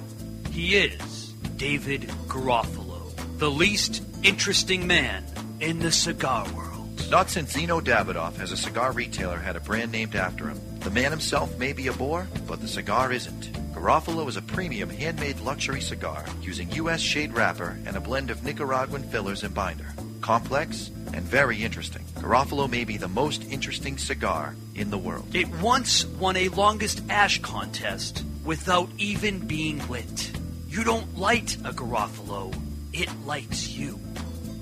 Speaker 22: He is David Garofalo, the least interesting man in the cigar world.
Speaker 31: Not since Zeno Davidoff has a cigar retailer had a brand named after him. The man himself may be a bore, but the cigar isn't. Garofalo is a premium handmade luxury cigar using U.S. shade wrapper and a blend of Nicaraguan fillers and binder. Complex and very interesting. Garofalo may be the most interesting cigar in the world.
Speaker 22: It once won a longest ash contest without even being lit. You don't light a Garofalo, it lights you.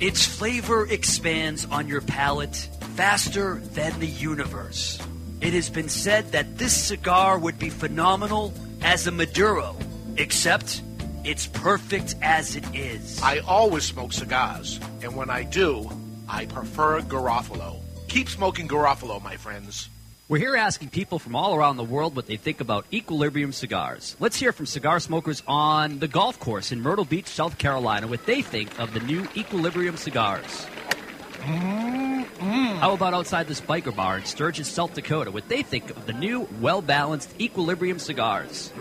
Speaker 22: Its flavor expands on your palate faster than the universe. It has been said that this cigar would be phenomenal as a Maduro, except it's perfect as it is.
Speaker 9: I always smoke cigars, and when I do, I prefer Garofalo. Keep smoking Garofalo, my friends.
Speaker 10: We're here asking people from all around the world what they think about Equilibrium cigars. Let's hear from cigar smokers on the golf course in Myrtle Beach, South Carolina, what they think of the new Equilibrium cigars. How about outside this biker bar in Sturgis, South Dakota, what they think of the new, well balanced Equilibrium cigars?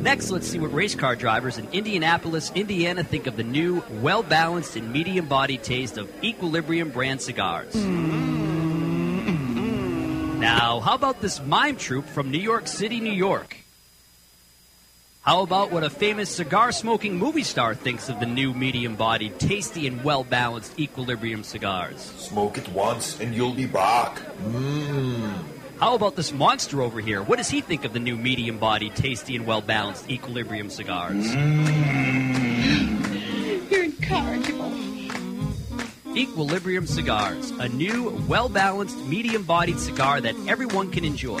Speaker 10: Next, let's see what race car drivers in Indianapolis, Indiana think of the new, well balanced and medium bodied taste of Equilibrium brand cigars. Now, how about this mime troupe from New York City, New York? How about what a famous cigar smoking movie star thinks of the new medium bodied, tasty, and well balanced Equilibrium cigars? Smoke it once and you'll be back. Mmm. How about this monster over here? What does he think of the new medium bodied, tasty, and well balanced Equilibrium cigars? Mmm.
Speaker 5: You're incorrigible.
Speaker 10: Equilibrium Cigars, a new, well balanced, medium bodied cigar that everyone can enjoy.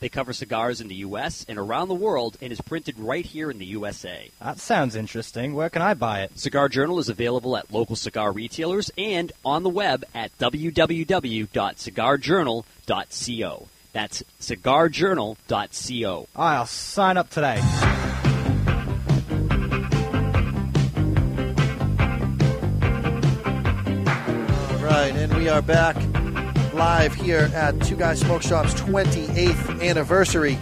Speaker 10: They cover cigars in the U.S. and around the world and is printed right here in the USA.
Speaker 24: That sounds interesting. Where can I buy it?
Speaker 10: Cigar Journal is available at local cigar retailers and on the web at www.cigarjournal.co. That's cigarjournal.co.
Speaker 24: I'll sign up today.
Speaker 8: All right, and we are back live here at Two Guys Smoke Shop's 28th anniversary.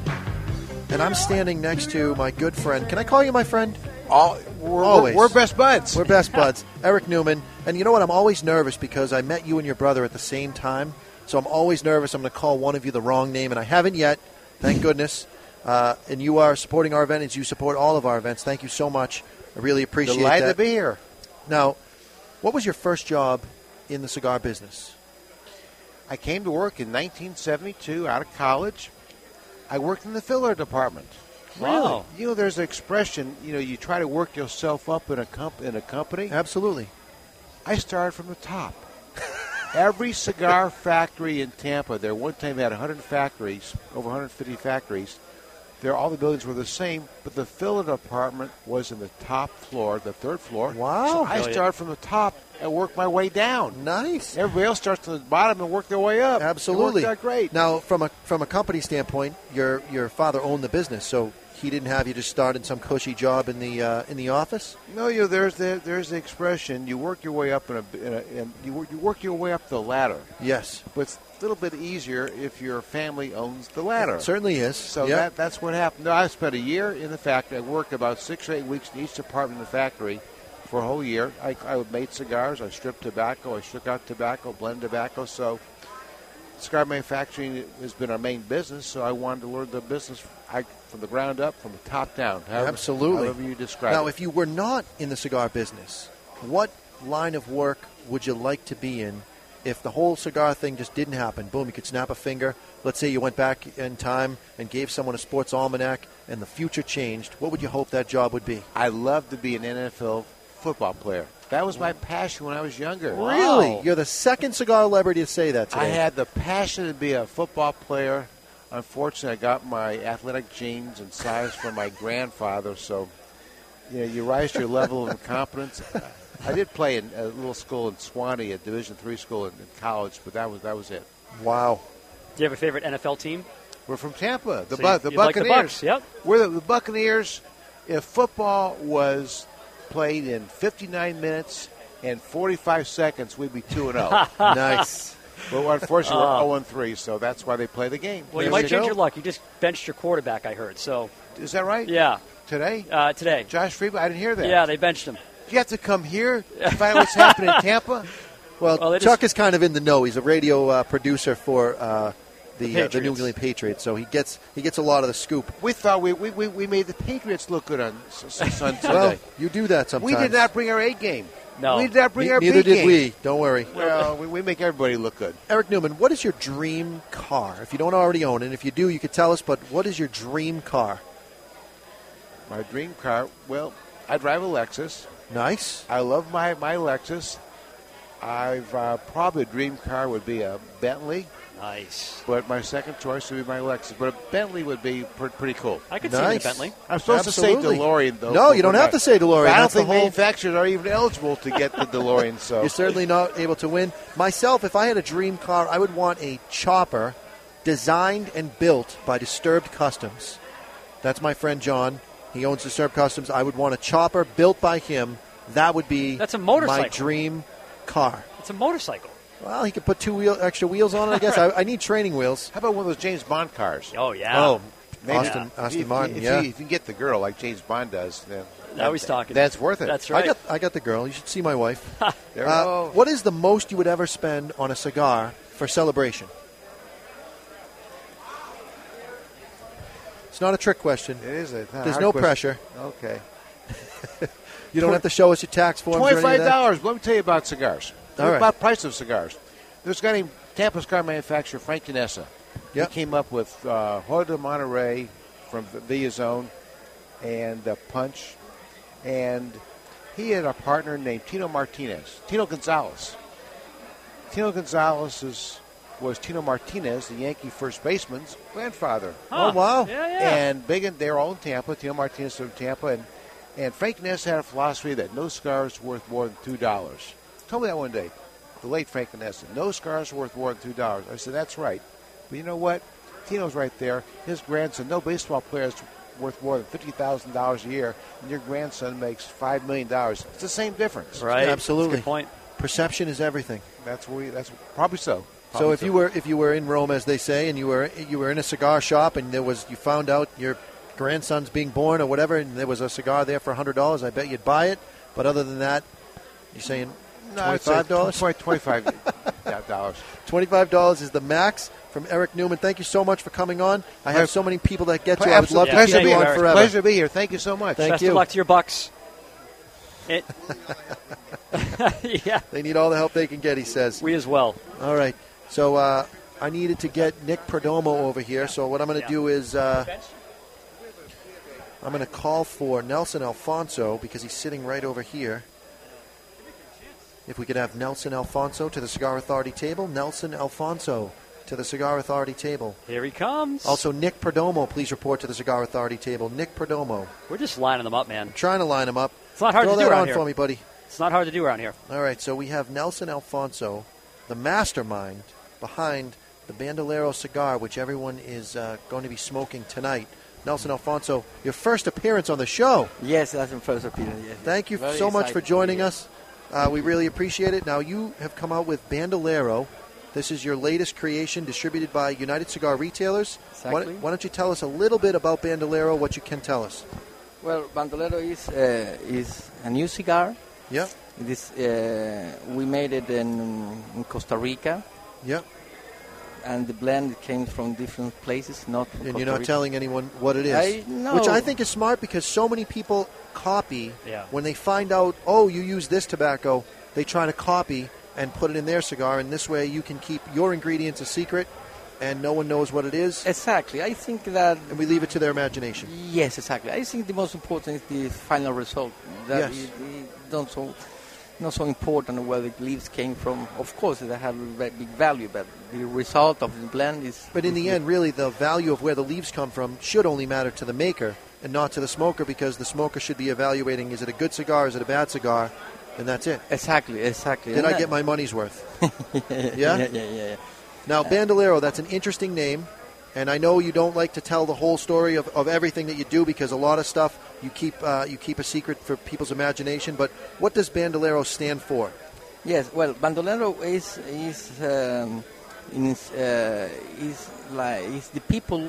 Speaker 8: And I'm standing next to my good friend. Can I call you my friend?
Speaker 32: All, we're,
Speaker 8: always.
Speaker 32: we're best buds.
Speaker 8: We're best buds. Eric Newman. And you know what? I'm always nervous because I met you and your brother at the same time. So I'm always nervous I'm going to call one of you the wrong name. And I haven't yet. Thank goodness. Uh, and you are supporting our event as you support all of our events. Thank you so much. I really appreciate it.
Speaker 32: Delighted
Speaker 8: that.
Speaker 32: to be here.
Speaker 8: Now, what was your first job in the cigar business?
Speaker 32: I came to work in 1972 out of college. I worked in the filler department.
Speaker 8: Wow.
Speaker 32: You know, there's an expression. You know, you try to work yourself up in a comp- in a company.
Speaker 8: Absolutely.
Speaker 32: I started from the top. [laughs] Every cigar factory in Tampa, there one time had 100 factories, over 150 factories. There, all the buildings were the same, but the filler apartment was in the top floor, the third floor. Wow! So I
Speaker 8: Brilliant.
Speaker 32: start from the top and work my way down.
Speaker 8: Nice.
Speaker 32: Everybody else starts from the bottom and work their way up. It worked
Speaker 8: Absolutely.
Speaker 32: out great.
Speaker 8: Now, from a from a company standpoint, your your father owned the business, so he didn't have you just start in some cushy job in the uh, in the office.
Speaker 32: No, you know, there's the, there's the expression you work your way up in a, in a in, you, work- you work your way up the ladder.
Speaker 8: Yes,
Speaker 32: but it's a little bit easier if your family owns the ladder.
Speaker 8: It certainly is.
Speaker 32: So
Speaker 8: Yeah.
Speaker 32: that that's what happened. No, I spent a year in the factory. I worked about six or eight weeks in each department in the factory for a whole year. I, I made cigars. I stripped tobacco. I shook out tobacco, blend tobacco. So cigar manufacturing has been our main business. So I wanted to learn the business I, from the ground up, from the top down. however-
Speaker 8: Absolutely.
Speaker 32: However you describe
Speaker 8: now,
Speaker 32: it.
Speaker 8: if you were not in the cigar business, what line of work would you like to be in? If the whole cigar thing just didn't happen, boom, you could snap a finger. Let's say you went back in time and gave someone a sports almanac, and the future changed. What would you hope that job would be?
Speaker 32: I love to be an NFL football player. That was my passion when I was younger.
Speaker 8: Really? You're the second cigar celebrity to say that today.
Speaker 32: I had the passion to be a football player. Unfortunately, I got my athletic genes and size from my grandfather, so you know, you rise to your level of incompetence. I did play in a little school in Swanee, a Division three school in, in college, but that was that was it.
Speaker 8: Wow.
Speaker 22: Do you have a favorite NFL team?
Speaker 32: We're from Tampa. The,
Speaker 22: So
Speaker 32: Bu-
Speaker 22: you-
Speaker 32: the
Speaker 22: you like the
Speaker 32: Buccaneers.
Speaker 22: Bucs, yep.
Speaker 32: We're the, the Buccaneers. If football was played in 59 minutes and 45 seconds, we'd be oh. 2 0.
Speaker 8: [laughs]
Speaker 22: Nice.
Speaker 32: But we're- unfortunately,
Speaker 22: Oh.
Speaker 32: we're 0 3, so that's why they play the game.
Speaker 22: Well, you might change your luck. You just benched your quarterback, I heard. So
Speaker 32: Is that right?
Speaker 22: Yeah.
Speaker 32: Today?
Speaker 22: Uh, today.
Speaker 32: Josh Freeman? I didn't hear that.
Speaker 22: Yeah, they benched him.
Speaker 32: You have to come here to find out what's happening in Tampa?
Speaker 8: Well,
Speaker 32: Well, it
Speaker 8: Chuck is kind of in the know. He's a radio uh, producer for uh, the, uh, the
Speaker 32: The
Speaker 8: New
Speaker 32: Patriots.
Speaker 8: England Patriots, so he gets he gets a lot of the scoop.
Speaker 32: We thought we, we, we, we made the Patriots look good on s- s- Sun- Sunday.
Speaker 8: [laughs] Well, you do that sometimes.
Speaker 32: we did not bring our A game.
Speaker 8: No.
Speaker 32: We did not bring
Speaker 8: Ne-
Speaker 32: our
Speaker 8: neither
Speaker 32: B
Speaker 8: did
Speaker 32: game.
Speaker 8: we. Don't worry.
Speaker 32: Well, we, we make everybody look good.
Speaker 8: Eric Newman, what is your dream car? If you don't already own it, if you do, you could tell us. But what is your dream car?
Speaker 32: My dream car. Well, I drive a Lexus.
Speaker 8: Nice.
Speaker 32: I love my my Lexus. I've uh, probably a dream car would be a Bentley.
Speaker 22: Nice.
Speaker 32: But my second choice would be my Lexus. But a Bentley would be pr- pretty cool.
Speaker 22: I
Speaker 8: could see you in a Nice. Bentley.
Speaker 32: I'm supposed to
Speaker 8: Absolutely.
Speaker 32: say DeLorean though.
Speaker 8: No, you don't
Speaker 32: but
Speaker 8: have to say DeLorean.
Speaker 32: I don't
Speaker 8: That's the
Speaker 32: think
Speaker 8: whole-
Speaker 32: manufacturers are even eligible to get the DeLorean. So
Speaker 8: You're certainly not able to win. Myself, if I had a dream car, I would want a chopper designed and built by Disturbed Customs. That's my friend John. He owns Disturbed Customs. I would want a chopper built by him. That would be
Speaker 22: That's a motorcycle.
Speaker 8: my dream car.
Speaker 22: It's a motorcycle.
Speaker 8: Well, he could put two wheel, extra wheels on it. I
Speaker 22: [laughs]
Speaker 8: guess I, I need training wheels.
Speaker 32: How about one of those James Bond cars?
Speaker 22: Oh yeah.
Speaker 8: [laughs] Oh,
Speaker 32: Maybe-
Speaker 8: Austin, Austin
Speaker 32: if,
Speaker 8: Martin.
Speaker 32: If,
Speaker 8: yeah,
Speaker 32: you, if you get the girl like James Bond does, then
Speaker 8: Now he's talking.
Speaker 32: That's worth it.
Speaker 8: I got, I got the girl. You should see my wife.
Speaker 32: [laughs] There we
Speaker 8: Uh,
Speaker 32: go.
Speaker 8: what is the most you would ever spend on a cigar for celebration? It's not a trick question.
Speaker 32: It is a
Speaker 8: There's no pressure.
Speaker 32: Okay.
Speaker 8: [laughs] You don't have to show us your tax forms. or any of
Speaker 32: Twenty-five
Speaker 8: that?
Speaker 32: dollars. Let me tell you about cigars.
Speaker 8: All right.
Speaker 32: About price of cigars. There's a guy named Tampa cigar manufacturer Frank Danessa.
Speaker 8: Yep.
Speaker 32: He came up with uh, Hoyo de Monterey from the Villa Zone and uh, Punch, and he had a partner named Tino Martinez, Tino Gonzalez. Tino Gonzalez is, was Tino Martinez, the Yankee first baseman's grandfather.
Speaker 8: Huh. Oh, wow. Yeah, yeah.
Speaker 32: And big and they're all in Tampa. Tino Martinez from Tampa, and and Frank Ness had a philosophy that no cigar is worth more than two dollars. Told me that one day, the late Frank Ness. No cigar is worth more than two dollars. I said that's right, but you know what? Tino's right there. His grandson, no baseball player is worth more than fifty thousand dollars a year, and your grandson makes five million dollars. It's the same difference,
Speaker 8: Absolutely. point. Perception is everything.
Speaker 32: That's what we, that's probably so.
Speaker 8: so
Speaker 32: Probably
Speaker 8: if you were if you were in Rome, as they say, and you were you were in a cigar shop, and there was you found out your grandson's being born or whatever, and there was a cigar there for hundred dollars, I bet you'd buy it. But other than that, you're saying
Speaker 32: No, I'd say
Speaker 8: twenty-five dollars.
Speaker 32: $25 dollars.
Speaker 8: [laughs] Twenty-five dollars is the max from Eric Newman. Thank you so much for coming on. I have so many people that get you. I would love
Speaker 32: Absolutely.
Speaker 8: to keep
Speaker 32: Pleasure
Speaker 8: you on
Speaker 32: Eric.
Speaker 8: forever. [laughs]
Speaker 32: Pleasure to be here. Thank you so much.
Speaker 8: Thank
Speaker 22: Best
Speaker 8: you.
Speaker 22: of luck to your Bucks. It, yeah.
Speaker 8: They need all the help they can get, he says.
Speaker 22: We as well.
Speaker 8: All right. So uh, I needed to get Nick Perdomo over here. So what I'm going to do is uh, I'm going to call for Nelson Alfonso because he's sitting right over here. If we could have Nelson Alfonso to the Cigar Authority table. Nelson Alfonso, to the Cigar Authority table.
Speaker 10: Here he comes.
Speaker 8: Also, Nick Perdomo, please report to the Cigar Authority table. Nick Perdomo.
Speaker 10: We're just lining them up, man.
Speaker 8: Trying to line them up.
Speaker 10: It's not hard
Speaker 8: Throw
Speaker 10: to do
Speaker 8: that
Speaker 10: around
Speaker 8: on
Speaker 10: here.
Speaker 8: for me, buddy.
Speaker 10: It's not hard to do around here.
Speaker 8: All right, so we have Nelson Alfonso, the mastermind behind the Bandolero cigar, which everyone is uh, going to be smoking tonight. Nelson Alfonso, your first appearance on the show.
Speaker 1: Yes, that's my first opinion. Yes.
Speaker 8: Thank you
Speaker 1: Very
Speaker 8: so much for
Speaker 1: exciting.
Speaker 8: joining us. Uh, we really appreciate it. Now, you have come out with Bandolero. This is your latest creation distributed by United Cigar Retailers. Why,
Speaker 1: Exactly.
Speaker 8: why don't you tell us a little bit about Bandolero, what you can tell us?
Speaker 1: Well, Bandolero is uh, is a new cigar.
Speaker 8: Yeah.
Speaker 1: This uh, we made it in, in Costa Rica.
Speaker 8: Yeah.
Speaker 1: And the blend came from different places, not. From
Speaker 8: And
Speaker 1: Costa
Speaker 8: you're not
Speaker 1: Rica.
Speaker 8: telling anyone what it is.
Speaker 1: I- no.
Speaker 8: Which I think is smart because so many people copy
Speaker 1: Yeah.
Speaker 8: when they find out, oh, you use this tobacco, they try to copy and put it in their cigar, and this way you can keep your ingredients a secret and no one knows what it is.
Speaker 1: Exactly. I think that.
Speaker 8: And we leave it to their imagination.
Speaker 1: Yes, exactly. I think the most important is the final result. That
Speaker 8: Yes.
Speaker 1: it- it don't so not so important where the leaves came from. Of course, they have a ve- big value, but the result of the blend is.
Speaker 8: But in
Speaker 1: [laughs]
Speaker 8: the end, really, the value of where the leaves come from should only matter to the maker and not to the smoker because the smoker should be evaluating is it a good cigar, is it a bad cigar, and that's it.
Speaker 1: Exactly, exactly.
Speaker 8: Did
Speaker 1: And
Speaker 8: I
Speaker 1: that-
Speaker 8: get my money's worth?
Speaker 1: yeah,
Speaker 8: Yeah?
Speaker 1: yeah, yeah, yeah.
Speaker 8: Now, Bandolero, that's an interesting name, and I know you don't like to tell the whole story of, of everything that you do because a lot of stuff you keep uh, you keep a secret for people's imagination. But what does Bandolero stand for?
Speaker 1: Yes, well, bandolero is is um, in, uh, is like is the people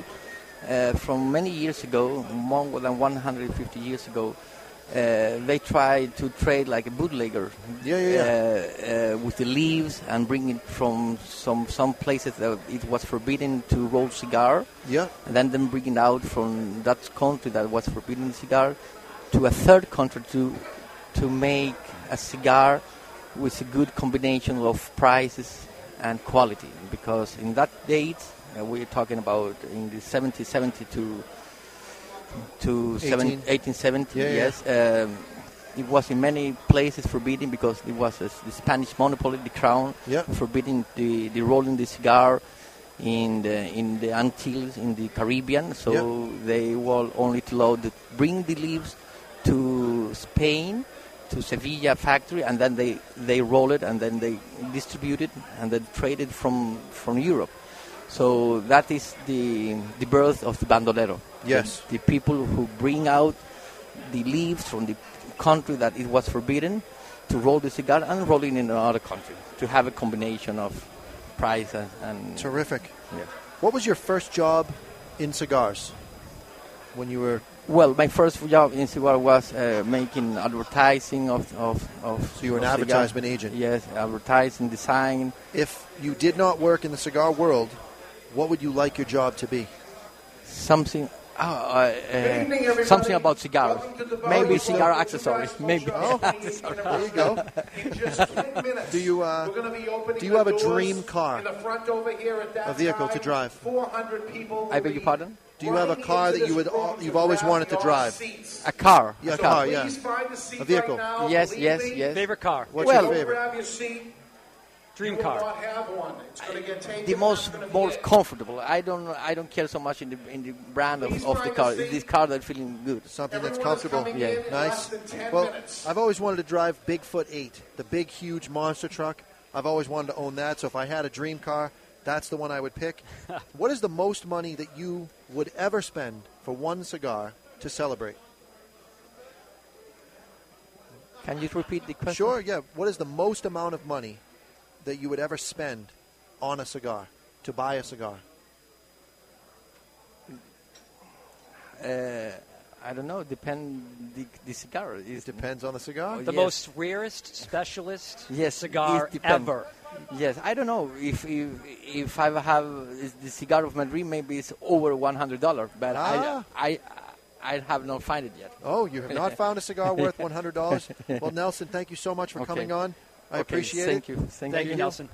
Speaker 1: uh, from many years ago, more than 150 years ago. Uh, they tried to trade like a bootlegger,
Speaker 8: yeah, yeah.
Speaker 1: Uh, uh, with the leaves and bring it from some some places that it was forbidden to roll cigar.
Speaker 8: Yeah.
Speaker 1: and then them bringing out from that country that was forbidden cigar to a third country to to make a cigar with a good combination of prices and quality because in that date uh, we're talking about in the 70 70 to to seven-
Speaker 8: 18.
Speaker 1: 1870
Speaker 8: Yeah, yeah.
Speaker 1: yes um, it was in many places forbidden because it was a s the Spanish monopoly, the crown,
Speaker 8: Yeah.
Speaker 1: forbidding the, the rolling the cigar in the, in the Antilles, in the Caribbean. So they were only allowed to bring the leaves to Spain, to Sevilla factory, and then they, they roll it and then they distribute it and then trade it from, from Europe. So that is the, the birth of the bandolero.
Speaker 8: Yes.
Speaker 1: The, the people who bring out the leaves from the country that it was forbidden to roll the cigar and roll it in another country to have a combination of price and, and
Speaker 8: Terrific.
Speaker 1: Yeah.
Speaker 8: What was your first job in cigars? When you were
Speaker 1: Well, my first job in cigar was uh, making advertising of, of, of.
Speaker 8: So you were an
Speaker 1: of cigar.
Speaker 8: advertisement agent.
Speaker 1: Yes, advertising, design.
Speaker 8: if you did not work in the cigar world, what would you like your job to be?
Speaker 1: Something. Uh,
Speaker 8: Good evening,
Speaker 1: uh,
Speaker 8: everybody.
Speaker 1: something about cigars.
Speaker 8: bar.
Speaker 1: Maybe
Speaker 8: You
Speaker 1: cigar
Speaker 8: said-
Speaker 1: accessories.
Speaker 8: [laughs]
Speaker 1: Maybe.
Speaker 8: There you go. do you uh, do you have a dream car, a vehicle to drive?
Speaker 1: I beg your pardon?
Speaker 8: Do you have a car that you would al- you've always wanted to drive?
Speaker 1: A car.
Speaker 8: Yeah, a
Speaker 1: a
Speaker 8: car.
Speaker 1: car.
Speaker 8: Yeah, a vehicle.
Speaker 1: Yes, yes, yes. Favorite car.
Speaker 8: What's
Speaker 1: well,
Speaker 8: your favorite?
Speaker 1: your favorite? Dream car. The most most comfortable. I don't I don't care so much in the in the brand of, of the car. It's this car that feeling good.
Speaker 8: Something that's comfortable.
Speaker 1: Yeah.
Speaker 8: Nice. Well, I've always wanted to drive Bigfoot 8, the big, huge monster truck. I've always wanted to own that. So if I had a dream car, that's the one I would
Speaker 1: [laughs]
Speaker 8: pick. what is the most money that you would ever spend for one cigar to celebrate?
Speaker 1: Can you repeat the question?
Speaker 8: Sure, yeah. What is the most amount of money that you would ever spend on a cigar, to buy a cigar?
Speaker 1: Uh, I don't know. Depend the, the cigar. It
Speaker 8: depends on the cigar.
Speaker 1: Oh,
Speaker 10: The
Speaker 1: yes.
Speaker 10: most rarest, specialist
Speaker 1: yes,
Speaker 10: cigar
Speaker 1: it depend.
Speaker 10: ever.
Speaker 1: Yes, I don't know if if, if I have is the cigar of my dream. Maybe it's over one hundred dollar, but
Speaker 8: Ah.
Speaker 1: I, I I have not find it yet.
Speaker 8: Oh, you have not found a cigar
Speaker 1: [laughs]
Speaker 8: worth $100? Well, Nelson, thank you so much for
Speaker 1: Okay.
Speaker 8: coming on. I
Speaker 1: Okay,
Speaker 8: appreciate
Speaker 1: thank
Speaker 8: it.
Speaker 1: you. Thank Thank you, you. Nelson.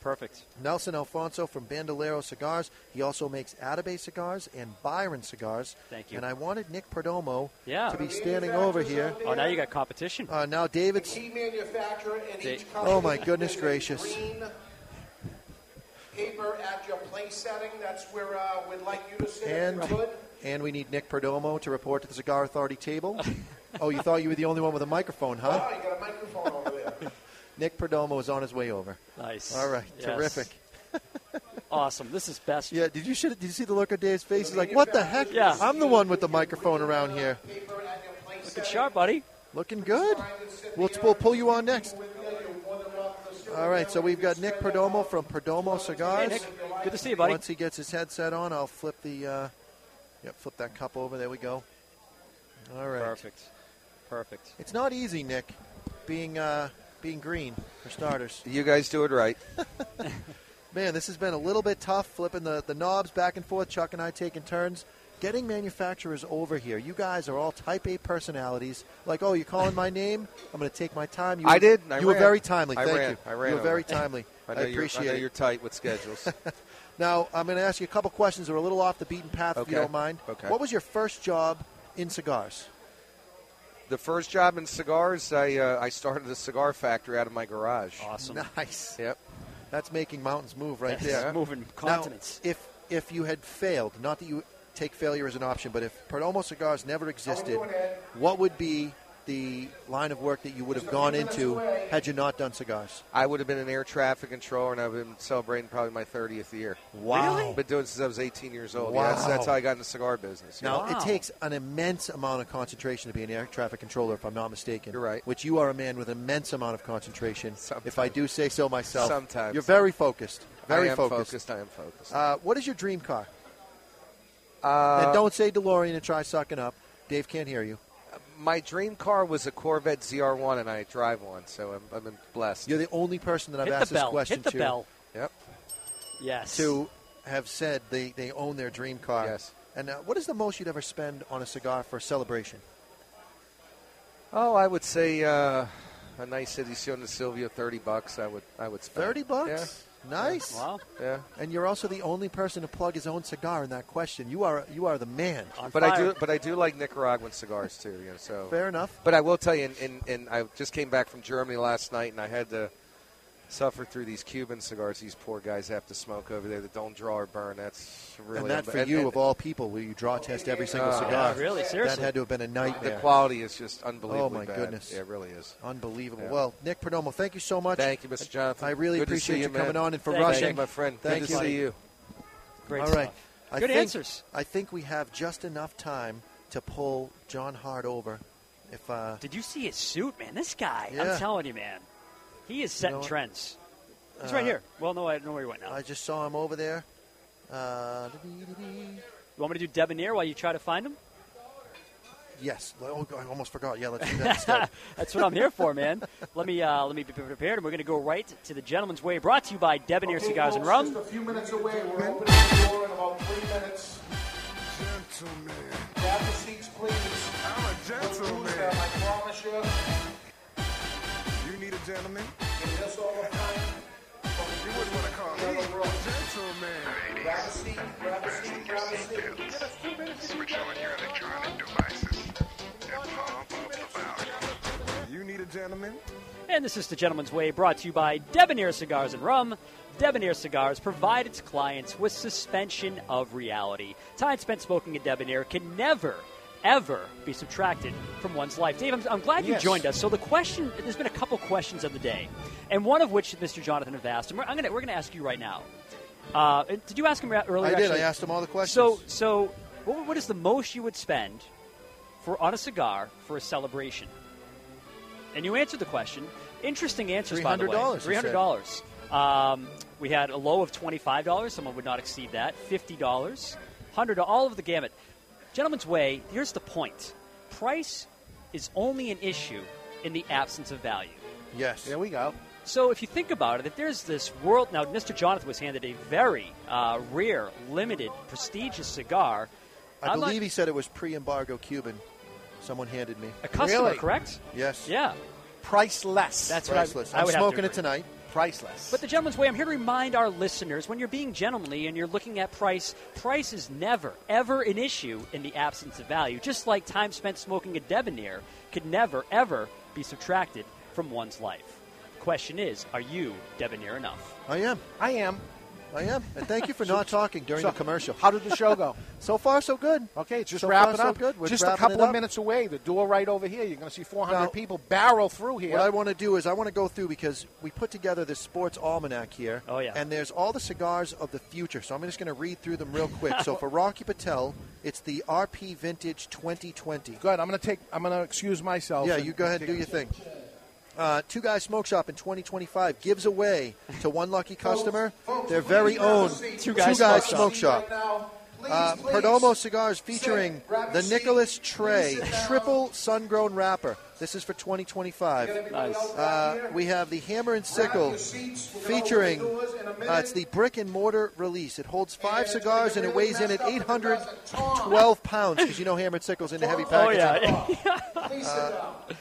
Speaker 10: Perfect.
Speaker 8: Nelson Alfonso from Bandolero Cigars. He also makes Atabay cigars and Byron cigars.
Speaker 10: Thank you.
Speaker 8: And I wanted Nick Perdomo
Speaker 10: Yeah.
Speaker 8: to be standing over here.
Speaker 10: Oh, now you got competition.
Speaker 8: Uh, now David's.
Speaker 10: They-
Speaker 8: Oh my goodness gracious!
Speaker 32: paper at your place setting. That's where uh, we'd like you to sit.
Speaker 8: And-
Speaker 32: if you could.
Speaker 8: And we need Nick Perdomo to report to the Cigar
Speaker 10: [laughs]
Speaker 8: Authority table. oh, you thought you were the only one with a microphone, huh?
Speaker 32: Oh, you got a microphone over there.
Speaker 8: [laughs] Nick Perdomo is on his way over.
Speaker 10: Nice.
Speaker 8: All right,
Speaker 10: Yes.
Speaker 8: terrific.
Speaker 10: [laughs] awesome. This is best.
Speaker 8: Yeah, did you should, did you see the look on Dave's face? He's like, "What the heck?
Speaker 10: Yeah.
Speaker 8: I'm the one with the microphone around here."
Speaker 10: Looking sharp, buddy.
Speaker 8: Looking good. We'll, we'll pull you on next. All right, so we've got Nick Perdomo from Perdomo Cigars.
Speaker 10: Hey, Nick. Good to see you, buddy.
Speaker 8: Once he gets his headset on, I'll flip the, uh, yep, flip that cup over. There we go. All right.
Speaker 10: Perfect. Perfect.
Speaker 8: It's not easy, Nick, being uh, being green for starters.
Speaker 17: You guys do it right.
Speaker 8: Man, this has been a little bit tough flipping the, the knobs back and forth. Chuck and I taking turns. Getting manufacturers over here. You guys are all type A personalities. Like, oh, you're calling my name? I'm going to take my time. You
Speaker 17: I
Speaker 8: were-
Speaker 17: did. and I
Speaker 8: you were
Speaker 17: ran.
Speaker 8: very timely.
Speaker 17: I
Speaker 8: Thank
Speaker 17: ran.
Speaker 8: you.
Speaker 17: I ran.
Speaker 8: You were
Speaker 17: over. [laughs]
Speaker 8: very timely.
Speaker 17: I, know you're-
Speaker 8: appreciate
Speaker 17: I know
Speaker 8: it.
Speaker 17: you're tight with
Speaker 8: [laughs]
Speaker 17: schedules.
Speaker 8: Now, I'm going to ask you a couple questions that are a little off the beaten path, if you
Speaker 17: Okay.
Speaker 8: don't mind.
Speaker 17: Okay.
Speaker 8: What was your first job in cigars?
Speaker 17: the first job in cigars, I uh, I started a cigar factory out of my garage.
Speaker 10: Awesome.
Speaker 8: Nice.
Speaker 17: Yep.
Speaker 8: That's making mountains move right
Speaker 17: That's [laughs]
Speaker 8: there.
Speaker 17: moving continents.
Speaker 8: Now, if if you had failed, not that you take failure as an option, but if Perdomo Cigars never existed, what would be the line of work that you would have gone into had you not done cigars?
Speaker 17: I would have been an air traffic controller, and I've been celebrating probably my 30th year.
Speaker 8: Wow. Really?
Speaker 17: Been doing it since I was 18 years old. Yeah, that's,
Speaker 8: Wow.
Speaker 17: that's how I got in the cigar business.
Speaker 8: Now,
Speaker 17: Yeah.
Speaker 8: it takes an immense amount of concentration to be an air traffic controller, if I'm not mistaken. You're right. Which you are a man with immense amount of concentration, if I do say so myself.
Speaker 17: Sometimes.
Speaker 8: You're very focused. Very
Speaker 17: I am
Speaker 8: focused.
Speaker 17: I am focused.
Speaker 8: Uh, what is your dream car?
Speaker 17: Uh,
Speaker 8: and don't say DeLorean and try sucking up. Dave can't hear you.
Speaker 17: My dream car was a Corvette ZR1, and I drive one, so I'm, I've been blessed.
Speaker 8: You're the only person that I've asked this question to.
Speaker 17: Yep.
Speaker 10: Yes.
Speaker 8: To have said they, they own their dream car. Yes. And uh, what is the most you'd ever spend on a cigar for celebration?
Speaker 17: Oh, I would say uh, a nice Edición de Silvio, 30 bucks. I would I would spend.
Speaker 8: 30 bucks?
Speaker 17: Uh, Yeah.
Speaker 8: Nice.
Speaker 17: Wow. Yeah.
Speaker 8: And you're also the only person to plug his own cigar in that question. You are you are the man.
Speaker 17: But I do, but I do like Nicaraguan cigars too. You know, so
Speaker 8: Fair enough.
Speaker 17: But I will tell you, and, and, and I just came back from Germany last night, and I had to suffer through these Cuban cigars. These poor guys have to smoke over there that don't draw or burn. That's really
Speaker 8: and that for
Speaker 17: and-
Speaker 8: you,
Speaker 17: and
Speaker 8: of all people, where you draw test every single
Speaker 17: Oh,
Speaker 8: cigar.
Speaker 17: yeah, really, seriously.
Speaker 8: That had to have been a nightmare.
Speaker 17: The quality is just unbelievably
Speaker 8: Oh, my
Speaker 17: bad.
Speaker 8: goodness.
Speaker 17: Yeah, it really is.
Speaker 8: Unbelievable.
Speaker 17: Yeah.
Speaker 8: Well, Nick Perdomo, thank you so much.
Speaker 17: Thank you, Mr. Jonathan.
Speaker 8: I really
Speaker 17: Good to see
Speaker 8: appreciate
Speaker 17: you, man.
Speaker 8: coming on and for
Speaker 17: Thank you.
Speaker 8: rushing.
Speaker 17: Thank you, my friend. Good
Speaker 8: Thank
Speaker 17: to
Speaker 8: you.
Speaker 17: see you. Great
Speaker 8: All right.
Speaker 17: stuff.
Speaker 8: I
Speaker 17: Good
Speaker 8: think-
Speaker 17: answers.
Speaker 8: I think we have just enough time to pull John Hart over. If uh,
Speaker 10: Did you see his suit, man? This guy,
Speaker 8: Yeah.
Speaker 10: I'm telling you, man, he is setting
Speaker 8: know what?
Speaker 10: trends. He's
Speaker 8: Uh,
Speaker 10: right here. Well, no, I don't know where he went now.
Speaker 8: I just saw him over there. Uh,
Speaker 10: You want me to do debonair while you try to find him?
Speaker 8: yes. Oh, I almost forgot. Yeah, let's do
Speaker 10: [laughs]
Speaker 8: that instead.
Speaker 10: That's what I'm here for, man. Let me uh, let me be prepared, and we're going to go right to the gentleman's way. Brought to you by Debonair
Speaker 32: Okay,
Speaker 10: Cigars and
Speaker 32: folks,
Speaker 10: Rum.
Speaker 32: Just a few minutes away. We're opening the door in about three minutes. Gentlemen. Grab the seats, please. I'm a gentleman. I promise you. You need a gentleman. Give this all the time. You wouldn't want to call me a gentleman. Grab a seat. Grab a seat. Grab a seat. Switch on your electronic devices and pump up about. You need a gentleman.
Speaker 10: And this is The Gentleman's Way, brought to you by Debonair Cigars and Rum. Debonair Cigars provide its clients with suspension of reality. Time spent smoking a debonair can never, ever be subtracted from one's life. Dave, I'm, I'm glad
Speaker 22: Yes.
Speaker 10: you joined us. So the question, there's been a couple questions of the day, and one of which Mr. Jonathan have asked, and we're, I'm gonna, we're going to ask you right now. Uh, did you ask him ra- earlier?
Speaker 8: I did.
Speaker 10: actually?
Speaker 8: I asked him all the questions.
Speaker 10: So, so what, what is the most you would spend for on a cigar for a celebration? And you answered the question. Interesting answers, by the way.
Speaker 8: $300,
Speaker 10: Three
Speaker 8: you
Speaker 10: hundred
Speaker 8: said.
Speaker 10: dollars. Um, we had a low of twenty-five dollars. Someone would not exceed that. Fifty dollars, hundred, all of the gamut. Gentlemen's way. Here's the point: price is only an issue in the absence of value.
Speaker 8: Yes. There
Speaker 9: we go.
Speaker 10: So if you think about it, if there's this world now, Mr. Jonathan was handed a very uh, rare, limited, prestigious cigar.
Speaker 8: I
Speaker 10: I'm not-
Speaker 8: believe he said it was pre-embargo Cuban. Someone handed me
Speaker 10: a customer, correct?
Speaker 8: Yes.
Speaker 10: Yeah.
Speaker 9: Priceless.
Speaker 10: That's
Speaker 8: Priceless.
Speaker 10: What I, I
Speaker 8: I'm
Speaker 10: would have to
Speaker 8: smoking it
Speaker 10: agree.
Speaker 8: tonight.
Speaker 9: Priceless.
Speaker 10: But the gentleman's way, I'm here to remind our listeners when you're being gentlemanly and you're looking at price, price is never, ever an issue in the absence of value. Just like time spent smoking a debonair could never, ever be subtracted from one's life. Question is, are you debonair enough?
Speaker 8: I am.
Speaker 9: I am.
Speaker 8: I am. And thank you for
Speaker 9: [laughs] So-
Speaker 8: not talking during
Speaker 9: so
Speaker 8: the commercial.
Speaker 9: How did the show go?
Speaker 8: [laughs] so far, so good.
Speaker 9: Okay, just
Speaker 8: So
Speaker 9: wrapping
Speaker 8: far, so
Speaker 9: up.
Speaker 8: good. We're
Speaker 9: just
Speaker 8: wrapping
Speaker 9: a couple
Speaker 8: it
Speaker 9: of
Speaker 8: up.
Speaker 9: minutes away. The door right over here. You're going to see 400
Speaker 8: Now-
Speaker 9: people barrel through here.
Speaker 8: What I want to do is I want to go through because we put together this sports almanac here. Oh yeah. And there's all the cigars of the future. So I'm just going to read through them real quick.
Speaker 9: [laughs]
Speaker 8: so for Rocky Patel, it's the RP Vintage 2020.
Speaker 9: Good. I'm going to take. I'm going to excuse myself.
Speaker 8: Yeah,
Speaker 9: and-
Speaker 8: you go ahead and do your thing. Uh, Two Guys Smoke Shop in 2025 gives away to one lucky customer their very own Two Guys, Smoke Shop. Uh, Perdomo cigars featuring the Nicholas Trey triple sun-grown wrapper. This is for 2025.
Speaker 5: Nice.
Speaker 8: Uh, we have the Hammer and Sickle featuring. Uh, it's the brick and mortar release. It holds five cigars and it weighs in at 812 pounds because you know Hammer and Sickle's into heavy
Speaker 10: Oh,
Speaker 8: packaging.
Speaker 10: yeah. Uh,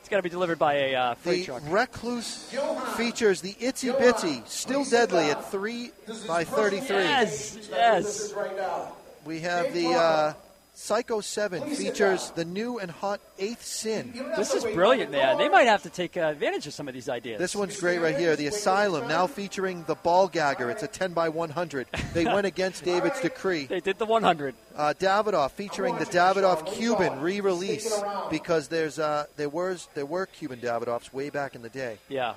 Speaker 10: it's got to be delivered by a uh, freight
Speaker 8: The
Speaker 10: truck.
Speaker 8: Recluse features the Itsy Bitsy, still deadly at 3 by 33.
Speaker 10: Yes, yes.
Speaker 8: We have the uh, Psycho 7 features the new and hot Eighth Sin.
Speaker 10: This is brilliant, man. They might have to take uh, advantage of some of these ideas.
Speaker 8: This one's great right here. The Asylum, now featuring the Ball Gagger. It's a 10 by 100. They went against David's decree.
Speaker 10: They did the 100.
Speaker 8: Uh, Davidoff, featuring the Davidoff Cuban re-release because there's uh, there was there were Cuban Davidoffs way back in the day.
Speaker 10: Yeah.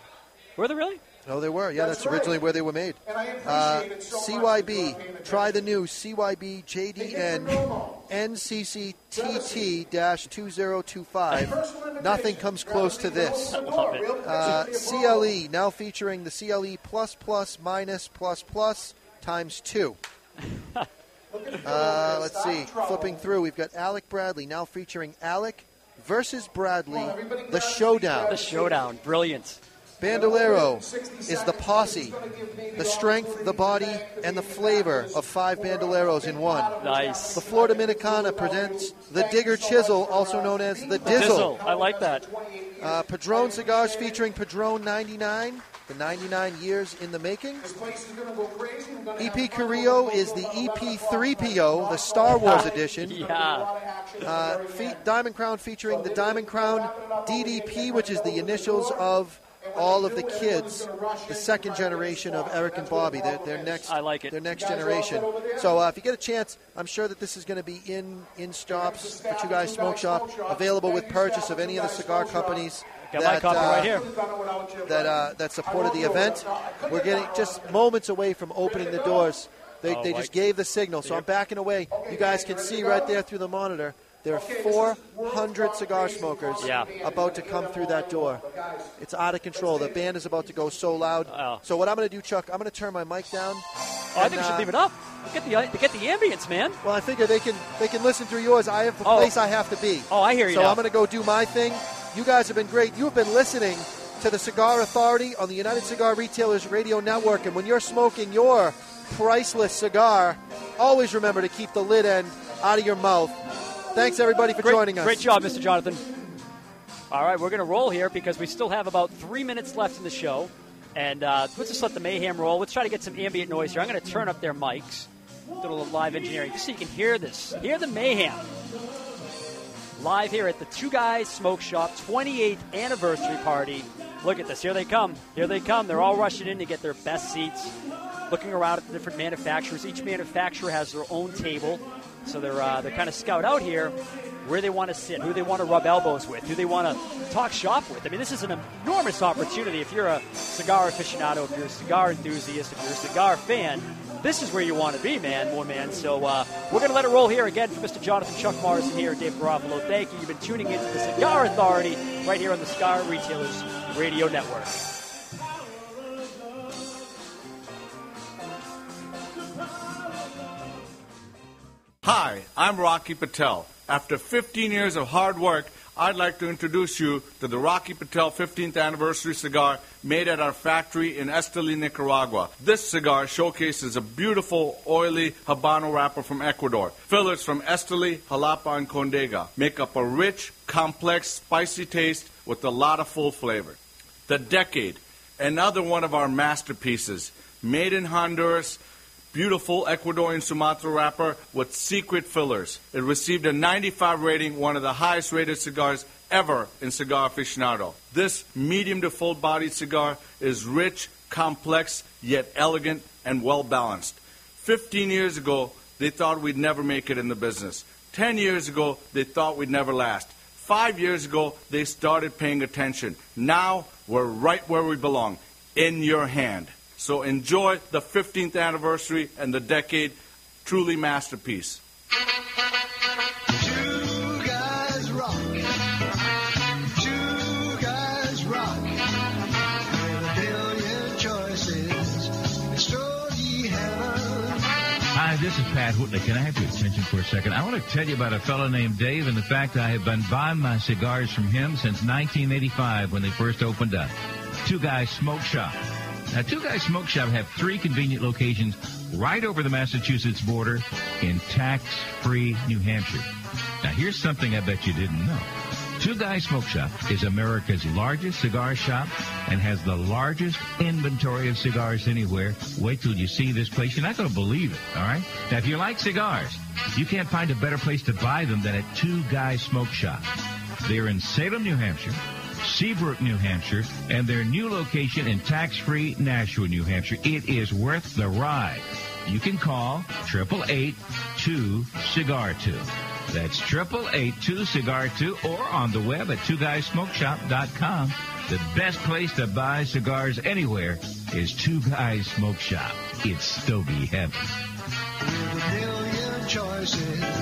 Speaker 10: Were there really?
Speaker 8: No, they were. Yeah, that's,
Speaker 10: That's
Speaker 8: originally
Speaker 10: right.
Speaker 8: where they were made.
Speaker 10: And I appreciate
Speaker 8: uh,
Speaker 10: it so much
Speaker 8: CYB, try the new CYB JDN NCCTT 2025. Nothing comes close to this.
Speaker 5: Love it.
Speaker 8: Uh, CLE, now featuring the CLE plus plus minus plus plus times
Speaker 10: [laughs]
Speaker 8: two. Uh, let's see. Flipping through, we've got Alec Bradley, now featuring Alec versus Bradley, the showdown.
Speaker 10: The showdown. Brilliant.
Speaker 8: Bandolero is the posse, the strength, the body, and the flavor of five bandoleros in one.
Speaker 10: Nice.
Speaker 8: The Florida Dominicana presents the Digger Chisel, also known as the Dizzle.
Speaker 10: Dizzle. I like that.
Speaker 8: Uh, Padron cigars featuring Padron 99, the 99 years in the making. EP Carrillo is the E EP3PO, the
Speaker 10: [laughs]
Speaker 8: Star Wars edition.
Speaker 10: Yeah.
Speaker 8: Uh, fe- Diamond Crown featuring the Diamond Crown DDP, which is the initials of all of the kids, the second generation of Eric and Bobby. They're, they're next. I like it. Their next generation. So uh, if you get a chance, I'm sure that this is going to be in in shops for Two Guys Smoke Shop, available with purchase of any of the cigar companies. uh,
Speaker 10: Got my copy right here.
Speaker 8: That uh, that supported the event. We're getting just moments away from opening the doors. They,
Speaker 14: Oh,
Speaker 8: they
Speaker 14: like-
Speaker 8: just gave the signal, so I'm backing away. You guys can see right there through the monitor. There are 400 cigar smokers
Speaker 10: Yeah.
Speaker 8: about to come through that door. It's out of control. The band is about to go so loud. So what I'm going to do, Chuck, I'm going to turn my mic down. uh,
Speaker 10: Oh, I think we should leave it up. Get the uh, get the ambience, man.
Speaker 8: Well, I figure they can they can listen through yours. I have the
Speaker 10: Oh.
Speaker 8: place I have to be.
Speaker 10: Oh, I hear you
Speaker 8: So
Speaker 10: now.
Speaker 8: I'm going to go do my thing. You guys have been great. You have been listening to the Cigar Authority on the United Cigar Retailers Radio Network. And when you're smoking your priceless cigar, always remember to keep the lid end out of your mouth. Thanks everybody for
Speaker 10: Great-
Speaker 8: joining us.
Speaker 10: Great job, Mr. Jonathan. All right, we're going to roll here because we still have about three minutes left in the show. And uh, let's just let the mayhem roll. Let's try to get some ambient noise here. I'm going to turn up their mics, do a little live engineering, just so you can hear this. Hear the mayhem. Live here at the Two Guys Smoke Shop 28th anniversary party. Look at this. Here they come. Here they come. They're all rushing in to get their best seats. Looking around at the different manufacturers. Each manufacturer has their own table, so they're uh, they're kind of scout out here where they want to sit, who they want to rub elbows with, who they want to talk shop with. I mean, this is an enormous opportunity. If you're a cigar aficionado, if you're a cigar enthusiast, if you're a cigar fan, this is where you want to be, man, woman. So uh, we're going to let it roll here again for Mr. Jonathan Chuck Morrison here, Dave Garofalo. Thank you. You've been tuning into the Cigar Authority right here on the Cigar Retailers Radio Network.
Speaker 33: Hi, I'm Rocky Patel. After 15 years of hard work, I'd like to introduce you to the Rocky Patel 15th anniversary cigar made at our factory in Esteli, Nicaragua. This cigar showcases a beautiful, oily Habano wrapper from Ecuador. Fillers from Esteli, Jalapa, and Condega make up a rich, complex, spicy taste with a lot of full flavor. The Decade, another one of our masterpieces, made in Honduras, beautiful Ecuadorian Sumatra wrapper with secret fillers. It received a 95 rating, one of the highest rated cigars ever in Cigar Aficionado. This medium to full bodied cigar is rich, complex, yet elegant and well balanced. 15 years ago, they thought we'd never make it in the business. 10 years ago, they thought we'd never last. Five years ago, they started paying attention. Now, we're right where we belong, in your hand. So enjoy the 15th anniversary and the decade. Truly masterpiece.
Speaker 5: guys rock. Two guys rock. With a billion choices. Story heaven.
Speaker 25: Hi, this is Pat Whitley. Can I have your attention for a second? I want to tell you about a fellow named Dave and the fact that I have been buying my cigars from him since 1985 when they first opened up. Two Guys Smoke Shop. Now, Two Guys Smoke Shop have three convenient locations right over the Massachusetts border in tax-free New Hampshire. Now, here's something I bet you didn't know. Two Guys Smoke Shop is America's largest cigar shop and has the largest inventory of cigars anywhere. Wait till you see this place. You're not going to believe it, all right? Now, if you like cigars, you can't find a better place to buy them than at Two Guys Smoke Shop. They're in Salem, New Hampshire, Seabrook, New Hampshire, and their new location in tax-free Nashua, New Hampshire. It is worth the ride. You can call 888-2-CIGAR-2. That's 888-2-CIGAR-2 or on the web at two twoguysmokeshop.com. The best place to buy cigars anywhere is Two Guys Smoke Shop. It's Stogie Heaven.
Speaker 5: With a billion choices.